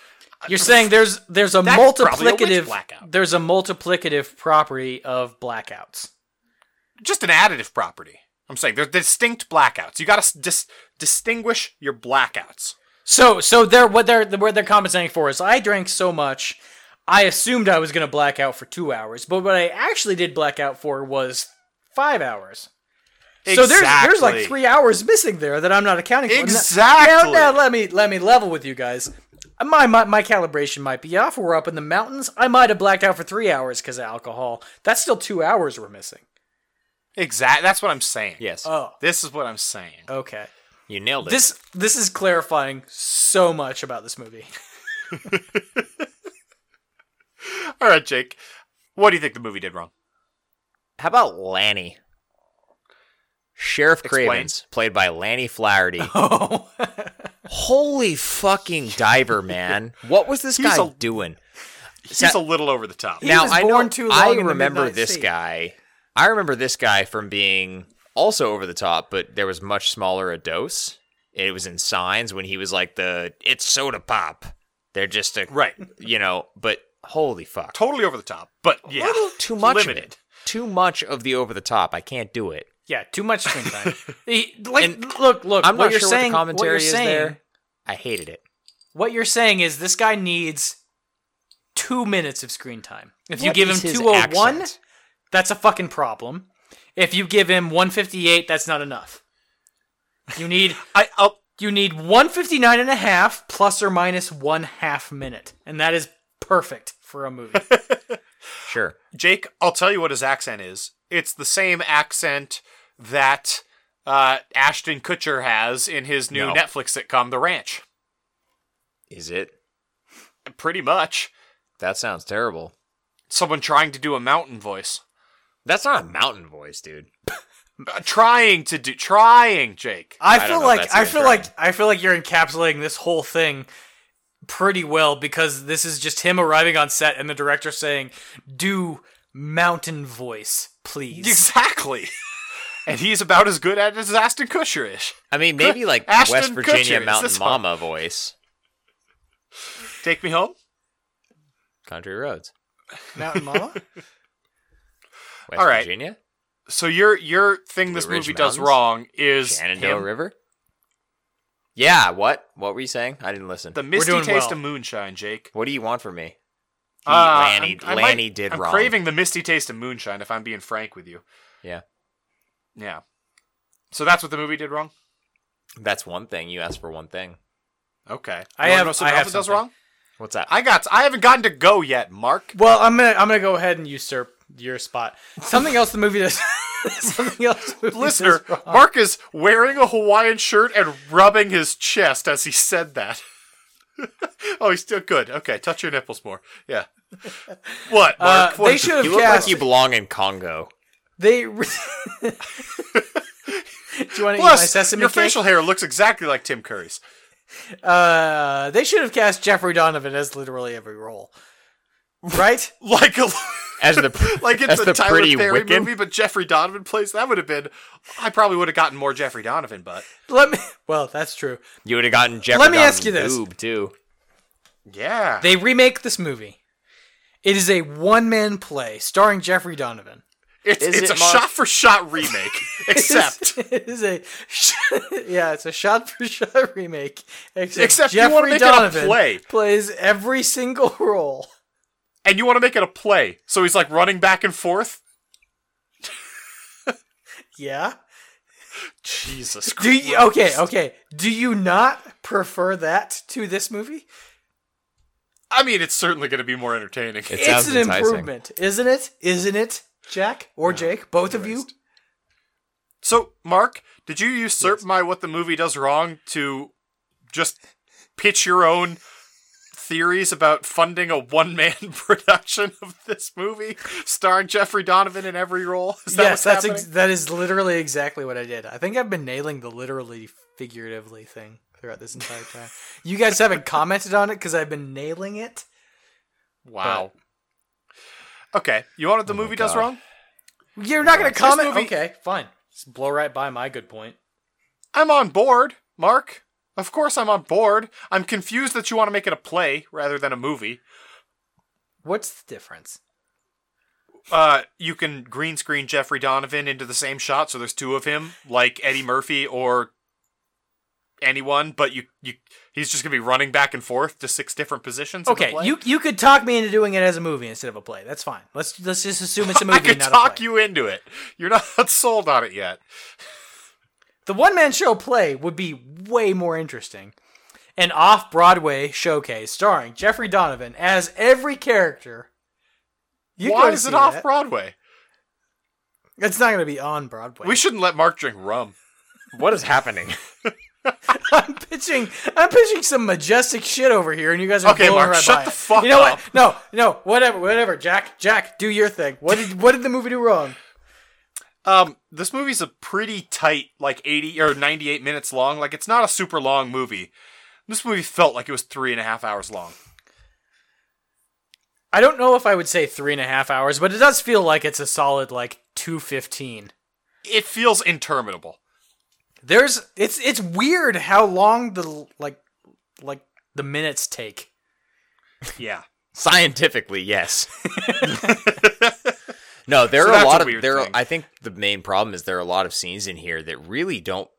[SPEAKER 1] You're saying there's there's a
[SPEAKER 2] That's probably a witch
[SPEAKER 1] multiplicative
[SPEAKER 2] blackout.
[SPEAKER 1] there's a multiplicative property of blackouts.
[SPEAKER 2] just an additive property. I'm saying they're distinct blackouts. You got to dis- distinguish your blackouts.
[SPEAKER 1] So so they're what they're what they're compensating for is I drank so much, I assumed I was gonna black out for two hours, but what I actually did black out for was five hours. So there's there's like three hours missing there that I'm not accounting for. Now-
[SPEAKER 2] Exactly.
[SPEAKER 1] Now, now let me let me level with you guys. My, my my calibration might be off. We're up in the mountains. I might have blacked out for three hours because of alcohol. That's still two hours we're missing.
[SPEAKER 2] Exactly. That's what I'm saying.
[SPEAKER 3] Yes.
[SPEAKER 1] Oh,
[SPEAKER 2] This is what I'm saying.
[SPEAKER 1] okay.
[SPEAKER 3] you nailed it.
[SPEAKER 1] This this is clarifying so much about this movie.
[SPEAKER 2] All right, Jake. What do you think the movie did wrong?
[SPEAKER 3] How about Lanny? Sheriff
[SPEAKER 2] Explain.
[SPEAKER 3] Cravens, played by Lanny Flaherty.
[SPEAKER 1] Oh,
[SPEAKER 3] Holy fucking diver, man. What was this
[SPEAKER 2] He's
[SPEAKER 3] guy
[SPEAKER 2] a-
[SPEAKER 3] doing?
[SPEAKER 2] He's a little over the top.
[SPEAKER 1] He was born too long
[SPEAKER 3] I
[SPEAKER 1] in the
[SPEAKER 3] remember
[SPEAKER 1] Midnight
[SPEAKER 3] this
[SPEAKER 1] Sea.
[SPEAKER 3] guy. I remember this guy from being also over the top, but there was much smaller a dose. It was in signs when he was like the it's soda pop. They're just a
[SPEAKER 2] Right.
[SPEAKER 3] you know, but holy fuck.
[SPEAKER 2] Totally over the top. But yeah.
[SPEAKER 3] Little too much
[SPEAKER 2] Limited.
[SPEAKER 3] of it. Too much of the over the top. I can't do it.
[SPEAKER 1] yeah, too much screen time. He- like,
[SPEAKER 3] And
[SPEAKER 1] look, look.
[SPEAKER 3] I'm
[SPEAKER 1] what
[SPEAKER 3] not
[SPEAKER 1] you're
[SPEAKER 3] sure
[SPEAKER 1] saying,
[SPEAKER 3] what the commentary
[SPEAKER 1] you're
[SPEAKER 3] is
[SPEAKER 1] saying,
[SPEAKER 3] there. I hated it.
[SPEAKER 1] What you're saying is this guy needs two minutes of screen time. If you
[SPEAKER 3] What
[SPEAKER 1] give him
[SPEAKER 3] is his
[SPEAKER 1] 201,
[SPEAKER 3] accent?
[SPEAKER 1] that's a fucking problem. If you give him 158, that's not enough. You need
[SPEAKER 2] I,
[SPEAKER 3] oh.
[SPEAKER 2] I'll,
[SPEAKER 1] you need 159 and a half plus or minus one half minute, and that is perfect for a movie.
[SPEAKER 3] Sure.
[SPEAKER 2] Jake, I'll tell you what his accent is. It's the same accent that uh, Ashton Kutcher has in his new
[SPEAKER 3] No.
[SPEAKER 2] Netflix sitcom, The Ranch.
[SPEAKER 3] Is it?
[SPEAKER 2] Pretty much.
[SPEAKER 3] That sounds terrible.
[SPEAKER 2] Someone trying to do a mountain voice.
[SPEAKER 3] That's not a mountain voice, dude.
[SPEAKER 2] Uh, trying to do. Trying, Jake.
[SPEAKER 1] I
[SPEAKER 3] don't
[SPEAKER 1] feel
[SPEAKER 3] know if
[SPEAKER 1] like
[SPEAKER 3] that's
[SPEAKER 1] I
[SPEAKER 3] even
[SPEAKER 1] feel
[SPEAKER 3] fair.
[SPEAKER 1] like I feel like you're encapsulating this whole thing pretty well because this is just him arriving on set and the director saying, "Do mountain voice, please."
[SPEAKER 2] Exactly. and he's about as good at it as Ashton Kutcher is.
[SPEAKER 3] I mean, maybe like
[SPEAKER 2] Ashton
[SPEAKER 3] West
[SPEAKER 2] Kutcher,
[SPEAKER 3] Virginia
[SPEAKER 2] is
[SPEAKER 3] mountain
[SPEAKER 2] this one?
[SPEAKER 3] mama voice.
[SPEAKER 2] Take me home.
[SPEAKER 3] Country roads.
[SPEAKER 1] Mountain Mama?
[SPEAKER 3] West
[SPEAKER 2] All right.
[SPEAKER 3] Virginia,
[SPEAKER 2] So your your thing
[SPEAKER 3] Blue
[SPEAKER 2] this
[SPEAKER 3] Ridge
[SPEAKER 2] movie does
[SPEAKER 3] Mountains?
[SPEAKER 2] wrong is
[SPEAKER 3] Shenandoah
[SPEAKER 2] him-
[SPEAKER 3] River. Yeah. What? What were you saying? I didn't listen.
[SPEAKER 2] the misty
[SPEAKER 1] doing
[SPEAKER 2] taste
[SPEAKER 1] well.
[SPEAKER 2] of moonshine, Jake.
[SPEAKER 3] what do you want from me? He,
[SPEAKER 2] Uh, I'm-
[SPEAKER 3] Lanny,
[SPEAKER 2] I might-
[SPEAKER 3] Lanny did
[SPEAKER 2] I'm
[SPEAKER 3] wrong.
[SPEAKER 2] craving the misty taste of moonshine. If I'm being frank with you,
[SPEAKER 3] Yeah,
[SPEAKER 2] yeah. So that's what the movie did wrong.
[SPEAKER 3] that's one thing. You asked for one thing.
[SPEAKER 2] Okay.
[SPEAKER 1] I
[SPEAKER 2] You wanna
[SPEAKER 1] have-
[SPEAKER 2] know something
[SPEAKER 1] I
[SPEAKER 2] else
[SPEAKER 1] have
[SPEAKER 2] that does
[SPEAKER 1] something.
[SPEAKER 2] wrong.
[SPEAKER 3] What's that?
[SPEAKER 2] I got. I haven't gotten to go yet, Mark.
[SPEAKER 1] Well, I'm gonna I'm gonna go ahead and usurp your spot. Something else the movie does. something else. the movie
[SPEAKER 2] Listener,
[SPEAKER 1] does wrong.
[SPEAKER 2] Mark is wearing a Hawaiian shirt and rubbing his chest as he said that. oh, he's still good. Okay, touch your nipples more. Yeah. What, Mark?
[SPEAKER 1] Uh,
[SPEAKER 2] What
[SPEAKER 1] they
[SPEAKER 2] is-
[SPEAKER 1] should have
[SPEAKER 3] you look like
[SPEAKER 1] cast.
[SPEAKER 3] you belong in Congo.
[SPEAKER 1] They. re- Do you want to eat my
[SPEAKER 2] Plus,
[SPEAKER 1] sesame
[SPEAKER 2] your
[SPEAKER 1] cake?
[SPEAKER 2] facial hair looks exactly like Tim Curry's.
[SPEAKER 1] Uh, they should have cast Jeffrey Donovan as literally every role. Right?
[SPEAKER 2] Like a
[SPEAKER 3] As the
[SPEAKER 2] like it's
[SPEAKER 3] as
[SPEAKER 2] a
[SPEAKER 3] the
[SPEAKER 2] Tyler
[SPEAKER 3] pretty
[SPEAKER 2] Perry
[SPEAKER 3] wicked.
[SPEAKER 2] movie, but Jeffrey Donovan plays. That would have been. I probably would have gotten more Jeffrey Donovan, but
[SPEAKER 1] Let me. Well, that's true.
[SPEAKER 3] You would have gotten Jeopardy.
[SPEAKER 1] Let me ask you this.
[SPEAKER 3] Boob too.
[SPEAKER 2] yeah,
[SPEAKER 1] They remake this movie. It is a one man play starring Jeffrey Donovan.
[SPEAKER 2] it's
[SPEAKER 3] Is
[SPEAKER 2] it's
[SPEAKER 3] it,
[SPEAKER 2] a
[SPEAKER 3] Mark?
[SPEAKER 2] shot for shot remake, except
[SPEAKER 1] it is a yeah, it's a shot for shot remake. Except,
[SPEAKER 2] Except you wanna
[SPEAKER 1] Jeffrey
[SPEAKER 2] make it a
[SPEAKER 1] Donovan
[SPEAKER 2] play.
[SPEAKER 1] plays every single role.
[SPEAKER 2] and you want to make it a play, so he's like running back and forth.
[SPEAKER 1] Yeah.
[SPEAKER 2] Jesus
[SPEAKER 1] Do
[SPEAKER 2] Christ.
[SPEAKER 1] you, okay, okay. Do you not prefer that to this movie?
[SPEAKER 2] I mean, it's certainly going to be more entertaining.
[SPEAKER 3] It
[SPEAKER 1] it's
[SPEAKER 3] sounds
[SPEAKER 1] an
[SPEAKER 3] enticing.
[SPEAKER 1] improvement, isn't it? Isn't it, Jack or Jake? Both of you.
[SPEAKER 2] So, Mark, did you usurp my what the movie does wrong to just pitch your own theories about funding a one man production of this movie starring Jeffrey Donovan in every role? Is that
[SPEAKER 1] yes,
[SPEAKER 2] what's
[SPEAKER 1] that's
[SPEAKER 2] happening?
[SPEAKER 1] ex- that is literally exactly what I did. I think I've been nailing the literally figuratively thing throughout this entire time. you guys haven't commented on it because I've been nailing it.
[SPEAKER 2] wow. Okay, you want what the
[SPEAKER 1] Oh
[SPEAKER 2] movie does
[SPEAKER 3] God.
[SPEAKER 2] wrong?
[SPEAKER 1] You're not going to comment.
[SPEAKER 2] movie-
[SPEAKER 1] okay, fine. Just blow right by my good point.
[SPEAKER 2] I'm on board, Mark. Of course I'm on board. I'm confused that you want to make it a play rather than a movie.
[SPEAKER 1] What's the difference?
[SPEAKER 2] Uh, you can green screen Jeffrey Donovan into the same shot, so there's two of him, like Eddie Murphy or anyone. But you, you, he's just gonna be running back and forth to six different positions. in the
[SPEAKER 1] Okay,
[SPEAKER 2] play.
[SPEAKER 1] you you could talk me into doing it as a movie instead of a play. That's fine. Let's let's just assume it's a movie.
[SPEAKER 2] I could
[SPEAKER 1] not a
[SPEAKER 2] talk
[SPEAKER 1] play.
[SPEAKER 2] you into it. You're not sold on it yet.
[SPEAKER 1] The one man show play would be way more interesting. An off Broadway showcase starring Jeffrey Donovan as every character. You go
[SPEAKER 2] Why
[SPEAKER 1] to
[SPEAKER 2] is
[SPEAKER 1] see
[SPEAKER 2] it off
[SPEAKER 1] that.
[SPEAKER 2] Broadway?
[SPEAKER 1] It's not going to be on Broadway.
[SPEAKER 2] We shouldn't let Mark drink rum.
[SPEAKER 3] What is happening?
[SPEAKER 1] I'm pitching. I'm pitching some majestic shit over here, and you guys are
[SPEAKER 2] Okay,
[SPEAKER 1] blowing
[SPEAKER 2] Mark,
[SPEAKER 1] right
[SPEAKER 2] shut
[SPEAKER 1] by
[SPEAKER 2] the
[SPEAKER 1] it.
[SPEAKER 2] fuck
[SPEAKER 1] You know
[SPEAKER 2] up.
[SPEAKER 1] what? No, no, whatever, whatever. Jack, Jack, do your thing. What did what did the movie do wrong?
[SPEAKER 2] Um, this movie's a pretty tight, like eighty or ninety-eight minutes long. Like it's not a super long movie. This movie felt like it was three and a half hours long.
[SPEAKER 1] I don't know if I would say three and a half hours, but it does feel like it's a solid like two fifteen.
[SPEAKER 2] It feels interminable.
[SPEAKER 1] There's it's it's weird how long the like like the minutes take.
[SPEAKER 2] Yeah.
[SPEAKER 3] Scientifically, yes. no, there
[SPEAKER 2] So
[SPEAKER 3] are
[SPEAKER 2] that's
[SPEAKER 3] a
[SPEAKER 2] a
[SPEAKER 3] lot of
[SPEAKER 2] weird
[SPEAKER 3] there. Are,
[SPEAKER 2] thing.
[SPEAKER 3] I think the main problem is there are a lot of scenes in here that really don't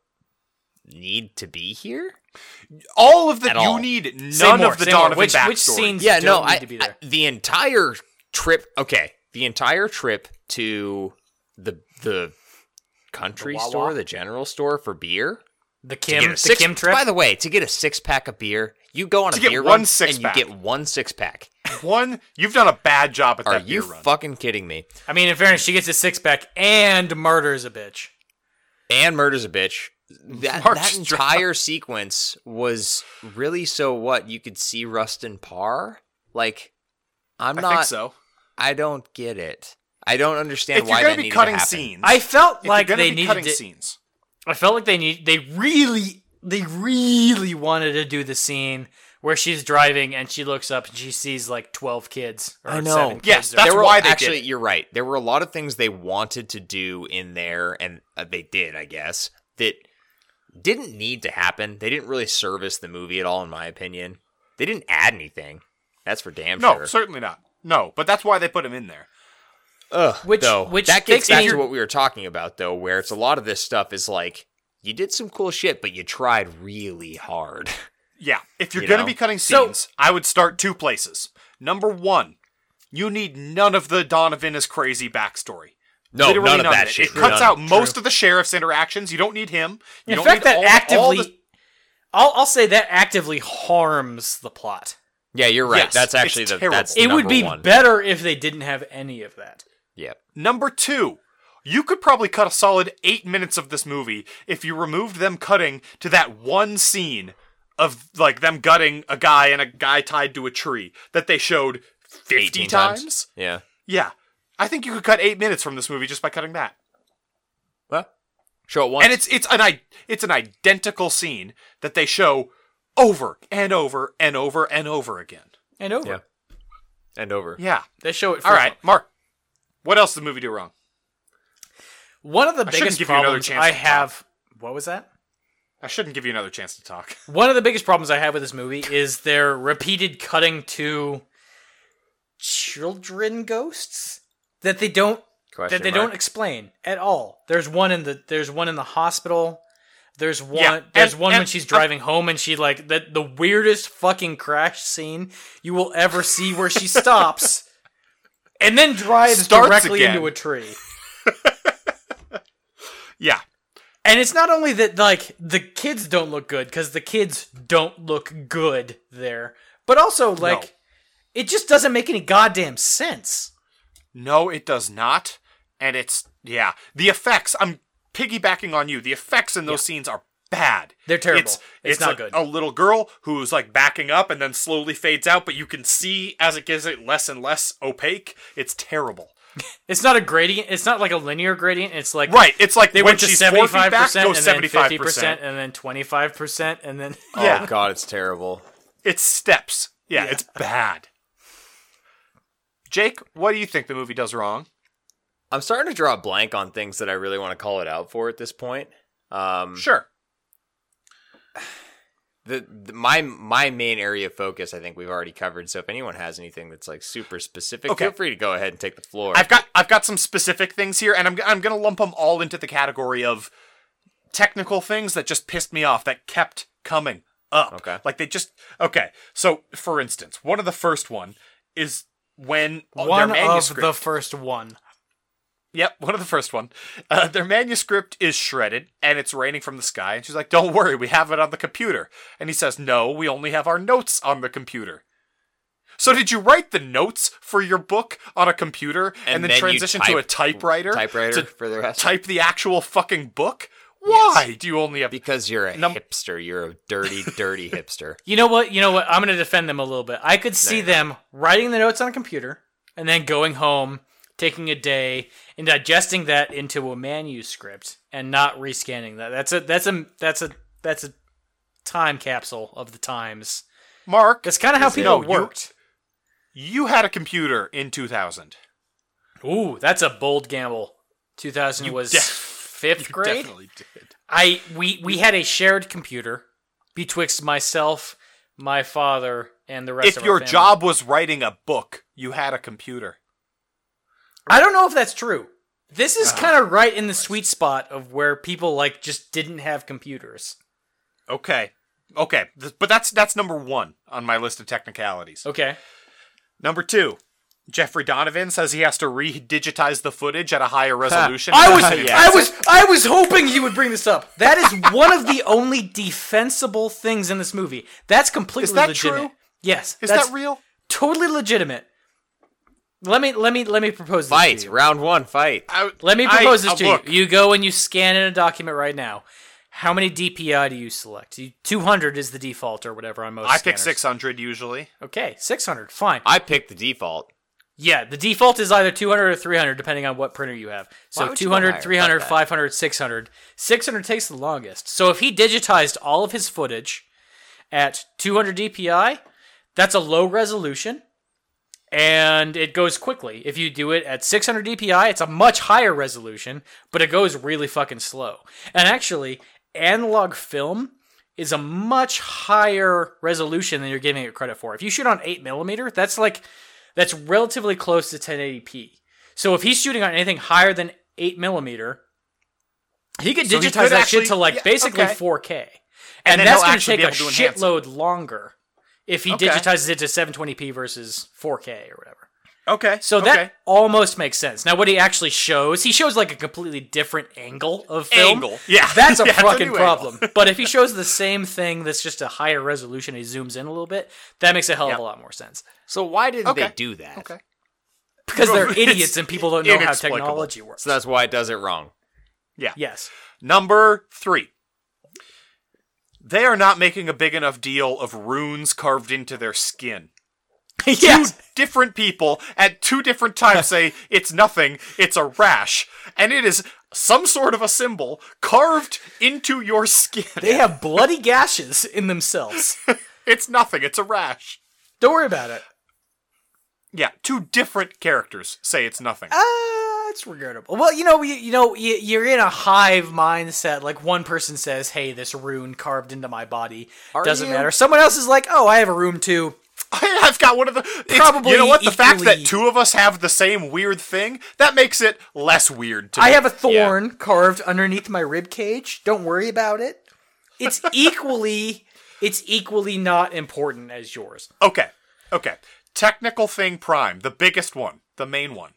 [SPEAKER 3] need to be here.
[SPEAKER 2] All of the
[SPEAKER 3] At
[SPEAKER 2] you
[SPEAKER 3] all.
[SPEAKER 2] need none
[SPEAKER 1] Say more,
[SPEAKER 2] of the
[SPEAKER 1] say more.
[SPEAKER 2] Donovan
[SPEAKER 1] Which-
[SPEAKER 2] backstory.
[SPEAKER 1] which scenes-
[SPEAKER 3] Yeah, no,
[SPEAKER 1] don't need
[SPEAKER 3] I,
[SPEAKER 1] to be there.
[SPEAKER 3] I- the entire trip. Okay, the entire trip to the the country
[SPEAKER 1] The Wawa.
[SPEAKER 3] store, the general store for beer.
[SPEAKER 1] The
[SPEAKER 3] to
[SPEAKER 1] Kim
[SPEAKER 3] get
[SPEAKER 1] the
[SPEAKER 3] a six-
[SPEAKER 1] Kim trip.
[SPEAKER 3] By the way, to get a six pack of beer, you go on
[SPEAKER 2] To
[SPEAKER 3] a
[SPEAKER 2] get
[SPEAKER 3] beer
[SPEAKER 2] one
[SPEAKER 3] run and
[SPEAKER 2] six-pack.
[SPEAKER 3] you get one six pack.
[SPEAKER 2] One, you've done a bad job at
[SPEAKER 3] Are
[SPEAKER 2] that
[SPEAKER 3] you
[SPEAKER 2] beer run.
[SPEAKER 3] fucking kidding me?
[SPEAKER 1] I mean, in fairness, she gets a six pack and murders a bitch.
[SPEAKER 3] and murders a bitch. That,
[SPEAKER 2] March
[SPEAKER 3] that
[SPEAKER 2] Stroud.
[SPEAKER 3] entire sequence was really so what you could see Rustin Parr. Like, I'm
[SPEAKER 2] I
[SPEAKER 3] not.
[SPEAKER 2] think so.
[SPEAKER 3] I don't get it. I don't understand
[SPEAKER 2] If
[SPEAKER 3] why
[SPEAKER 2] you're
[SPEAKER 3] that
[SPEAKER 2] gonna be
[SPEAKER 3] needed
[SPEAKER 2] cutting
[SPEAKER 3] to happen.
[SPEAKER 2] scenes,
[SPEAKER 1] I felt
[SPEAKER 2] if you're
[SPEAKER 1] like
[SPEAKER 2] gonna
[SPEAKER 1] they
[SPEAKER 2] be
[SPEAKER 1] needed
[SPEAKER 2] cutting
[SPEAKER 1] to,
[SPEAKER 2] scenes.
[SPEAKER 1] I felt like they need they really they really wanted to do the scene where she's driving and she looks up and she sees like twelve kids. Or
[SPEAKER 3] I know.
[SPEAKER 1] Seven
[SPEAKER 2] Yes,
[SPEAKER 1] kids or-
[SPEAKER 2] that's
[SPEAKER 3] there were
[SPEAKER 2] why they did
[SPEAKER 3] actually
[SPEAKER 2] it.
[SPEAKER 3] you're right. There were a lot of things they wanted to do in there, and uh, they did, I guess, that didn't need to happen. They didn't really service the movie at all, in my opinion. They didn't add anything. That's for damn
[SPEAKER 2] No,
[SPEAKER 3] sure.
[SPEAKER 2] certainly not. No, but that's why they put him in there.
[SPEAKER 3] Ugh,
[SPEAKER 1] Which-
[SPEAKER 3] though,
[SPEAKER 1] which
[SPEAKER 3] that
[SPEAKER 1] makes
[SPEAKER 3] gets back
[SPEAKER 1] me-
[SPEAKER 3] to what we were talking about, though, where it's a lot of this stuff is like you did some cool shit, but you tried really hard.
[SPEAKER 2] Yeah. If you're
[SPEAKER 3] You
[SPEAKER 2] going to
[SPEAKER 3] know?
[SPEAKER 2] be cutting
[SPEAKER 1] So-
[SPEAKER 2] scenes, I would start two places. Number one, you need none of the Donovan is crazy backstory.
[SPEAKER 3] No,
[SPEAKER 2] Literally
[SPEAKER 3] none of that
[SPEAKER 2] it.
[SPEAKER 3] shit.
[SPEAKER 2] It cuts
[SPEAKER 3] None.
[SPEAKER 2] out most of the sheriff's interactions. You don't need him. You
[SPEAKER 1] in
[SPEAKER 2] don't
[SPEAKER 1] fact,
[SPEAKER 2] need
[SPEAKER 1] that
[SPEAKER 2] all- all
[SPEAKER 1] actively,
[SPEAKER 2] the-
[SPEAKER 1] I'll I'll say that actively harms the plot.
[SPEAKER 3] Yeah, you're right.
[SPEAKER 2] Yes,
[SPEAKER 3] that's actually
[SPEAKER 2] it's
[SPEAKER 3] the
[SPEAKER 2] terrible.
[SPEAKER 3] that's
[SPEAKER 1] it would
[SPEAKER 3] number
[SPEAKER 1] be
[SPEAKER 3] one.
[SPEAKER 1] better if they didn't have any of that.
[SPEAKER 3] yeah.
[SPEAKER 2] Number two, you could probably cut a solid eight minutes of this movie if you removed them cutting to that one scene of like them gutting a guy and a guy tied to a tree that they showed 50
[SPEAKER 3] 18
[SPEAKER 2] times.
[SPEAKER 3] times. Yeah.
[SPEAKER 2] Yeah. I think you could cut eight minutes from this movie just by cutting that.
[SPEAKER 3] Well, show it once.
[SPEAKER 2] And it's it's an i- it's an identical scene that they show over and over and over and over again.
[SPEAKER 1] And over.
[SPEAKER 3] Yeah. and over.
[SPEAKER 2] Yeah.
[SPEAKER 1] They show it.
[SPEAKER 2] All right, Mark. What else did the movie do wrong?
[SPEAKER 1] One of the
[SPEAKER 2] shouldn't
[SPEAKER 1] biggest
[SPEAKER 2] give you another
[SPEAKER 1] problems
[SPEAKER 2] chance
[SPEAKER 1] I
[SPEAKER 2] to talk.
[SPEAKER 1] have. What was that?
[SPEAKER 2] I shouldn't give you another chance to talk.
[SPEAKER 1] One of the biggest problems I have with this movie is their repeated cutting to children ghosts that they don't
[SPEAKER 3] Question
[SPEAKER 1] that they
[SPEAKER 3] mark.
[SPEAKER 1] don't explain at all. There's one in the there's one in the hospital. There's one
[SPEAKER 2] Yeah,
[SPEAKER 1] there's
[SPEAKER 2] and-
[SPEAKER 1] one when
[SPEAKER 2] and- uh,
[SPEAKER 1] she's driving home and she like that the weirdest fucking crash scene you will ever see where she stops and then drives
[SPEAKER 2] Starts
[SPEAKER 1] directly
[SPEAKER 2] again.
[SPEAKER 1] into a tree.
[SPEAKER 2] Yeah.
[SPEAKER 1] And it's not only that like the kids don't look good cuz the kids don't look good there, but also like it just doesn't make any goddamn sense.
[SPEAKER 2] No, it does not. And it's yeah. The effects, I'm piggybacking on you. The effects in those scenes are bad.
[SPEAKER 1] They're terrible.
[SPEAKER 2] It's,
[SPEAKER 1] It's not
[SPEAKER 2] like
[SPEAKER 1] good.
[SPEAKER 2] A little girl who's like backing up and then slowly fades out, but you can see as it gets it less and less opaque. It's terrible.
[SPEAKER 1] It's not a gradient, it's not like a linear gradient, it's like
[SPEAKER 2] Right. It's like
[SPEAKER 1] They
[SPEAKER 2] when
[SPEAKER 1] went to
[SPEAKER 2] she's four
[SPEAKER 1] seventy
[SPEAKER 2] feet
[SPEAKER 1] five
[SPEAKER 2] back,
[SPEAKER 1] percent,
[SPEAKER 2] go
[SPEAKER 1] and then
[SPEAKER 2] seventy five
[SPEAKER 1] fifty percent, and then twenty five percent, and then
[SPEAKER 3] Oh
[SPEAKER 2] yeah.
[SPEAKER 3] god, it's terrible.
[SPEAKER 2] It's steps. Yeah, it's bad. Jake, what do you think the movie does wrong?
[SPEAKER 3] I'm starting to draw a blank on things that I really want to call it out for at this point. Um
[SPEAKER 2] Sure.
[SPEAKER 3] the, the my my main area of focus, I think we've already covered. So if anyone has anything that's like super specific,
[SPEAKER 2] Okay.
[SPEAKER 3] feel free to go ahead and take the floor.
[SPEAKER 2] I've got I've got some specific things here, and I'm I'm gonna lump them all into the category of technical things that just pissed me off that kept coming up.
[SPEAKER 3] Okay.
[SPEAKER 2] like they just okay. So for instance, one of the first one is when
[SPEAKER 1] One
[SPEAKER 2] Oh, their
[SPEAKER 1] of
[SPEAKER 2] manuscript.
[SPEAKER 1] the first one.
[SPEAKER 2] Yep, one of the first one. Uh, their manuscript is shredded and it's raining from the sky. And she's like, "Don't worry, we have it on the computer." And he says, "No, we only have our notes on the computer." So did you write the notes for your book on a computer and,
[SPEAKER 3] And
[SPEAKER 2] then,
[SPEAKER 3] then you
[SPEAKER 2] transition to a
[SPEAKER 3] type-
[SPEAKER 2] typewriter?
[SPEAKER 3] typewriter
[SPEAKER 2] to
[SPEAKER 3] for the rest.
[SPEAKER 2] type the actual fucking book? Why do you only have?
[SPEAKER 3] because you're a
[SPEAKER 2] Num-
[SPEAKER 3] hipster. You're a dirty, dirty hipster.
[SPEAKER 1] You know what? You know what? I'm going to defend them a little bit. I could see
[SPEAKER 3] you're
[SPEAKER 1] them writing the notes on a computer and then going home, taking a day, and digesting that into a manuscript and not rescanning that. That's a that's a that's a that's a time capsule of the times.
[SPEAKER 2] Mark,
[SPEAKER 1] That's kind of how
[SPEAKER 2] Is it-
[SPEAKER 1] people
[SPEAKER 2] No, you-
[SPEAKER 1] worked.
[SPEAKER 2] you had a computer in 2000.
[SPEAKER 1] Ooh, that's a bold gamble. 2000 was
[SPEAKER 2] def-
[SPEAKER 1] fifth grade.
[SPEAKER 2] Definitely did.
[SPEAKER 1] I we we had a shared computer betwixt myself, my father, and the rest
[SPEAKER 2] If
[SPEAKER 1] of
[SPEAKER 2] your
[SPEAKER 1] our family.
[SPEAKER 2] job was writing a book, you had a computer.
[SPEAKER 1] I don't know if that's true. This is kind of right in the sweet spot of where people like just didn't have computers.
[SPEAKER 2] Okay. Okay. Th- But that's that's number 1 on my list of technicalities.
[SPEAKER 1] Okay.
[SPEAKER 2] Number 2. Jeffrey Donovan says he has to re-digitize the footage at a higher resolution.
[SPEAKER 1] I was
[SPEAKER 2] Yeah.
[SPEAKER 1] I was I was hoping you would bring this up. That is one of the only defensible things in this movie. That's completely
[SPEAKER 2] that
[SPEAKER 1] legitimate.
[SPEAKER 2] true?
[SPEAKER 1] Yes.
[SPEAKER 2] Is
[SPEAKER 1] that's
[SPEAKER 2] that real?
[SPEAKER 1] totally legitimate. Let me let me let me propose this to
[SPEAKER 3] Fight
[SPEAKER 1] you.
[SPEAKER 3] round one. Fight.
[SPEAKER 2] I-
[SPEAKER 1] Let me
[SPEAKER 2] I-
[SPEAKER 1] propose
[SPEAKER 2] uh,
[SPEAKER 1] this to
[SPEAKER 2] look,
[SPEAKER 1] you. You go and you scan in a document right now. How many DPI do you select? You- 200 is the default or whatever on most
[SPEAKER 2] I pick
[SPEAKER 1] scanners.
[SPEAKER 2] 600 usually.
[SPEAKER 1] Okay, 600. Fine.
[SPEAKER 3] I picked the default.
[SPEAKER 1] Yeah, the default is either 200 or 300 depending on what printer you have.
[SPEAKER 3] Why
[SPEAKER 1] So
[SPEAKER 3] would you go higher?
[SPEAKER 1] 200, 300,
[SPEAKER 3] Fuck that.
[SPEAKER 1] 500, 600. 600 takes the longest. So if he digitized all of his footage at 200 DPI, that's a low resolution and it goes quickly. If you do it at 600 DPI, it's a much higher resolution, but it goes really fucking slow. And actually, analog film is a much higher resolution than you're giving it credit for. If you shoot on 8 millimeter, that's like that's relatively close to 1080p. So if he's shooting on anything higher than 8 millimeter, he could digitize
[SPEAKER 2] So he could
[SPEAKER 1] that
[SPEAKER 2] actually-
[SPEAKER 1] shit to like
[SPEAKER 2] yeah,
[SPEAKER 1] basically
[SPEAKER 2] okay.
[SPEAKER 1] 4K. And,
[SPEAKER 2] then
[SPEAKER 1] that's going
[SPEAKER 2] he'll
[SPEAKER 1] to take
[SPEAKER 2] actually be
[SPEAKER 1] a
[SPEAKER 2] able to enhance it.
[SPEAKER 1] shitload longer if he
[SPEAKER 2] Okay.
[SPEAKER 1] digitizes it to 720p versus 4K or whatever.
[SPEAKER 2] Okay.
[SPEAKER 1] So
[SPEAKER 2] okay.
[SPEAKER 1] that almost makes sense. Now, what he actually shows, he shows like a completely different angle of film.
[SPEAKER 2] Angle. Yeah.
[SPEAKER 1] That's a
[SPEAKER 2] Yeah, it's a
[SPEAKER 1] fucking
[SPEAKER 2] new
[SPEAKER 1] problem. but if he shows the same thing that's just a higher resolution, he zooms in a little bit, that makes a hell
[SPEAKER 2] Yeah.
[SPEAKER 1] of a lot more sense.
[SPEAKER 3] So why did
[SPEAKER 2] Okay.
[SPEAKER 3] they do that?
[SPEAKER 2] Okay.
[SPEAKER 1] Because they're
[SPEAKER 2] It's
[SPEAKER 1] idiots and people don't know how
[SPEAKER 2] inexplicable.
[SPEAKER 1] technology works.
[SPEAKER 3] So that's why it does it wrong.
[SPEAKER 2] Yeah.
[SPEAKER 1] yes.
[SPEAKER 2] Number three. They are not making a big enough deal of runes carved into their skin.
[SPEAKER 1] yes.
[SPEAKER 2] Different people at two different times say it's nothing, it's a rash, and it is some sort of a symbol carved into your skin.
[SPEAKER 1] They have bloody gashes in themselves.
[SPEAKER 2] it's nothing, it's a rash.
[SPEAKER 1] Don't worry about it.
[SPEAKER 2] Yeah, two different characters say it's nothing.
[SPEAKER 1] Uh, it's regrettable. Well, you know, you, you know, you, you're in a hive mindset. Like one person says, "Hey, this rune carved into my body
[SPEAKER 3] Are
[SPEAKER 1] doesn't
[SPEAKER 3] you?
[SPEAKER 1] matter." Someone else is like, "Oh, I have a room too."
[SPEAKER 2] I've got one of the it's-
[SPEAKER 1] Probably
[SPEAKER 2] You know what? The fact that
[SPEAKER 1] equally-
[SPEAKER 2] two of us have the same weird thing that makes it less weird. To
[SPEAKER 1] I
[SPEAKER 2] me.
[SPEAKER 1] have a thorn carved underneath my rib cage. Don't worry about it. It's equally, it's equally not important as yours.
[SPEAKER 2] Okay. Okay. Technical thing prime, the biggest one, the main one.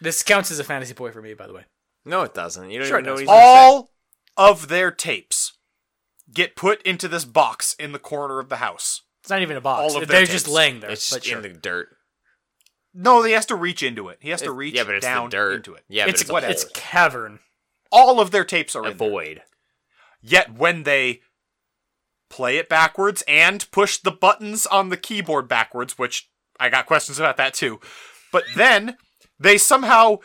[SPEAKER 1] This counts as a fantasy boy for me, by the way.
[SPEAKER 3] No, it doesn't. You don't
[SPEAKER 1] Sure
[SPEAKER 3] even know
[SPEAKER 1] it
[SPEAKER 3] what he's
[SPEAKER 1] does.
[SPEAKER 3] gonna say.
[SPEAKER 2] All of their tapes get put into this box in the corner of the house.
[SPEAKER 1] It's not even a box.
[SPEAKER 2] All of their
[SPEAKER 1] They're just
[SPEAKER 2] tapes.
[SPEAKER 1] laying there.
[SPEAKER 3] It's
[SPEAKER 1] but
[SPEAKER 3] just
[SPEAKER 1] sure.
[SPEAKER 3] in the dirt.
[SPEAKER 2] No, he has to reach into it. He has to
[SPEAKER 3] It-
[SPEAKER 2] reach
[SPEAKER 3] yeah, but it's
[SPEAKER 2] down
[SPEAKER 3] the dirt.
[SPEAKER 2] into it.
[SPEAKER 3] Yeah,
[SPEAKER 1] it's
[SPEAKER 3] but it's,
[SPEAKER 2] whatever.
[SPEAKER 3] a
[SPEAKER 1] it's
[SPEAKER 3] hole.
[SPEAKER 1] cavern.
[SPEAKER 2] All of their tapes are
[SPEAKER 3] a
[SPEAKER 2] in there.
[SPEAKER 3] void.
[SPEAKER 2] Yet when they play it backwards and push the buttons on the keyboard backwards, which I got questions about that too. But then they somehow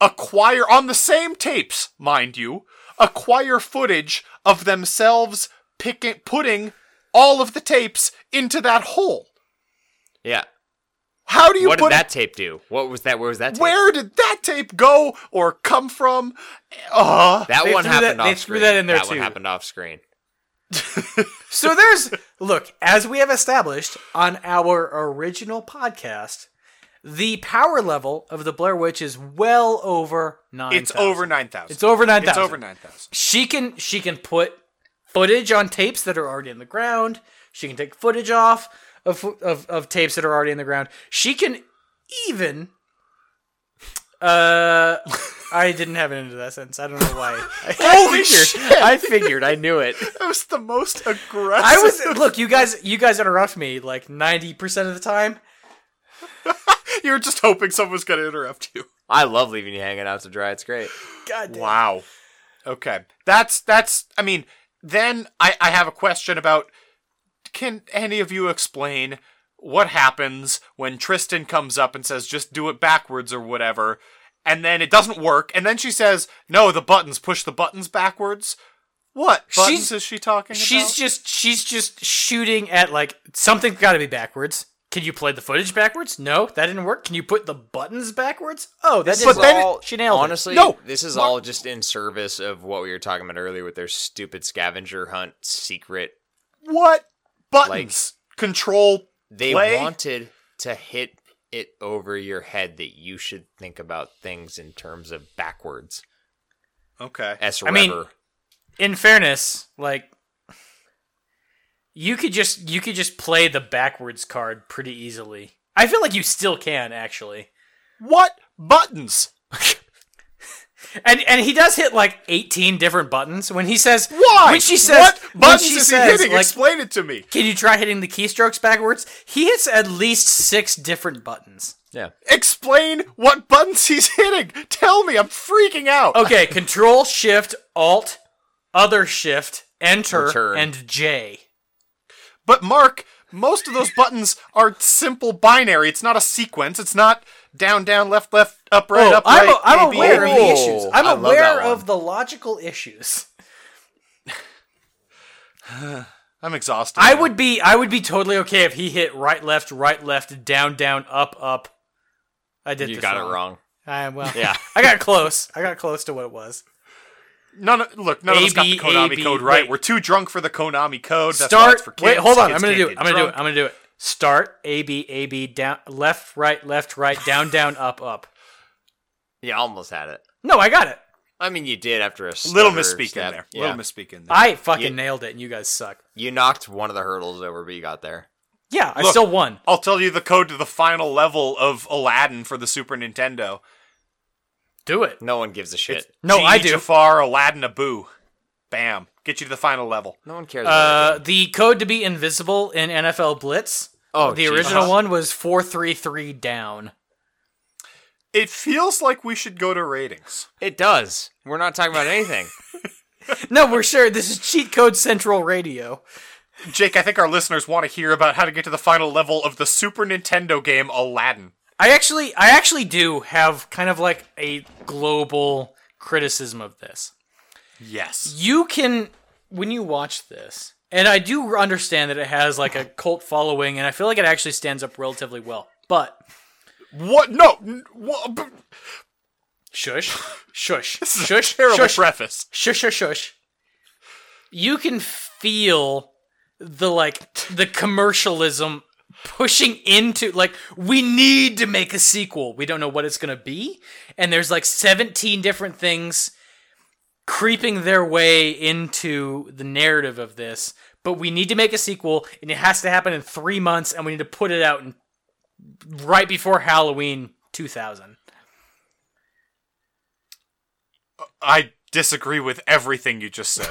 [SPEAKER 2] acquire on the same tapes, mind you, acquire footage of themselves picking putting all of the tapes into that hole.
[SPEAKER 3] Yeah.
[SPEAKER 2] How do you
[SPEAKER 3] what did
[SPEAKER 2] put
[SPEAKER 3] that tape do? What was that? Where was that? Tape?
[SPEAKER 2] where did that tape go or come from? Uh,
[SPEAKER 3] that
[SPEAKER 1] They
[SPEAKER 3] one
[SPEAKER 1] threw that-
[SPEAKER 3] happened
[SPEAKER 1] they
[SPEAKER 3] off
[SPEAKER 1] threw
[SPEAKER 3] screen.
[SPEAKER 1] that in there
[SPEAKER 3] one
[SPEAKER 1] too.
[SPEAKER 3] happened off screen.
[SPEAKER 1] So there's Look, as we have established on our original podcast, the power level of the Blair Witch is well over nine.
[SPEAKER 2] It's over nine thousand.
[SPEAKER 1] It's over nine
[SPEAKER 2] It's
[SPEAKER 1] thousand.
[SPEAKER 2] over nine thousand.
[SPEAKER 1] She can she can put footage on tapes that are already in the ground. She can take footage off of of, of tapes that are already in the ground. She can even. Uh, I didn't have it into that sentence. I don't know why.
[SPEAKER 3] Holy shit! I figured. I knew it.
[SPEAKER 2] That was the most aggressive.
[SPEAKER 1] I was look, you guys, you guys interrupt me like ninety percent of the time.
[SPEAKER 2] you were just hoping someone was going to interrupt you.
[SPEAKER 3] I love leaving you hanging out to dry. It's great.
[SPEAKER 1] God damn.
[SPEAKER 2] Wow. Okay. That's that's I mean, then I, I have a question about can any of you explain what happens when Tristan comes up and says just do it backwards or whatever and then it doesn't work and then she says no the buttons push the buttons backwards what buttons
[SPEAKER 1] She's-
[SPEAKER 2] is she talking
[SPEAKER 1] She's
[SPEAKER 2] about?
[SPEAKER 1] just she's just shooting at like something's got to be backwards. Can you play the footage backwards? No, that didn't work. Can you put the buttons backwards? Oh, that
[SPEAKER 3] This
[SPEAKER 1] didn't
[SPEAKER 3] is
[SPEAKER 2] But then it-
[SPEAKER 1] work.
[SPEAKER 3] all,
[SPEAKER 1] she nailed it.
[SPEAKER 3] honestly,
[SPEAKER 2] No.
[SPEAKER 3] this is
[SPEAKER 2] Mar-
[SPEAKER 3] all just in service of what we were talking about earlier with their stupid scavenger hunt secret.
[SPEAKER 2] what buttons control
[SPEAKER 3] They
[SPEAKER 2] Play-
[SPEAKER 3] wanted to hit it over your head that you should think about things in terms of backwards.
[SPEAKER 2] okay
[SPEAKER 3] S
[SPEAKER 1] I mean-
[SPEAKER 3] Rever.
[SPEAKER 1] In fairness, like you could just you could just play the backwards card pretty easily. I feel like you still can actually.
[SPEAKER 2] what buttons
[SPEAKER 1] And and he does hit like 18 different buttons when he says
[SPEAKER 2] why
[SPEAKER 1] when she says
[SPEAKER 2] what
[SPEAKER 1] when
[SPEAKER 2] buttons
[SPEAKER 1] she
[SPEAKER 2] is
[SPEAKER 1] says,
[SPEAKER 2] he hitting
[SPEAKER 1] like,
[SPEAKER 2] explain it to me
[SPEAKER 1] Can you try hitting the keystrokes backwards? He hits at least six different buttons.
[SPEAKER 3] Yeah.
[SPEAKER 2] Explain what buttons he's hitting. Tell me, I'm freaking out.
[SPEAKER 1] Okay, Control Shift Alt Other Shift Enter
[SPEAKER 3] Return.
[SPEAKER 1] and J.
[SPEAKER 2] But Mark, most of those buttons are simple binary. It's not a sequence. It's not down, down, left, left, up, right, up,
[SPEAKER 1] Oh, I'm,
[SPEAKER 2] right.
[SPEAKER 1] I'm
[SPEAKER 2] A, B,
[SPEAKER 1] aware
[SPEAKER 2] A,
[SPEAKER 1] of
[SPEAKER 2] B.
[SPEAKER 1] the issues. I'm
[SPEAKER 3] I love
[SPEAKER 1] aware
[SPEAKER 3] that one.
[SPEAKER 1] of the logical issues.
[SPEAKER 2] I'm exhausted.
[SPEAKER 1] I would be I would be totally okay if he hit right left right left down down up up. I did.
[SPEAKER 3] You
[SPEAKER 1] this
[SPEAKER 3] got it wrong.
[SPEAKER 1] I, well,
[SPEAKER 3] Yeah.
[SPEAKER 1] I got close. I got close to what it was.
[SPEAKER 2] none. Of, look, none of
[SPEAKER 1] A,
[SPEAKER 2] us got
[SPEAKER 1] B,
[SPEAKER 2] the Konami
[SPEAKER 1] A, B,
[SPEAKER 2] code right.
[SPEAKER 1] wait.
[SPEAKER 2] We're too drunk for the Konami code. That's why
[SPEAKER 1] Start.
[SPEAKER 2] it's for kids.
[SPEAKER 1] Wait, hold on.
[SPEAKER 2] Kids
[SPEAKER 1] I'm gonna
[SPEAKER 2] can't
[SPEAKER 1] do it.
[SPEAKER 2] get
[SPEAKER 1] I'm gonna do it.
[SPEAKER 2] drunk.
[SPEAKER 1] I'm gonna do it. Start A B A B down left right left right down down up up.
[SPEAKER 3] You almost had it.
[SPEAKER 1] No, I got it.
[SPEAKER 3] I mean, you did after a
[SPEAKER 2] Little
[SPEAKER 3] stutter
[SPEAKER 2] misspeak in
[SPEAKER 3] step.
[SPEAKER 2] there.
[SPEAKER 3] Yeah.
[SPEAKER 2] Little misspeak in there.
[SPEAKER 1] I fucking
[SPEAKER 3] Yeah.
[SPEAKER 1] nailed it, and you guys suck.
[SPEAKER 3] you knocked one of the hurdles over, but you got there.
[SPEAKER 1] Yeah, I
[SPEAKER 2] Look.
[SPEAKER 1] still won.
[SPEAKER 2] I'll tell you the code to the final level of Aladdin for the Super Nintendo.
[SPEAKER 1] Do it.
[SPEAKER 3] No one gives a shit.
[SPEAKER 1] No,
[SPEAKER 2] Genie,
[SPEAKER 1] I do.
[SPEAKER 2] Jafar, Aladdin, Abu. Bam. Get you to the final level.
[SPEAKER 3] no one cares. about
[SPEAKER 1] Uh, the code to be invisible in NFL Blitz.
[SPEAKER 3] Oh,
[SPEAKER 1] the
[SPEAKER 3] Jesus.
[SPEAKER 1] original one was four three three down.
[SPEAKER 2] It feels like we should go to ratings.
[SPEAKER 3] it. it does. We're not talking about anything.
[SPEAKER 1] No, we're sure this is cheat code central radio.
[SPEAKER 2] Jake, I think our listeners want to hear about how to get to the final level of the Super Nintendo game Aladdin.
[SPEAKER 1] I actually, I actually do have kind of like a global criticism of this.
[SPEAKER 2] Yes.
[SPEAKER 1] you can when you watch this and i do understand that it has like a cult following and i feel like it actually stands up relatively well but
[SPEAKER 2] What? No. n- wha- b-
[SPEAKER 1] shush shush
[SPEAKER 2] This is a
[SPEAKER 1] shush
[SPEAKER 2] terrible
[SPEAKER 1] shush,
[SPEAKER 2] preface.
[SPEAKER 1] shush shush shush you can feel the like the commercialism pushing into like we need to make a sequel we don't know what it's going to be and there's like 17 different things creeping their way into the narrative of this but we need to make a sequel and it has to happen in 3 months and we need to put it out in, right before Halloween 2000
[SPEAKER 2] I disagree with everything you just said.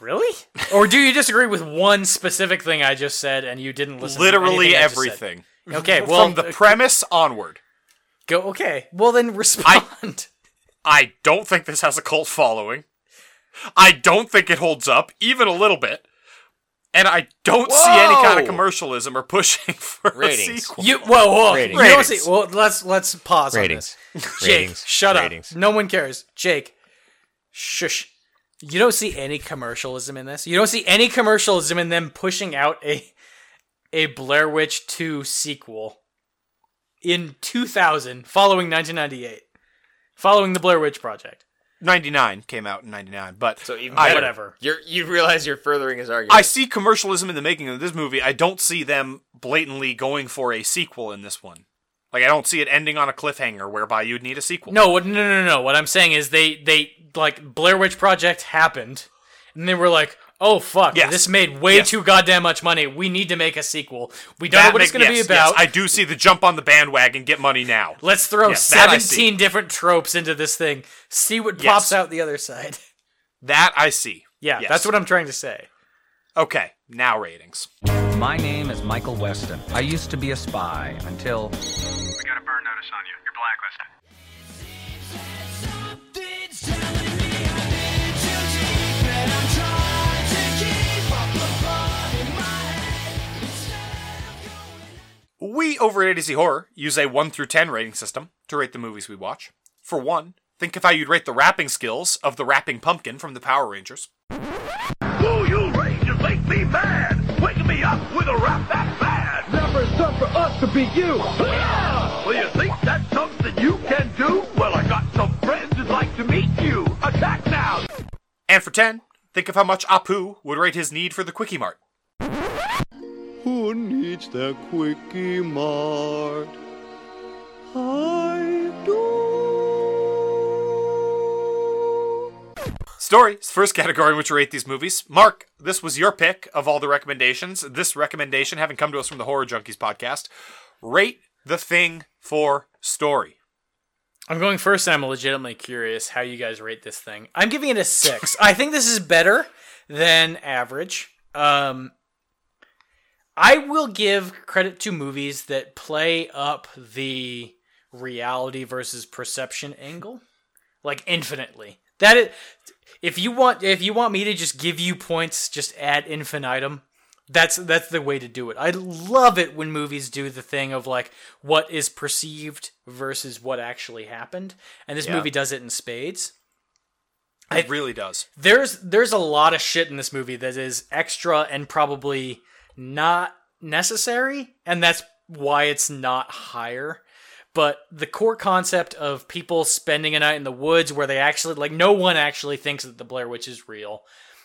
[SPEAKER 1] Really? or do you disagree with one specific thing I just said and you didn't listen? to
[SPEAKER 2] Literally
[SPEAKER 1] anything I just said?
[SPEAKER 2] everything.
[SPEAKER 1] Okay, well,
[SPEAKER 2] From the
[SPEAKER 1] uh,
[SPEAKER 2] premise onward.
[SPEAKER 1] go. Okay, well then respond.
[SPEAKER 2] I don't think this has a cult following. I don't think it holds up, even a little bit. And I don't see any kind of
[SPEAKER 3] Whoa.
[SPEAKER 2] commercialism or pushing for a
[SPEAKER 3] Ratings.
[SPEAKER 2] sequel.
[SPEAKER 1] you whoa whoa.
[SPEAKER 3] Ratings.
[SPEAKER 1] You don't
[SPEAKER 2] Ratings.
[SPEAKER 1] see- well, let's let's pause
[SPEAKER 3] Ratings.
[SPEAKER 1] on this. Jake,
[SPEAKER 3] Ratings.
[SPEAKER 1] shut up.
[SPEAKER 3] Ratings.
[SPEAKER 1] No one cares. Jake, shush. You don't see any commercialism in this. You don't see any commercialism in them pushing out a a Blair Witch 2 sequel in 2000 following 1998 following the Blair Witch project.
[SPEAKER 2] 99 came out in 99, but
[SPEAKER 3] So even
[SPEAKER 2] I-
[SPEAKER 3] better.
[SPEAKER 1] whatever.
[SPEAKER 3] You're, you realize you're furthering his argument.
[SPEAKER 2] I see commercialism in the making of this movie. I don't see them blatantly going for a sequel in this one. Like I don't see it ending on a cliffhanger whereby you'd need a sequel.
[SPEAKER 1] No, what, no, no, no, no. What I'm saying is they they like Blair Witch Project happened, and they were like, "Oh fuck,
[SPEAKER 2] Yes.
[SPEAKER 1] this made way
[SPEAKER 2] Yes.
[SPEAKER 1] too goddamn much money. We need to make a sequel. We don't
[SPEAKER 2] That
[SPEAKER 1] know what it's
[SPEAKER 2] make-
[SPEAKER 1] going to
[SPEAKER 2] yes,
[SPEAKER 1] be about.
[SPEAKER 2] yes, I do see the jump on the bandwagon, get money now.
[SPEAKER 1] Let's throw
[SPEAKER 2] Yes, that I see.
[SPEAKER 1] 17 different tropes into this thing. See what
[SPEAKER 2] Yes.
[SPEAKER 1] pops out the other side."
[SPEAKER 2] That I see.
[SPEAKER 1] Yeah,
[SPEAKER 2] Yes.
[SPEAKER 1] that's what I'm trying to say.
[SPEAKER 2] Okay, now ratings.
[SPEAKER 4] My name is Michael Weston. I used to be a spy until
[SPEAKER 5] We got a burn notice on you. You're blacklisted.
[SPEAKER 6] Something's telling me I need to keep it. I'm trying to keep up the thought in my head instead of going.
[SPEAKER 2] We over at A to Z Horror use a 1 through 10 rating system to rate the movies we watch. For 1, think of how you'd rate the rapping skills of the rapping pumpkin from the Power Rangers.
[SPEAKER 7] Who you raise you make me mad. Wake me up with a rap that bad. Never it's time for us to beat you. Well, you think that's something you can do? Well, I got some friends who'd like to meet you. Attack now.
[SPEAKER 2] And for 10, think of how much Apu would rate his need for the Quickie Mart.
[SPEAKER 8] Who needs the quickie mart? I do.
[SPEAKER 2] Stories, first category in which we rate these movies. Mark, this was your pick of all the recommendations. This recommendation, having come to us from the Horror Junkies podcast, rate the thing for story.
[SPEAKER 1] I'm going first, and I'm legitimately curious how you guys rate this thing. I'm giving it a six. I think this is better than average. Um, I will give credit to movies that play up the reality versus perception angle, like infinitely. That it, if you want, if you want me to just give you points, just ad infinitum. That's that's the way to do it. I love it when movies do the thing of like what is perceived versus what actually happened, and this movie does it in spades
[SPEAKER 2] It really does.
[SPEAKER 1] there's there's a lot of shit in this movie that is extra and probably not necessary and that's why it's not higher but the core concept of people spending a night in the woods where they actually like no one actually thinks that the blair witch is real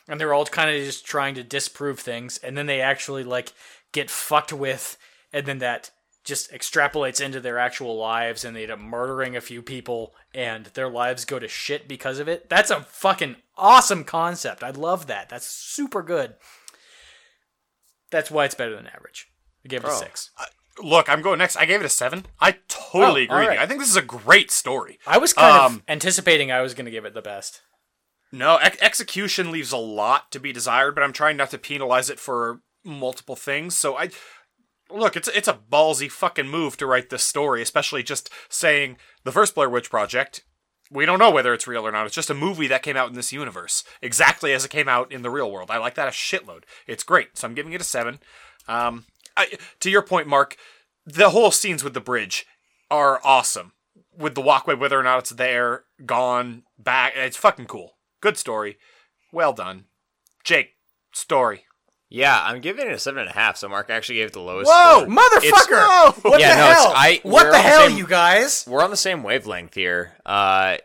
[SPEAKER 1] and they're all kind of just trying to disprove things and then they actually like get fucked with and then that just extrapolates into their actual lives and they end up murdering a few people and their lives go to shit because of it that's a fucking awesome concept i love that that's super good that's why it's better than average i gave it a six
[SPEAKER 2] Look, I'm going next. I gave it a seven. I totally
[SPEAKER 1] Oh,
[SPEAKER 2] agree. with
[SPEAKER 1] alright.
[SPEAKER 2] you. I think this is a great story.
[SPEAKER 1] i was kind of
[SPEAKER 2] Um,
[SPEAKER 1] anticipating i was going to give it the best
[SPEAKER 2] No, ex- execution leaves a lot to be desired, but I'm trying not to penalize it for multiple things. So I look, it's it's a ballsy fucking move to write this story, especially just saying the first Blair Witch Project. We don't know whether it's real or not. It's just a movie that came out in this universe, exactly as it came out in the real world. I like that a shitload. It's great, so I'm giving it a seven. Um, I, to your point, Mark, the whole scenes with the bridge are awesome. With the walkway, whether or not it's there, gone, back, it's fucking cool. Good story. Well done. Jake, story.
[SPEAKER 3] yeah, I'm giving it a seven and a half. So Mark actually gave it the lowest.
[SPEAKER 2] Whoa!
[SPEAKER 3] score.
[SPEAKER 1] motherfucker what
[SPEAKER 3] Yeah,
[SPEAKER 1] the
[SPEAKER 3] no, it's-
[SPEAKER 1] hell
[SPEAKER 3] I-
[SPEAKER 1] what
[SPEAKER 3] we're
[SPEAKER 1] the
[SPEAKER 3] on the
[SPEAKER 1] hell
[SPEAKER 3] same-
[SPEAKER 1] you guys
[SPEAKER 3] we're on the same wavelength here. Uh,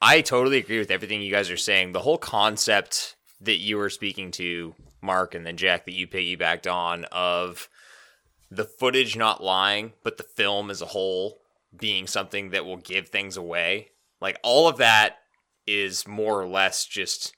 [SPEAKER 3] I totally agree with everything you guys are saying. The whole concept that you were speaking to, Mark, and then Jack, that you piggybacked on of the footage not lying, but the film as a whole being something that will give things away. Like all of that is more or less just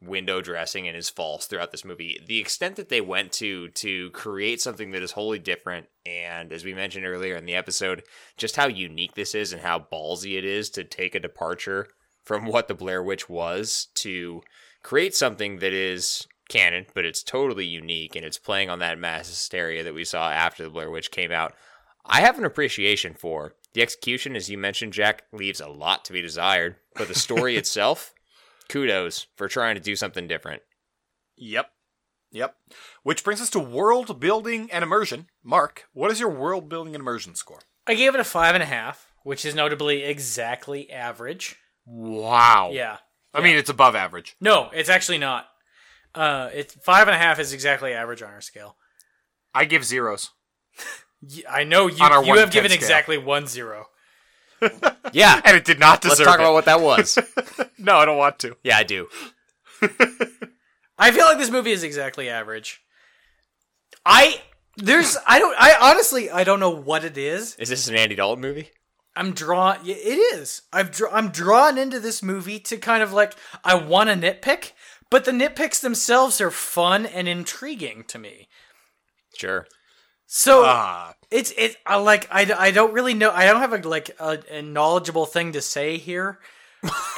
[SPEAKER 3] window dressing and is false throughout this movie. The extent that they went to to create something that is wholly different, and as we mentioned earlier in the episode, just how unique this is and how ballsy it is to take a departure from what the Blair Witch was to create something that is canon, but it's totally unique and it's playing on that mass hysteria that we saw after the Blair Witch came out. I have an appreciation for the execution, as you mentioned, Jack, leaves a lot to be desired, but the story itself kudos for trying to do something different.
[SPEAKER 2] Yep. Yep. Which brings us to world building and immersion. Mark, what is your world building and immersion score?
[SPEAKER 1] i gave it a five and a half which is notably exactly average
[SPEAKER 2] Wow.
[SPEAKER 1] yeah
[SPEAKER 2] I mean, it's above average.
[SPEAKER 1] No, it's actually not. Uh, it's five and a half is exactly average on our scale.
[SPEAKER 2] I give zeros.
[SPEAKER 1] Y- I know you.
[SPEAKER 2] On our
[SPEAKER 1] You have
[SPEAKER 2] 1-10
[SPEAKER 1] given
[SPEAKER 2] scale.
[SPEAKER 1] exactly one zero.
[SPEAKER 3] Yeah.
[SPEAKER 2] and it did not
[SPEAKER 3] Let's
[SPEAKER 2] deserve
[SPEAKER 3] talk
[SPEAKER 2] it.
[SPEAKER 3] about what that was.
[SPEAKER 2] no, I don't want to.
[SPEAKER 3] yeah, I do.
[SPEAKER 1] I feel like this movie is exactly average. I there's I don't I honestly I don't know what it is.
[SPEAKER 3] Is this an Andy Dalton movie?
[SPEAKER 1] I'm drawn. y- It is. I've dr- I'm drawn into this movie to kind of like I want to nitpick, but the nitpicks themselves are fun and intriguing to me.
[SPEAKER 3] Sure.
[SPEAKER 1] So
[SPEAKER 2] Ah,
[SPEAKER 1] it's it. I like I, d- I don't really know. I don't have a like a, a knowledgeable thing to say here,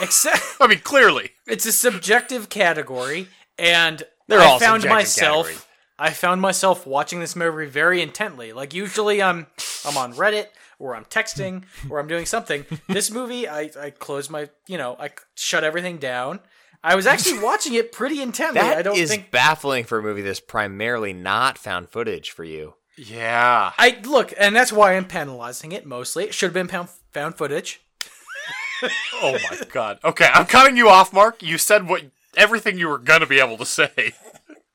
[SPEAKER 1] except
[SPEAKER 2] I mean, clearly.
[SPEAKER 1] it's a subjective category, and
[SPEAKER 3] They're
[SPEAKER 1] I
[SPEAKER 3] all
[SPEAKER 1] found
[SPEAKER 3] subjective
[SPEAKER 1] myself.
[SPEAKER 3] categories.
[SPEAKER 1] I found myself watching this movie very intently. Like usually, I'm I'm on Reddit or I'm texting or I'm doing something. This movie, I I closed my you know I shut everything down. I was actually watching it pretty intently.
[SPEAKER 3] That is
[SPEAKER 1] I don't think
[SPEAKER 3] baffling for a movie that's primarily not found footage for you.
[SPEAKER 2] Yeah.
[SPEAKER 1] I look, and that's why I'm penalizing it mostly. It should have been found, found footage.
[SPEAKER 2] Oh my god. Okay, I'm cutting you off, Mark. You said what everything you were gonna be able to say.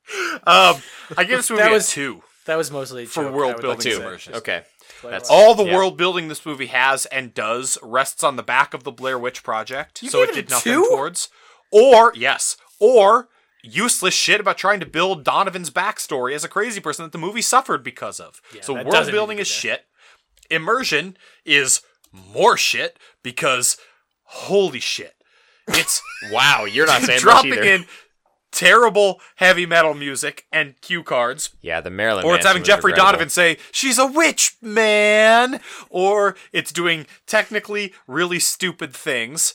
[SPEAKER 2] um, I give this movie
[SPEAKER 1] That
[SPEAKER 2] a
[SPEAKER 1] was-
[SPEAKER 2] two
[SPEAKER 1] That was mostly a
[SPEAKER 2] for
[SPEAKER 1] joke, I
[SPEAKER 2] world
[SPEAKER 1] would
[SPEAKER 2] building
[SPEAKER 1] like to say.
[SPEAKER 2] immersion.
[SPEAKER 3] Okay. That's
[SPEAKER 2] All the
[SPEAKER 3] yeah.
[SPEAKER 2] world building this movie has and does rests on the back of the Blair Witch Project, so
[SPEAKER 1] gave it
[SPEAKER 2] it
[SPEAKER 1] a
[SPEAKER 2] did nothing
[SPEAKER 1] two?
[SPEAKER 2] towards. Or yes, or useless shit about trying to build Donovan's backstory as a crazy person that the movie suffered because of. so
[SPEAKER 1] that
[SPEAKER 2] world
[SPEAKER 1] doesn't
[SPEAKER 2] building
[SPEAKER 1] need
[SPEAKER 2] is
[SPEAKER 1] to be
[SPEAKER 2] shit. Immersion is more shit because holy shit. It's
[SPEAKER 3] Wow, you're not saying much
[SPEAKER 2] dropping
[SPEAKER 3] either.
[SPEAKER 2] in terrible heavy metal music and cue cards
[SPEAKER 3] Yeah, the Maryland.
[SPEAKER 2] or it's
[SPEAKER 3] Manson
[SPEAKER 2] having
[SPEAKER 3] was
[SPEAKER 2] Jeffrey
[SPEAKER 3] regrettable.
[SPEAKER 2] Donovan say, she's a witch, man. Or it's doing technically really stupid things.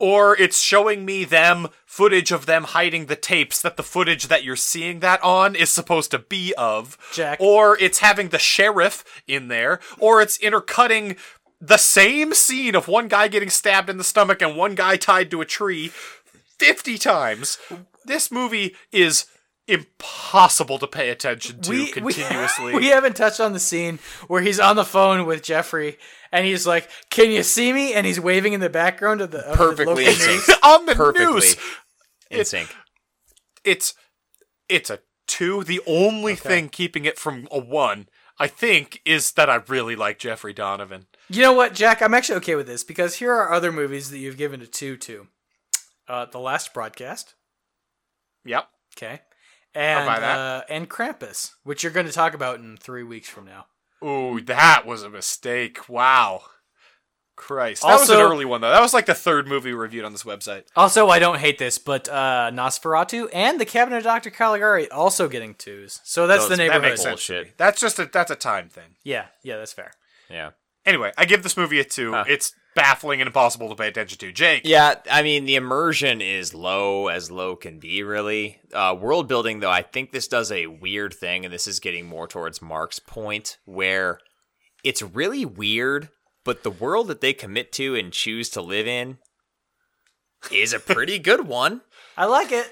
[SPEAKER 2] Or it's showing me them footage of them hiding the tapes that the footage that you're seeing that on is supposed to be of.
[SPEAKER 1] Jack.
[SPEAKER 2] Or it's having the sheriff in there. Or it's intercutting the same scene of one guy getting stabbed in the stomach and one guy tied to a tree 50 times. This movie is impossible to pay attention to continuously.
[SPEAKER 1] We, haven't touched on the scene where he's on the phone with Jeffrey and he's like, "Can you see me?" and he's waving in the background of the of
[SPEAKER 3] Perfectly
[SPEAKER 1] The
[SPEAKER 3] in
[SPEAKER 1] local news.
[SPEAKER 3] sync.
[SPEAKER 2] on the
[SPEAKER 3] Perfectly
[SPEAKER 2] news.
[SPEAKER 3] in sync.
[SPEAKER 2] It's it's a 2. The only thing keeping it from a 1, I think, is that I really like Jeffrey Donovan.
[SPEAKER 1] you know what, Jack? I'm actually okay with this because here are other movies that you've given a two to. Uh, the Last Broadcast,
[SPEAKER 2] Yep.
[SPEAKER 1] okay, and
[SPEAKER 2] buy that.
[SPEAKER 1] uh, and Krampus, which you're going to talk about in three weeks from now.
[SPEAKER 2] Ooh,
[SPEAKER 1] Mm.
[SPEAKER 2] that was a mistake. Wow. Christ. That was
[SPEAKER 1] Also-
[SPEAKER 2] an early one though. That was like the third movie we reviewed on this website.
[SPEAKER 1] Also, I don't hate this, but uh, Nosferatu and The Cabinet of Dr. Caligari also getting twos. So that's the
[SPEAKER 2] Those-
[SPEAKER 1] neighborhood.
[SPEAKER 2] That makes sense. to
[SPEAKER 3] Bullshit.
[SPEAKER 2] me. That's just a that's a time thing.
[SPEAKER 1] Yeah, yeah, that's fair.
[SPEAKER 3] Yeah.
[SPEAKER 2] Anyway, I give this movie a 2. It's baffling and impossible to pay attention to. Jake.
[SPEAKER 3] Yeah, I mean the immersion is low as low can be, really. Uh, world building, though, I think this does a weird thing, and this is getting more towards Mark's point, where it's really weird, but the world that they commit to and choose to live in is a pretty good one.
[SPEAKER 1] I like it.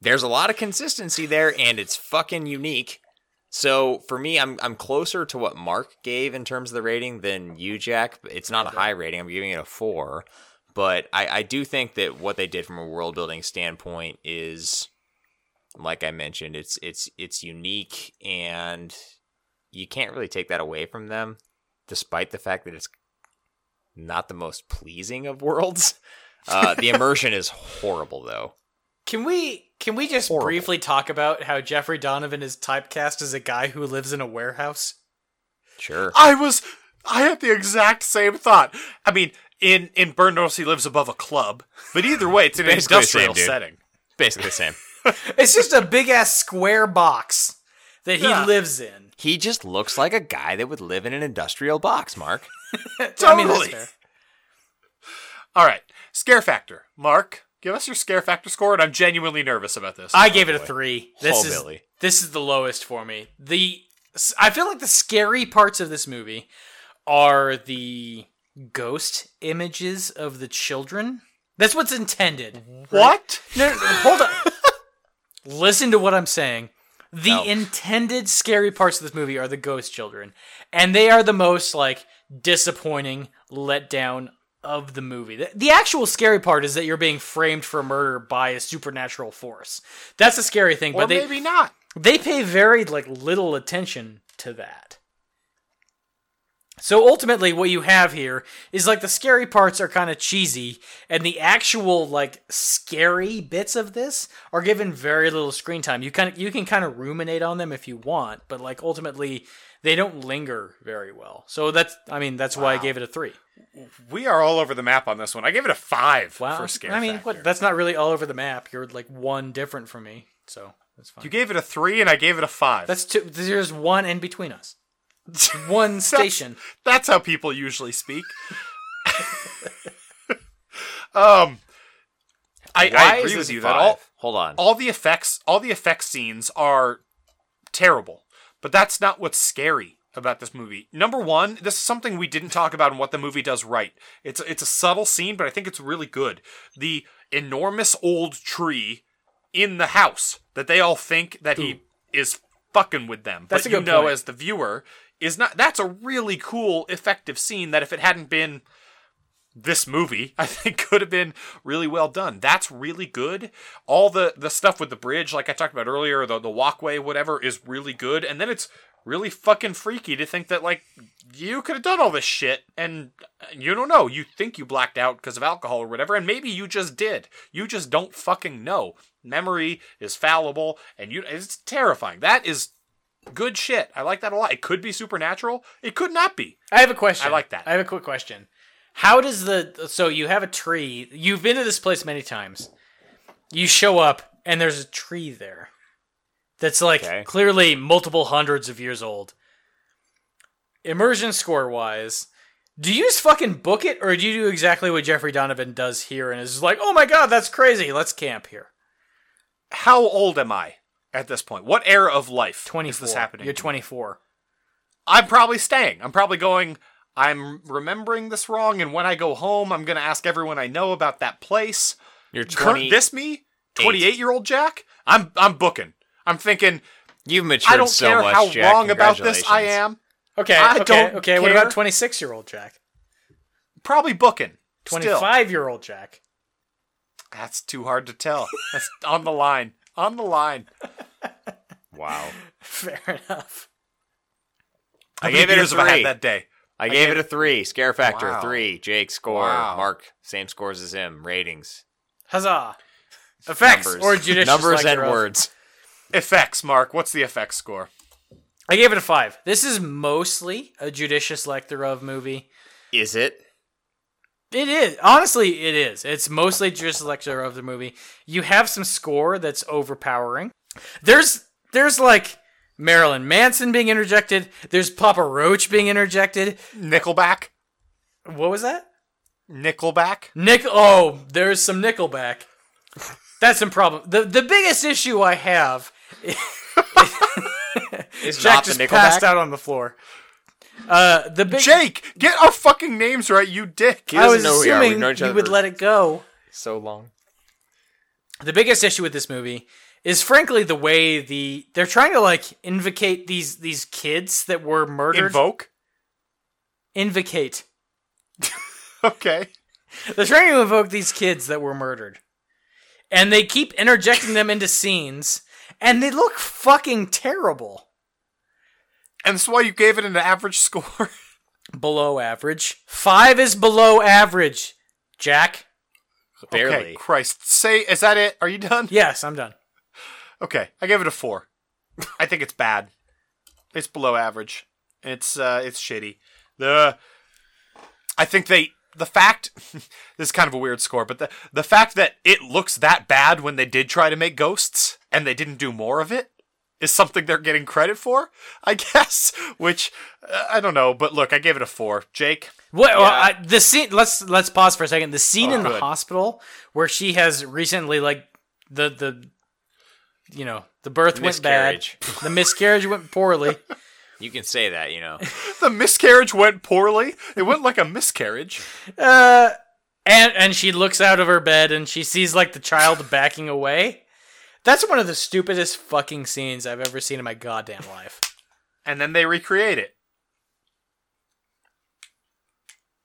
[SPEAKER 3] There's a lot of consistency there, and it's fucking unique. So for me, I'm I'm closer to what Mark gave in terms of the rating than you, Jack. It's not a high rating. I'm giving it a four, but I, I do think that what they did from a world building standpoint is, like I mentioned, it's it's it's unique, and you can't really take that away from them, despite the fact that it's not the most pleasing of worlds. Uh, the immersion is horrible, though.
[SPEAKER 1] Can we can we just
[SPEAKER 3] Horrible.
[SPEAKER 1] briefly talk about how Jeffrey Donovan is typecast as a guy who lives in a warehouse?
[SPEAKER 3] Sure.
[SPEAKER 2] I was I had the exact same thought. I mean, in in Burn Notice he lives above a club, but either way, it's in an
[SPEAKER 3] Basically the same
[SPEAKER 2] industrial
[SPEAKER 3] dude.
[SPEAKER 2] setting.
[SPEAKER 3] basically the same.
[SPEAKER 1] It's just a big ass square box that he
[SPEAKER 2] Yeah.
[SPEAKER 1] lives in.
[SPEAKER 3] He just looks like a guy that would live in an industrial box, Mark.
[SPEAKER 1] I mean, that's
[SPEAKER 2] Totally.
[SPEAKER 1] fair.
[SPEAKER 2] All right, scare factor. Mark, give us your scare factor score, and I'm genuinely nervous about this.
[SPEAKER 1] I gave it a three. This is
[SPEAKER 3] Hillbilly.
[SPEAKER 1] this is the lowest for me. The s- I feel like the scary parts of this movie are the ghost images of the children. That's what's intended.
[SPEAKER 2] what?
[SPEAKER 1] No, no, no, hold on. Listen to what I'm saying. The
[SPEAKER 3] No.
[SPEAKER 1] intended scary parts of this movie are the ghost children, and they are the most like disappointing letdown of the movie. The, the actual scary part is that you're being framed for murder by a supernatural force. That's a scary thing,
[SPEAKER 2] Or
[SPEAKER 1] but they
[SPEAKER 2] maybe not.
[SPEAKER 1] they pay very like little attention to that. So ultimately, what you have here is like the scary parts are kind of cheesy, and the actual like scary bits of this are given very little screen time. You kind of you can kind of ruminate on them if you want, but like ultimately, they don't linger very well. So that's I mean that's why I gave it a three.
[SPEAKER 2] We are all over the map on this one. I gave it a five
[SPEAKER 1] Wow,
[SPEAKER 2] for scare.
[SPEAKER 1] I mean
[SPEAKER 2] factor.
[SPEAKER 1] what? That's not really all over the map. You're like one different from me, so that's fine.
[SPEAKER 2] You gave it a three, and I gave it a five.
[SPEAKER 1] that's two. There's one in between us. One station.
[SPEAKER 2] That's how people usually speak. um, I, I agree with you that all Oh,
[SPEAKER 3] Hold on.
[SPEAKER 2] all the effects all the effect scenes are terrible, but that's not what's scary about this movie. Number one, this is something we didn't talk about in what the movie does right. It's it's a subtle scene, but I think it's really good. The enormous old tree in the house that they all think that he is fucking with them.
[SPEAKER 1] That's
[SPEAKER 2] but
[SPEAKER 1] a
[SPEAKER 2] you
[SPEAKER 1] good
[SPEAKER 2] know
[SPEAKER 1] point.
[SPEAKER 2] as the viewer is not that's a really cool effective scene that if it hadn't been this movie I think could have been really well done. That's really good. All the the stuff with the bridge like I talked about earlier, the the walkway whatever is really good and then it's really fucking freaky to think that like you could have done all this shit and uh, you don't know. You think you blacked out because of alcohol or whatever and maybe you just did. You just don't fucking know. Memory is fallible and you it's terrifying. That is good shit. I like that a lot. It could be supernatural. It could not be.
[SPEAKER 1] I have a question.
[SPEAKER 2] I like that.
[SPEAKER 1] I have a quick question. How does the so you have a tree? You've been to this place many times. You show up and there's a tree there that's like
[SPEAKER 3] Okay.
[SPEAKER 1] clearly multiple hundreds of years old. Immersion score wise, do you just fucking book it or do you do exactly what Jeffrey Donovan does here and is like, "Oh my god, that's crazy. Let's camp here."
[SPEAKER 2] How old am I at this point? What era of life
[SPEAKER 1] 24.
[SPEAKER 2] is this happening?
[SPEAKER 1] You're 24.
[SPEAKER 2] I'm probably staying. I'm probably going. I'm remembering this wrong, and when I go home, I'm gonna ask everyone I know about that place.
[SPEAKER 3] You're
[SPEAKER 2] Cur-
[SPEAKER 3] 20.
[SPEAKER 2] this me, 28 year old Jack. I'm I'm booking. I'm thinking.
[SPEAKER 3] You've matured
[SPEAKER 2] I don't
[SPEAKER 3] so
[SPEAKER 2] care
[SPEAKER 3] much,
[SPEAKER 2] how
[SPEAKER 3] Jack.
[SPEAKER 2] wrong about this I
[SPEAKER 3] Congratulations.
[SPEAKER 2] am.
[SPEAKER 1] Okay,
[SPEAKER 2] I
[SPEAKER 1] okay,
[SPEAKER 2] don't
[SPEAKER 1] okay. What about
[SPEAKER 2] care.
[SPEAKER 1] 26-year-old Jack?
[SPEAKER 2] Probably booking. Still.
[SPEAKER 1] 25-year-old Jack?
[SPEAKER 2] That's too hard to tell. That's on the line. On the line.
[SPEAKER 3] Wow.
[SPEAKER 1] Fair enough.
[SPEAKER 2] I
[SPEAKER 3] gave it a three.
[SPEAKER 2] that day.
[SPEAKER 3] I gave it a three. Scare factor
[SPEAKER 2] Wow.
[SPEAKER 3] three. Jake score.
[SPEAKER 2] Wow.
[SPEAKER 3] Mark same scores as him. Ratings.
[SPEAKER 1] Huzzah! Effects
[SPEAKER 3] numbers.
[SPEAKER 1] or judicious
[SPEAKER 3] numbers
[SPEAKER 1] like
[SPEAKER 3] and
[SPEAKER 1] your own.
[SPEAKER 3] words.
[SPEAKER 2] Effects, Mark. What's the effects score?
[SPEAKER 1] I gave it a five. This is mostly a judicious like thereof movie.
[SPEAKER 3] Is it?
[SPEAKER 1] It is honestly, it is. It's mostly judicious like thereof the movie. You have some score that's overpowering. There's there's like Marilyn Manson being interjected. There's Papa Roach being interjected.
[SPEAKER 2] Nickelback.
[SPEAKER 1] What was that?
[SPEAKER 2] Nickelback.
[SPEAKER 1] Nick. Oh, there's some Nickelback. That's some problem. the The biggest issue I have
[SPEAKER 3] It's
[SPEAKER 1] Jack
[SPEAKER 3] not
[SPEAKER 1] just
[SPEAKER 3] the Nickelback.
[SPEAKER 1] passed out on the floor. Uh, the big.
[SPEAKER 2] Jake, get our fucking names right, you dick.
[SPEAKER 1] I was
[SPEAKER 3] know who we are. We've
[SPEAKER 1] assuming
[SPEAKER 3] known each
[SPEAKER 1] you
[SPEAKER 3] other
[SPEAKER 1] would
[SPEAKER 3] for-
[SPEAKER 1] let it go.
[SPEAKER 3] So long.
[SPEAKER 1] The biggest issue with this movie is, frankly, the way the they're trying to like invocate these these kids that were murdered.
[SPEAKER 2] Invoke.
[SPEAKER 1] invocate.
[SPEAKER 2] Okay.
[SPEAKER 1] They're trying to invoke these kids that were murdered, and they keep interjecting them into scenes, and they look fucking terrible.
[SPEAKER 2] And that's why you gave it an average score.
[SPEAKER 1] Below average. Five is below average. Jack.
[SPEAKER 3] Barely.
[SPEAKER 2] Okay, Christ. Say, is that it? Are you done?
[SPEAKER 1] Yes, I'm done.
[SPEAKER 2] Okay, I gave it a four. I think it's bad. It's below average. It's uh, it's shitty. The I think they the fact this is kind of a weird score, but the the fact that it looks that bad when they did try to make ghosts and they didn't do more of it is something they're getting credit for, I guess. Which uh, I don't know, but look, I gave it a four. Jake,
[SPEAKER 1] What well, I, the scene? Let's let's pause for a second. The scene in the
[SPEAKER 2] Oh, good.
[SPEAKER 1] hospital where she has recently like the the you know the birth went bad,
[SPEAKER 3] Miscarriage.
[SPEAKER 1] the miscarriage went poorly.
[SPEAKER 3] You can say that, you know.
[SPEAKER 2] the miscarriage went poorly. It went like a miscarriage.
[SPEAKER 1] Uh, and and she looks out of her bed and she sees like the child backing away. That's one of the stupidest fucking scenes I've ever seen in my goddamn life.
[SPEAKER 2] And then they recreate it.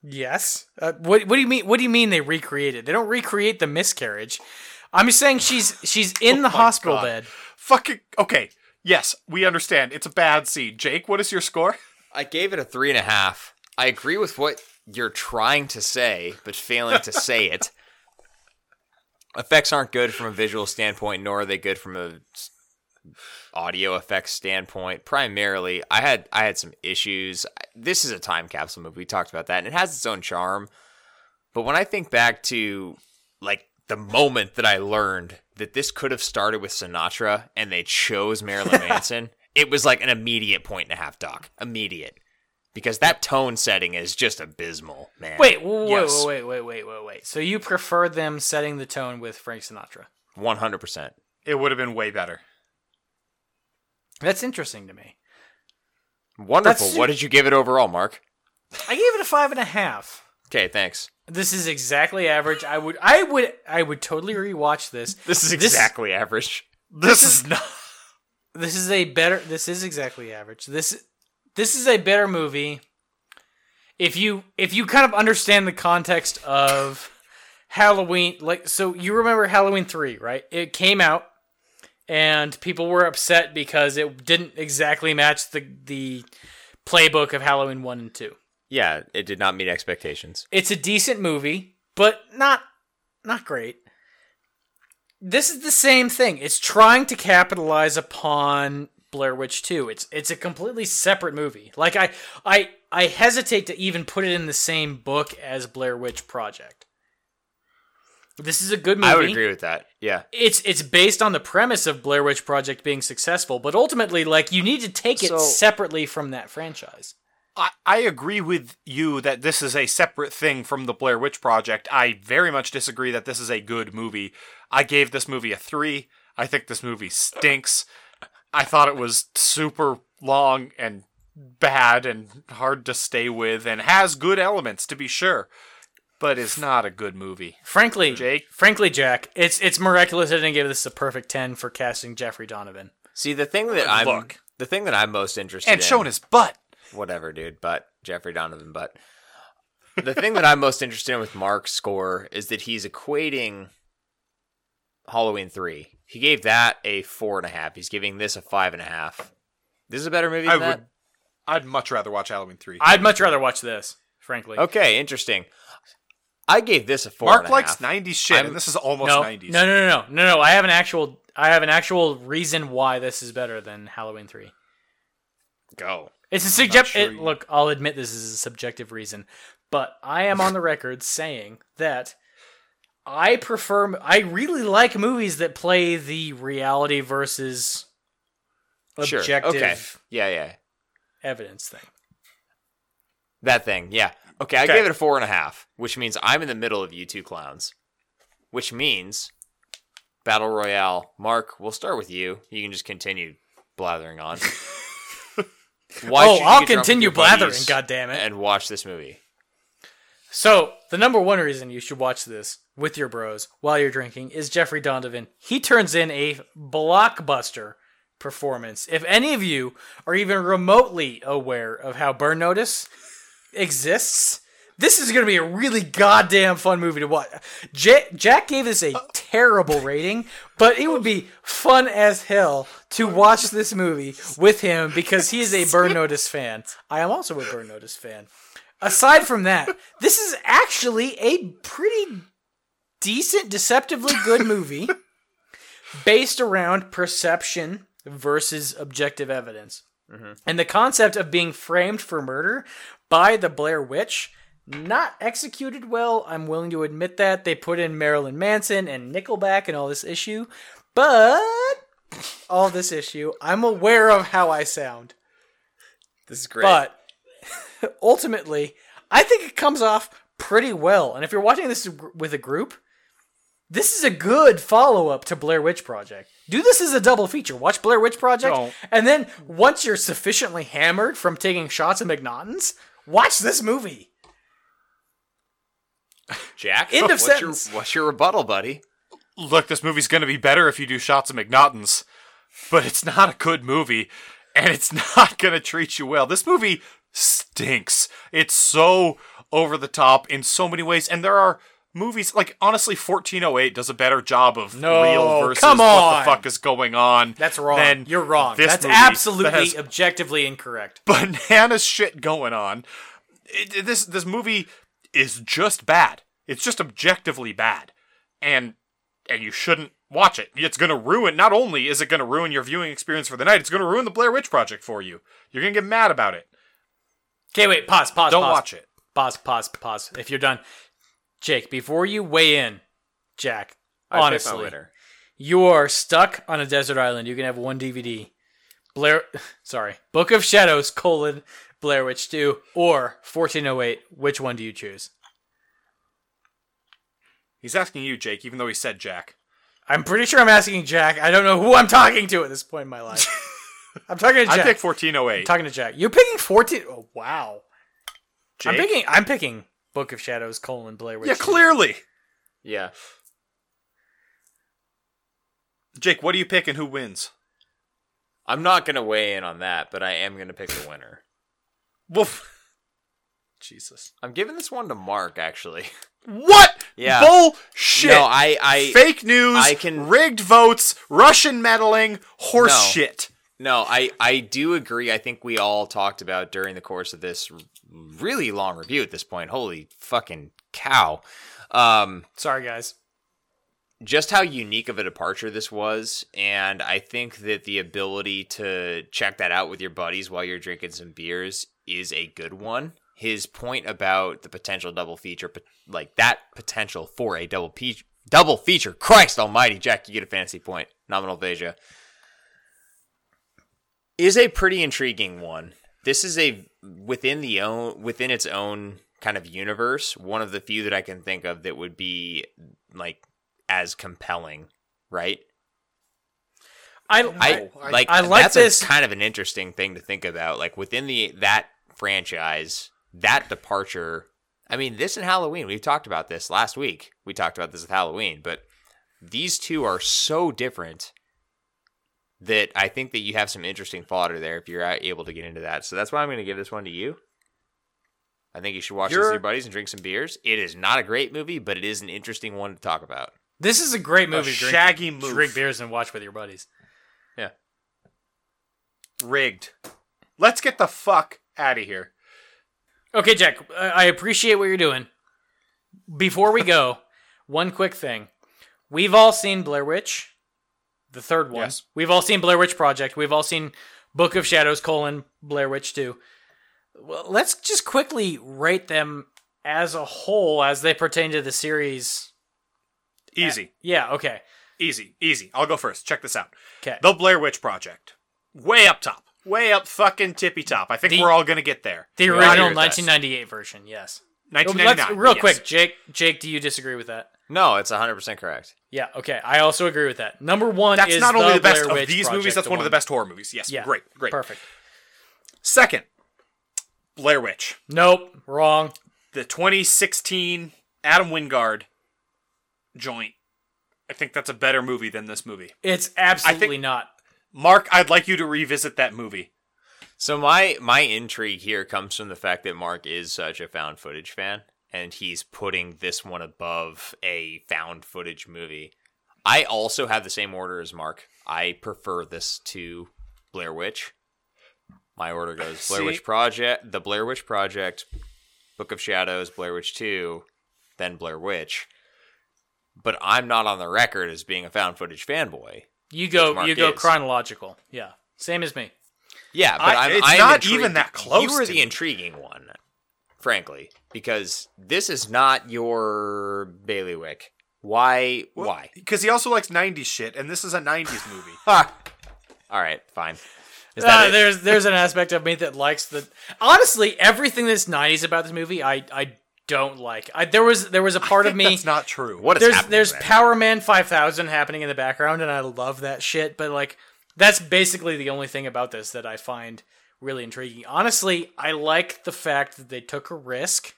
[SPEAKER 1] Yes. Uh, what What do you mean? What do you mean they recreate it? They don't recreate the miscarriage. I'm just saying she's she's in the hospital
[SPEAKER 2] Oh God.
[SPEAKER 1] bed.
[SPEAKER 2] Fucking okay. Yes, we understand. It's a bad scene. Jake, what is your score?
[SPEAKER 3] I gave it a three and a half. I agree with what you're trying to say, but failing to say it. Effects aren't good from a visual standpoint, nor are they good from a s- audio effects standpoint. Primarily, I had I had some issues. This is a time capsule movie. We talked about that, and it has its own charm. But when I think back to like the moment that I learned that this could have started with Sinatra and they chose Marilyn Manson, it was like an immediate point and a half doc. Immediate. Because that tone setting is just abysmal, man.
[SPEAKER 1] Wait, wait,
[SPEAKER 2] Yes.
[SPEAKER 1] wait, wait, wait, wait, wait. So you prefer them setting the tone with Frank Sinatra?
[SPEAKER 3] 100%.
[SPEAKER 2] It would have been way better.
[SPEAKER 1] That's interesting to me.
[SPEAKER 3] Wonderful.
[SPEAKER 1] That's-
[SPEAKER 3] what did you give it overall, Mark?
[SPEAKER 1] I gave it a five and a half.
[SPEAKER 3] Okay, thanks.
[SPEAKER 1] This is exactly average. I would, I would, I would totally rewatch this.
[SPEAKER 3] This is exactly average.
[SPEAKER 2] This, is not.
[SPEAKER 1] This is a better. This is exactly average. This, this is a better movie. If you, if you kind of understand the context of Halloween, like, so you remember Halloween three, right? It came out, and people were upset because it didn't exactly match the the playbook of Halloween one and two.
[SPEAKER 3] Yeah, it did not meet expectations.
[SPEAKER 1] It's a decent movie, but not not great. This is the same thing. It's trying to capitalize upon Blair Witch 2. It's it's a completely separate movie. Like I I I hesitate to even put it in the same book as Blair Witch Project. This is a good movie
[SPEAKER 3] I would agree with that. Yeah.
[SPEAKER 1] it's it's based on the premise of Blair Witch Project being successful, but ultimately, like you need to take it
[SPEAKER 2] So-
[SPEAKER 1] separately from that franchise.
[SPEAKER 2] I, I agree with you that this is a separate thing from the Blair Witch Project. I very much disagree that this is a good movie. I gave this movie a three. I think this movie stinks. I thought it was super long and bad and hard to stay with and has good elements, to be sure, but is not a good movie.
[SPEAKER 1] Frankly,
[SPEAKER 3] Hmm.
[SPEAKER 2] Jake?
[SPEAKER 1] frankly, Jack, it's it's miraculous I didn't give this a perfect ten for casting Jeffrey Donovan.
[SPEAKER 3] See, the thing that I'm
[SPEAKER 2] Look.
[SPEAKER 3] the thing that I'm most interested
[SPEAKER 2] And
[SPEAKER 3] in
[SPEAKER 2] showing his butt.
[SPEAKER 3] whatever, dude. But Jeffrey Donovan, but the thing that I'm most interested in with Mark's score is that he's equating Halloween three. He gave that a four and a half. He's giving this a five and a half. This is a better movie. Than
[SPEAKER 2] I
[SPEAKER 3] that?
[SPEAKER 2] would. I'd much rather watch Halloween 3.
[SPEAKER 1] I'd much rather watch this, frankly.
[SPEAKER 3] Okay, interesting. I gave this a four.
[SPEAKER 2] Mark
[SPEAKER 3] and a
[SPEAKER 2] likes
[SPEAKER 3] half.
[SPEAKER 2] 90s shit,
[SPEAKER 3] I'm-
[SPEAKER 2] and this is almost
[SPEAKER 1] No, no,
[SPEAKER 2] 90s.
[SPEAKER 1] no, no, no, no, no. I have an actual, I have an actual reason why this is better than Halloween three.
[SPEAKER 3] Go.
[SPEAKER 1] It's a subjective.
[SPEAKER 2] sure you-
[SPEAKER 1] Look, I'll admit this is a subjective reason, but I am on the record saying that I prefer. I really like movies that play the reality versus
[SPEAKER 3] Sure.
[SPEAKER 1] objective
[SPEAKER 3] Okay. Yeah, yeah.
[SPEAKER 1] evidence thing.
[SPEAKER 3] That thing. Yeah. Okay, I
[SPEAKER 2] Okay.
[SPEAKER 3] gave it a four and a half, which means I'm in the middle of you two clowns. Which means Battle Royale. Mark, we'll start with you. You can just continue blathering on. Why
[SPEAKER 1] Oh, I'll
[SPEAKER 3] should you get drunk with
[SPEAKER 1] continue
[SPEAKER 3] your
[SPEAKER 1] blathering,
[SPEAKER 3] buddies
[SPEAKER 1] goddammit.
[SPEAKER 3] And watch this movie.
[SPEAKER 1] So the number one reason you should watch this with your bros while you're drinking is Jeffrey Donovan. He turns in a blockbuster performance. If any of you are even remotely aware of how Burn Notice exists, this is going to be a really goddamn fun movie to watch. Ja- Jack gave this a terrible rating, but it would be fun as hell to watch this movie with him because he is a Burn Notice fan. I am also a Burn Notice fan. Aside from that, this is actually a pretty decent, deceptively good movie based around perception versus objective evidence. And the concept of being framed for murder by the Blair Witch, not executed well. I'm willing to admit that. They put in Marilyn Manson and Nickelback and all this issue, but all this issue, I'm aware of how I sound.
[SPEAKER 3] This is great.
[SPEAKER 1] But ultimately, I think it comes off pretty well. And if you're watching this with a group, this is a good follow up to Blair Witch Project. Do this as a double feature. Watch Blair Witch Project,
[SPEAKER 2] Don't.
[SPEAKER 1] and then once you're sufficiently hammered from taking shots of McNaughton's, watch this movie.
[SPEAKER 3] Jack,
[SPEAKER 1] End of
[SPEAKER 3] what's
[SPEAKER 1] sentence.
[SPEAKER 3] Your, what's your rebuttal, buddy?
[SPEAKER 2] look, this movie's going to be better if you do shots of McNaughton's, but it's not a good movie, and it's not going to treat you well. This movie stinks. It's so over the top in so many ways, and there are movies like honestly 1408 does a better job of
[SPEAKER 1] No,
[SPEAKER 2] real versus
[SPEAKER 1] come
[SPEAKER 2] what
[SPEAKER 1] on.
[SPEAKER 2] the fuck is going on
[SPEAKER 1] That's wrong.
[SPEAKER 2] than
[SPEAKER 1] you're wrong.
[SPEAKER 2] this
[SPEAKER 1] That's
[SPEAKER 2] movie that
[SPEAKER 1] absolutely
[SPEAKER 2] has
[SPEAKER 1] objectively incorrect.
[SPEAKER 2] bananas shit going on. it, this this movie is just bad. It's just objectively bad, and and you shouldn't watch it. It's going to ruin. Not only is it going to ruin your viewing experience for the night, it's going to ruin the Blair Witch Project for you. You're going to get mad about it.
[SPEAKER 1] Okay, wait, pause, pause.
[SPEAKER 2] Don't
[SPEAKER 1] pause.
[SPEAKER 2] watch it.
[SPEAKER 1] Pause, pause, pause. If you're done, Jake, before you weigh in, Jack,
[SPEAKER 3] I picked my
[SPEAKER 1] honestly,
[SPEAKER 3] winner.
[SPEAKER 1] you are stuck on a desert island. You can have one DVD. Blair, sorry, Book of Shadows colon Blair Witch Two or 1408. Which one do you choose?
[SPEAKER 2] He's asking you, Jake, even though he said Jack.
[SPEAKER 1] I'm pretty sure I'm asking Jack. I don't know who I'm talking to at this point in my life. I'm talking to Jack.
[SPEAKER 2] I pick 1408.
[SPEAKER 1] talking to Jack. You're picking 14. Oh, wow.
[SPEAKER 2] Jake?
[SPEAKER 1] I'm picking. I'm picking Book of Shadows colon Blair Witch.
[SPEAKER 2] Yeah,
[SPEAKER 1] Two.
[SPEAKER 2] clearly.
[SPEAKER 3] Yeah.
[SPEAKER 2] Jake, what do you pick and who wins?
[SPEAKER 3] I'm not going to weigh in on that, but I am going to pick the winner.
[SPEAKER 2] Woof. Jesus.
[SPEAKER 3] I'm giving this one to Mark, actually.
[SPEAKER 2] What?
[SPEAKER 3] Yeah.
[SPEAKER 2] Bullshit.
[SPEAKER 3] No, I- I-
[SPEAKER 2] fake news.
[SPEAKER 3] I can-
[SPEAKER 2] rigged votes. Russian meddling. Horse
[SPEAKER 3] No.
[SPEAKER 2] shit.
[SPEAKER 3] No, I, I do agree. I think we all talked about during the course of this r- really long review at this point. Holy fucking cow. Um,
[SPEAKER 1] Sorry, guys.
[SPEAKER 3] just how unique of a departure this was. And I think that the ability to check that out with your buddies while you're drinking some beers is a good one. His point about the potential double feature, pot- like that potential for a double pe- double feature, Christ almighty, Jack, you get a fantasy point. Nominal Veja is a pretty intriguing one. This is a within the own within its own kind of universe, one of the few that I can think of that would be like as compelling, right?
[SPEAKER 1] I,
[SPEAKER 3] I
[SPEAKER 1] I-
[SPEAKER 3] like
[SPEAKER 1] I like
[SPEAKER 3] that's
[SPEAKER 1] this.
[SPEAKER 3] A kind of an interesting thing to think about. Like within the that franchise, that departure. I mean, this and Halloween. We talked about this last week. We talked about this with Halloween, but these two are so different that I think that you have some interesting fodder there if you're a- able to get into that. So that's why I'm going to give this one to you. I think you should watch this
[SPEAKER 2] You're-
[SPEAKER 3] with your buddies and drink some beers. It is not a great movie, but it is an interesting one to talk about.
[SPEAKER 1] This is a great movie. to drink-
[SPEAKER 2] shaggy
[SPEAKER 1] to
[SPEAKER 2] move.
[SPEAKER 1] Drink beers and watch with your buddies.
[SPEAKER 2] Rigged. Let's get the fuck out of here.
[SPEAKER 1] Okay, Jack. I I appreciate what you're doing. Before we go, one quick thing. We've all seen Blair Witch, the third one.
[SPEAKER 2] Yes.
[SPEAKER 1] We've all seen Blair Witch Project. We've all seen Book of Shadows: colon Blair Witch Two. Well, let's just quickly rate them as a whole as they pertain to the series.
[SPEAKER 2] Easy.
[SPEAKER 1] Yeah. Okay.
[SPEAKER 2] Easy. Easy. I'll go first. Check this out.
[SPEAKER 1] 'Kay.
[SPEAKER 2] The Blair Witch Project. Way up top. Way up fucking tippy top. I think
[SPEAKER 1] The-
[SPEAKER 2] we're all going to get there.
[SPEAKER 1] The
[SPEAKER 3] I agree
[SPEAKER 1] original
[SPEAKER 3] with that.
[SPEAKER 1] 1998 version. Yes. Let's-
[SPEAKER 2] 1999.
[SPEAKER 1] real
[SPEAKER 2] yes.
[SPEAKER 1] quick, Jake. Jake, do you disagree with that?
[SPEAKER 3] No, it's 100% correct.
[SPEAKER 1] Yeah, okay. I also agree with that. Number one
[SPEAKER 2] That's
[SPEAKER 1] is
[SPEAKER 2] not only the, best
[SPEAKER 1] Blair
[SPEAKER 2] of
[SPEAKER 1] Witch
[SPEAKER 2] these
[SPEAKER 1] Project,
[SPEAKER 2] movies, that's one of the best horror movies. Yes.
[SPEAKER 1] Yeah,
[SPEAKER 2] Great. Great.
[SPEAKER 1] Perfect.
[SPEAKER 2] Second, Blair Witch.
[SPEAKER 1] Nope, wrong.
[SPEAKER 2] the 2016 Adam Wingard joint. I think that's a better movie than this movie.
[SPEAKER 1] It's absolutely not.
[SPEAKER 2] Mark, I'd like you to revisit that movie.
[SPEAKER 3] So my my intrigue here comes from the fact that Mark is such a found footage fan, and he's putting this one above a found footage movie. I also have the same order as Mark. I prefer this to Blair Witch. My order goes Blair
[SPEAKER 2] See?
[SPEAKER 3] Witch Project, The Blair Witch Project, Book of Shadows, Blair Witch 2, then Blair Witch. But I'm not on the record as being a found footage fanboy.
[SPEAKER 1] You go
[SPEAKER 3] Mark
[SPEAKER 1] you go
[SPEAKER 3] is.
[SPEAKER 1] chronological. Yeah. Same as me.
[SPEAKER 3] Yeah, but
[SPEAKER 2] I-
[SPEAKER 3] I, am
[SPEAKER 2] it's
[SPEAKER 3] I'm
[SPEAKER 2] not
[SPEAKER 3] intrigued.
[SPEAKER 2] even that close
[SPEAKER 3] You were
[SPEAKER 2] to
[SPEAKER 3] the
[SPEAKER 2] me.
[SPEAKER 3] intriguing one, frankly, because this is not your bailiwick. Why? Why?
[SPEAKER 2] Because he also likes 90s shit, and this is a 90s movie.
[SPEAKER 3] Ha! All right, fine. Is
[SPEAKER 1] Ah,
[SPEAKER 3] that it?
[SPEAKER 1] there's there's an aspect of me that likes the honestly, everything that's nineties about this movie I I don't like. I there was there was a part
[SPEAKER 2] I
[SPEAKER 1] of
[SPEAKER 2] think
[SPEAKER 1] me
[SPEAKER 2] That's not true.
[SPEAKER 3] What is
[SPEAKER 1] there's
[SPEAKER 3] happening
[SPEAKER 1] there's
[SPEAKER 3] right now?
[SPEAKER 1] Power Man five thousand happening in the background and I love that shit, but like that's basically the only thing about this that I find really intriguing. Honestly, I like the fact that they took a risk.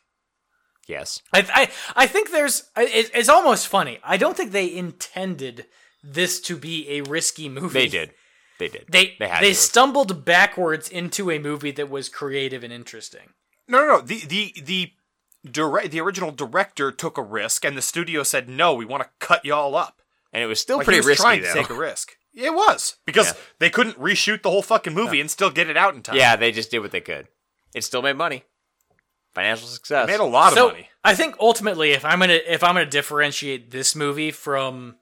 [SPEAKER 3] Yes.
[SPEAKER 1] I I, I think there's I- it, it's almost funny. I don't think they intended this to be a risky movie.
[SPEAKER 3] They did. They did.
[SPEAKER 1] They
[SPEAKER 3] They had
[SPEAKER 1] they
[SPEAKER 3] to.
[SPEAKER 1] stumbled backwards into a movie that was creative and interesting.
[SPEAKER 2] No, no, no. The the the direct the original director took a risk, and the studio said no. We want to cut y'all up.
[SPEAKER 3] and it was still
[SPEAKER 2] Like, he
[SPEAKER 3] pretty
[SPEAKER 2] was
[SPEAKER 3] risky
[SPEAKER 2] trying
[SPEAKER 3] though.
[SPEAKER 2] to take a risk. It was because
[SPEAKER 3] Yeah.
[SPEAKER 2] they couldn't reshoot the whole fucking movie and still get it out in time.
[SPEAKER 3] yeah, they just did what they could. It still made money. Financial success.
[SPEAKER 2] Made a lot
[SPEAKER 1] so
[SPEAKER 2] of money.
[SPEAKER 1] I think ultimately, if I'm gonna if I'm gonna differentiate this movie from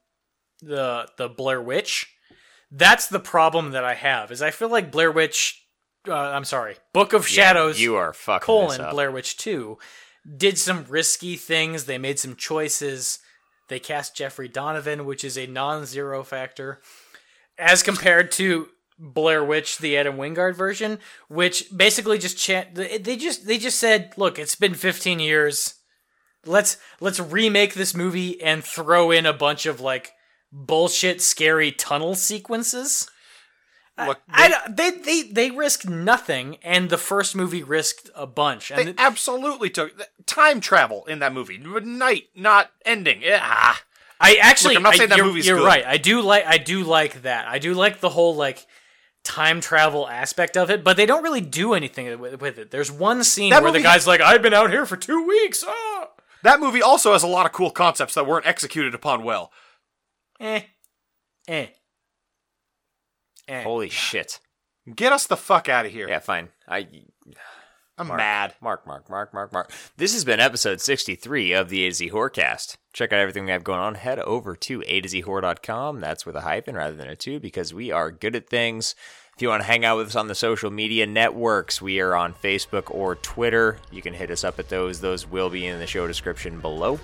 [SPEAKER 1] the the Blair Witch, that's the problem that I have. Is I feel like Blair Witch, uh, I'm sorry, Book of
[SPEAKER 3] Yeah,
[SPEAKER 1] Shadows,
[SPEAKER 3] You are fucking this
[SPEAKER 1] colon
[SPEAKER 3] up.
[SPEAKER 1] Blair Witch Two, did some risky things. They made some choices. They cast Jeffrey Donovan, which is a non-zero factor, as compared to Blair Witch, the Adam Wingard version, which basically just chan- they they just they just said, look, it's been 15 years. Let's let's remake this movie and throw in a bunch of like bullshit scary tunnel sequences.
[SPEAKER 2] Look, they,
[SPEAKER 1] I don't- they they they risk nothing and the first movie risked a bunch. And
[SPEAKER 2] they
[SPEAKER 1] th-
[SPEAKER 2] absolutely took time travel in that movie. Night not ending. Ah.
[SPEAKER 1] I actually,
[SPEAKER 2] Look, I'm not
[SPEAKER 1] I-
[SPEAKER 2] saying that
[SPEAKER 1] you're,
[SPEAKER 2] movie's
[SPEAKER 1] you're
[SPEAKER 2] good.
[SPEAKER 1] right. I do like, I do like that. I do like the whole like time travel aspect of it, but they don't really do anything with, with it. There's one scene
[SPEAKER 2] That
[SPEAKER 1] where the
[SPEAKER 2] movie-
[SPEAKER 1] guy's like, "I've been out here for two weeks." Ah!
[SPEAKER 2] That movie also has a lot of cool concepts that weren't executed upon well.
[SPEAKER 1] Eh, eh, eh.
[SPEAKER 3] Holy shit.
[SPEAKER 2] Get us the fuck out of here.
[SPEAKER 3] Yeah, fine. I
[SPEAKER 2] I'm
[SPEAKER 3] Mark.
[SPEAKER 2] mad.
[SPEAKER 3] Mark, Mark, Mark, Mark, Mark. This has been episode 63 of the A to Z Horrorcast. Check out everything we have going on. Head over to A to Z Horror.com. That's with a hyphen rather than a two because we are good at things. If you want to hang out with us on the social media networks, we are on Facebook or Twitter. You can hit us up at those. Those will be in the show description below.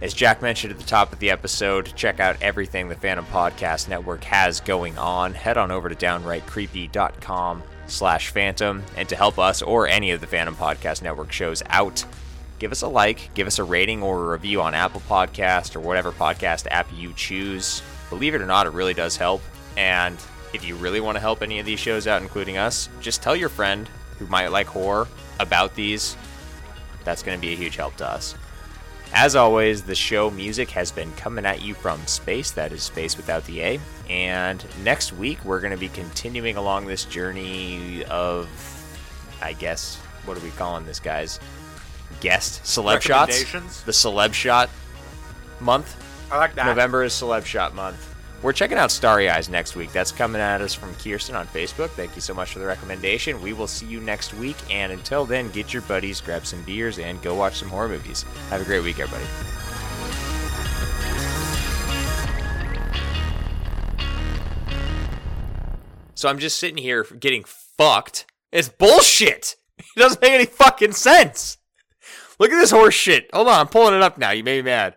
[SPEAKER 3] As Jack mentioned at the top of the episode, check out everything the Phantom Podcast Network has going on. Head on over to downrightcreepy.com slash phantom. And to help us or any of the Phantom Podcast Network shows out, give us a like, give us a rating or a review on Apple Podcast or whatever podcast app you choose. Believe it or not, it really does help. And if you really want to help any of these shows out, including us, just tell your friend who might like horror about these. That's going to be a huge help to us. As always, the show music has been coming at you from space. That is space without the A. And next week, we're going to be continuing along this journey of, I guess, what are we calling this, guys? Guest celeb shots.
[SPEAKER 2] Recommendations?
[SPEAKER 3] The celeb shot month.
[SPEAKER 2] I like that.
[SPEAKER 3] November is Celeb Shot Month. We're checking out Starry Eyes next week. That's coming at us from Kirsten on Facebook. Thank you so much for the recommendation. We will see you next week. And until then, get your buddies, grab some beers, and go watch some horror movies. Have a great week, everybody. So I'm just sitting here getting fucked. It's bullshit. It doesn't make any fucking sense. Look at this horse shit. Hold on, I'm pulling it up now. You may be mad.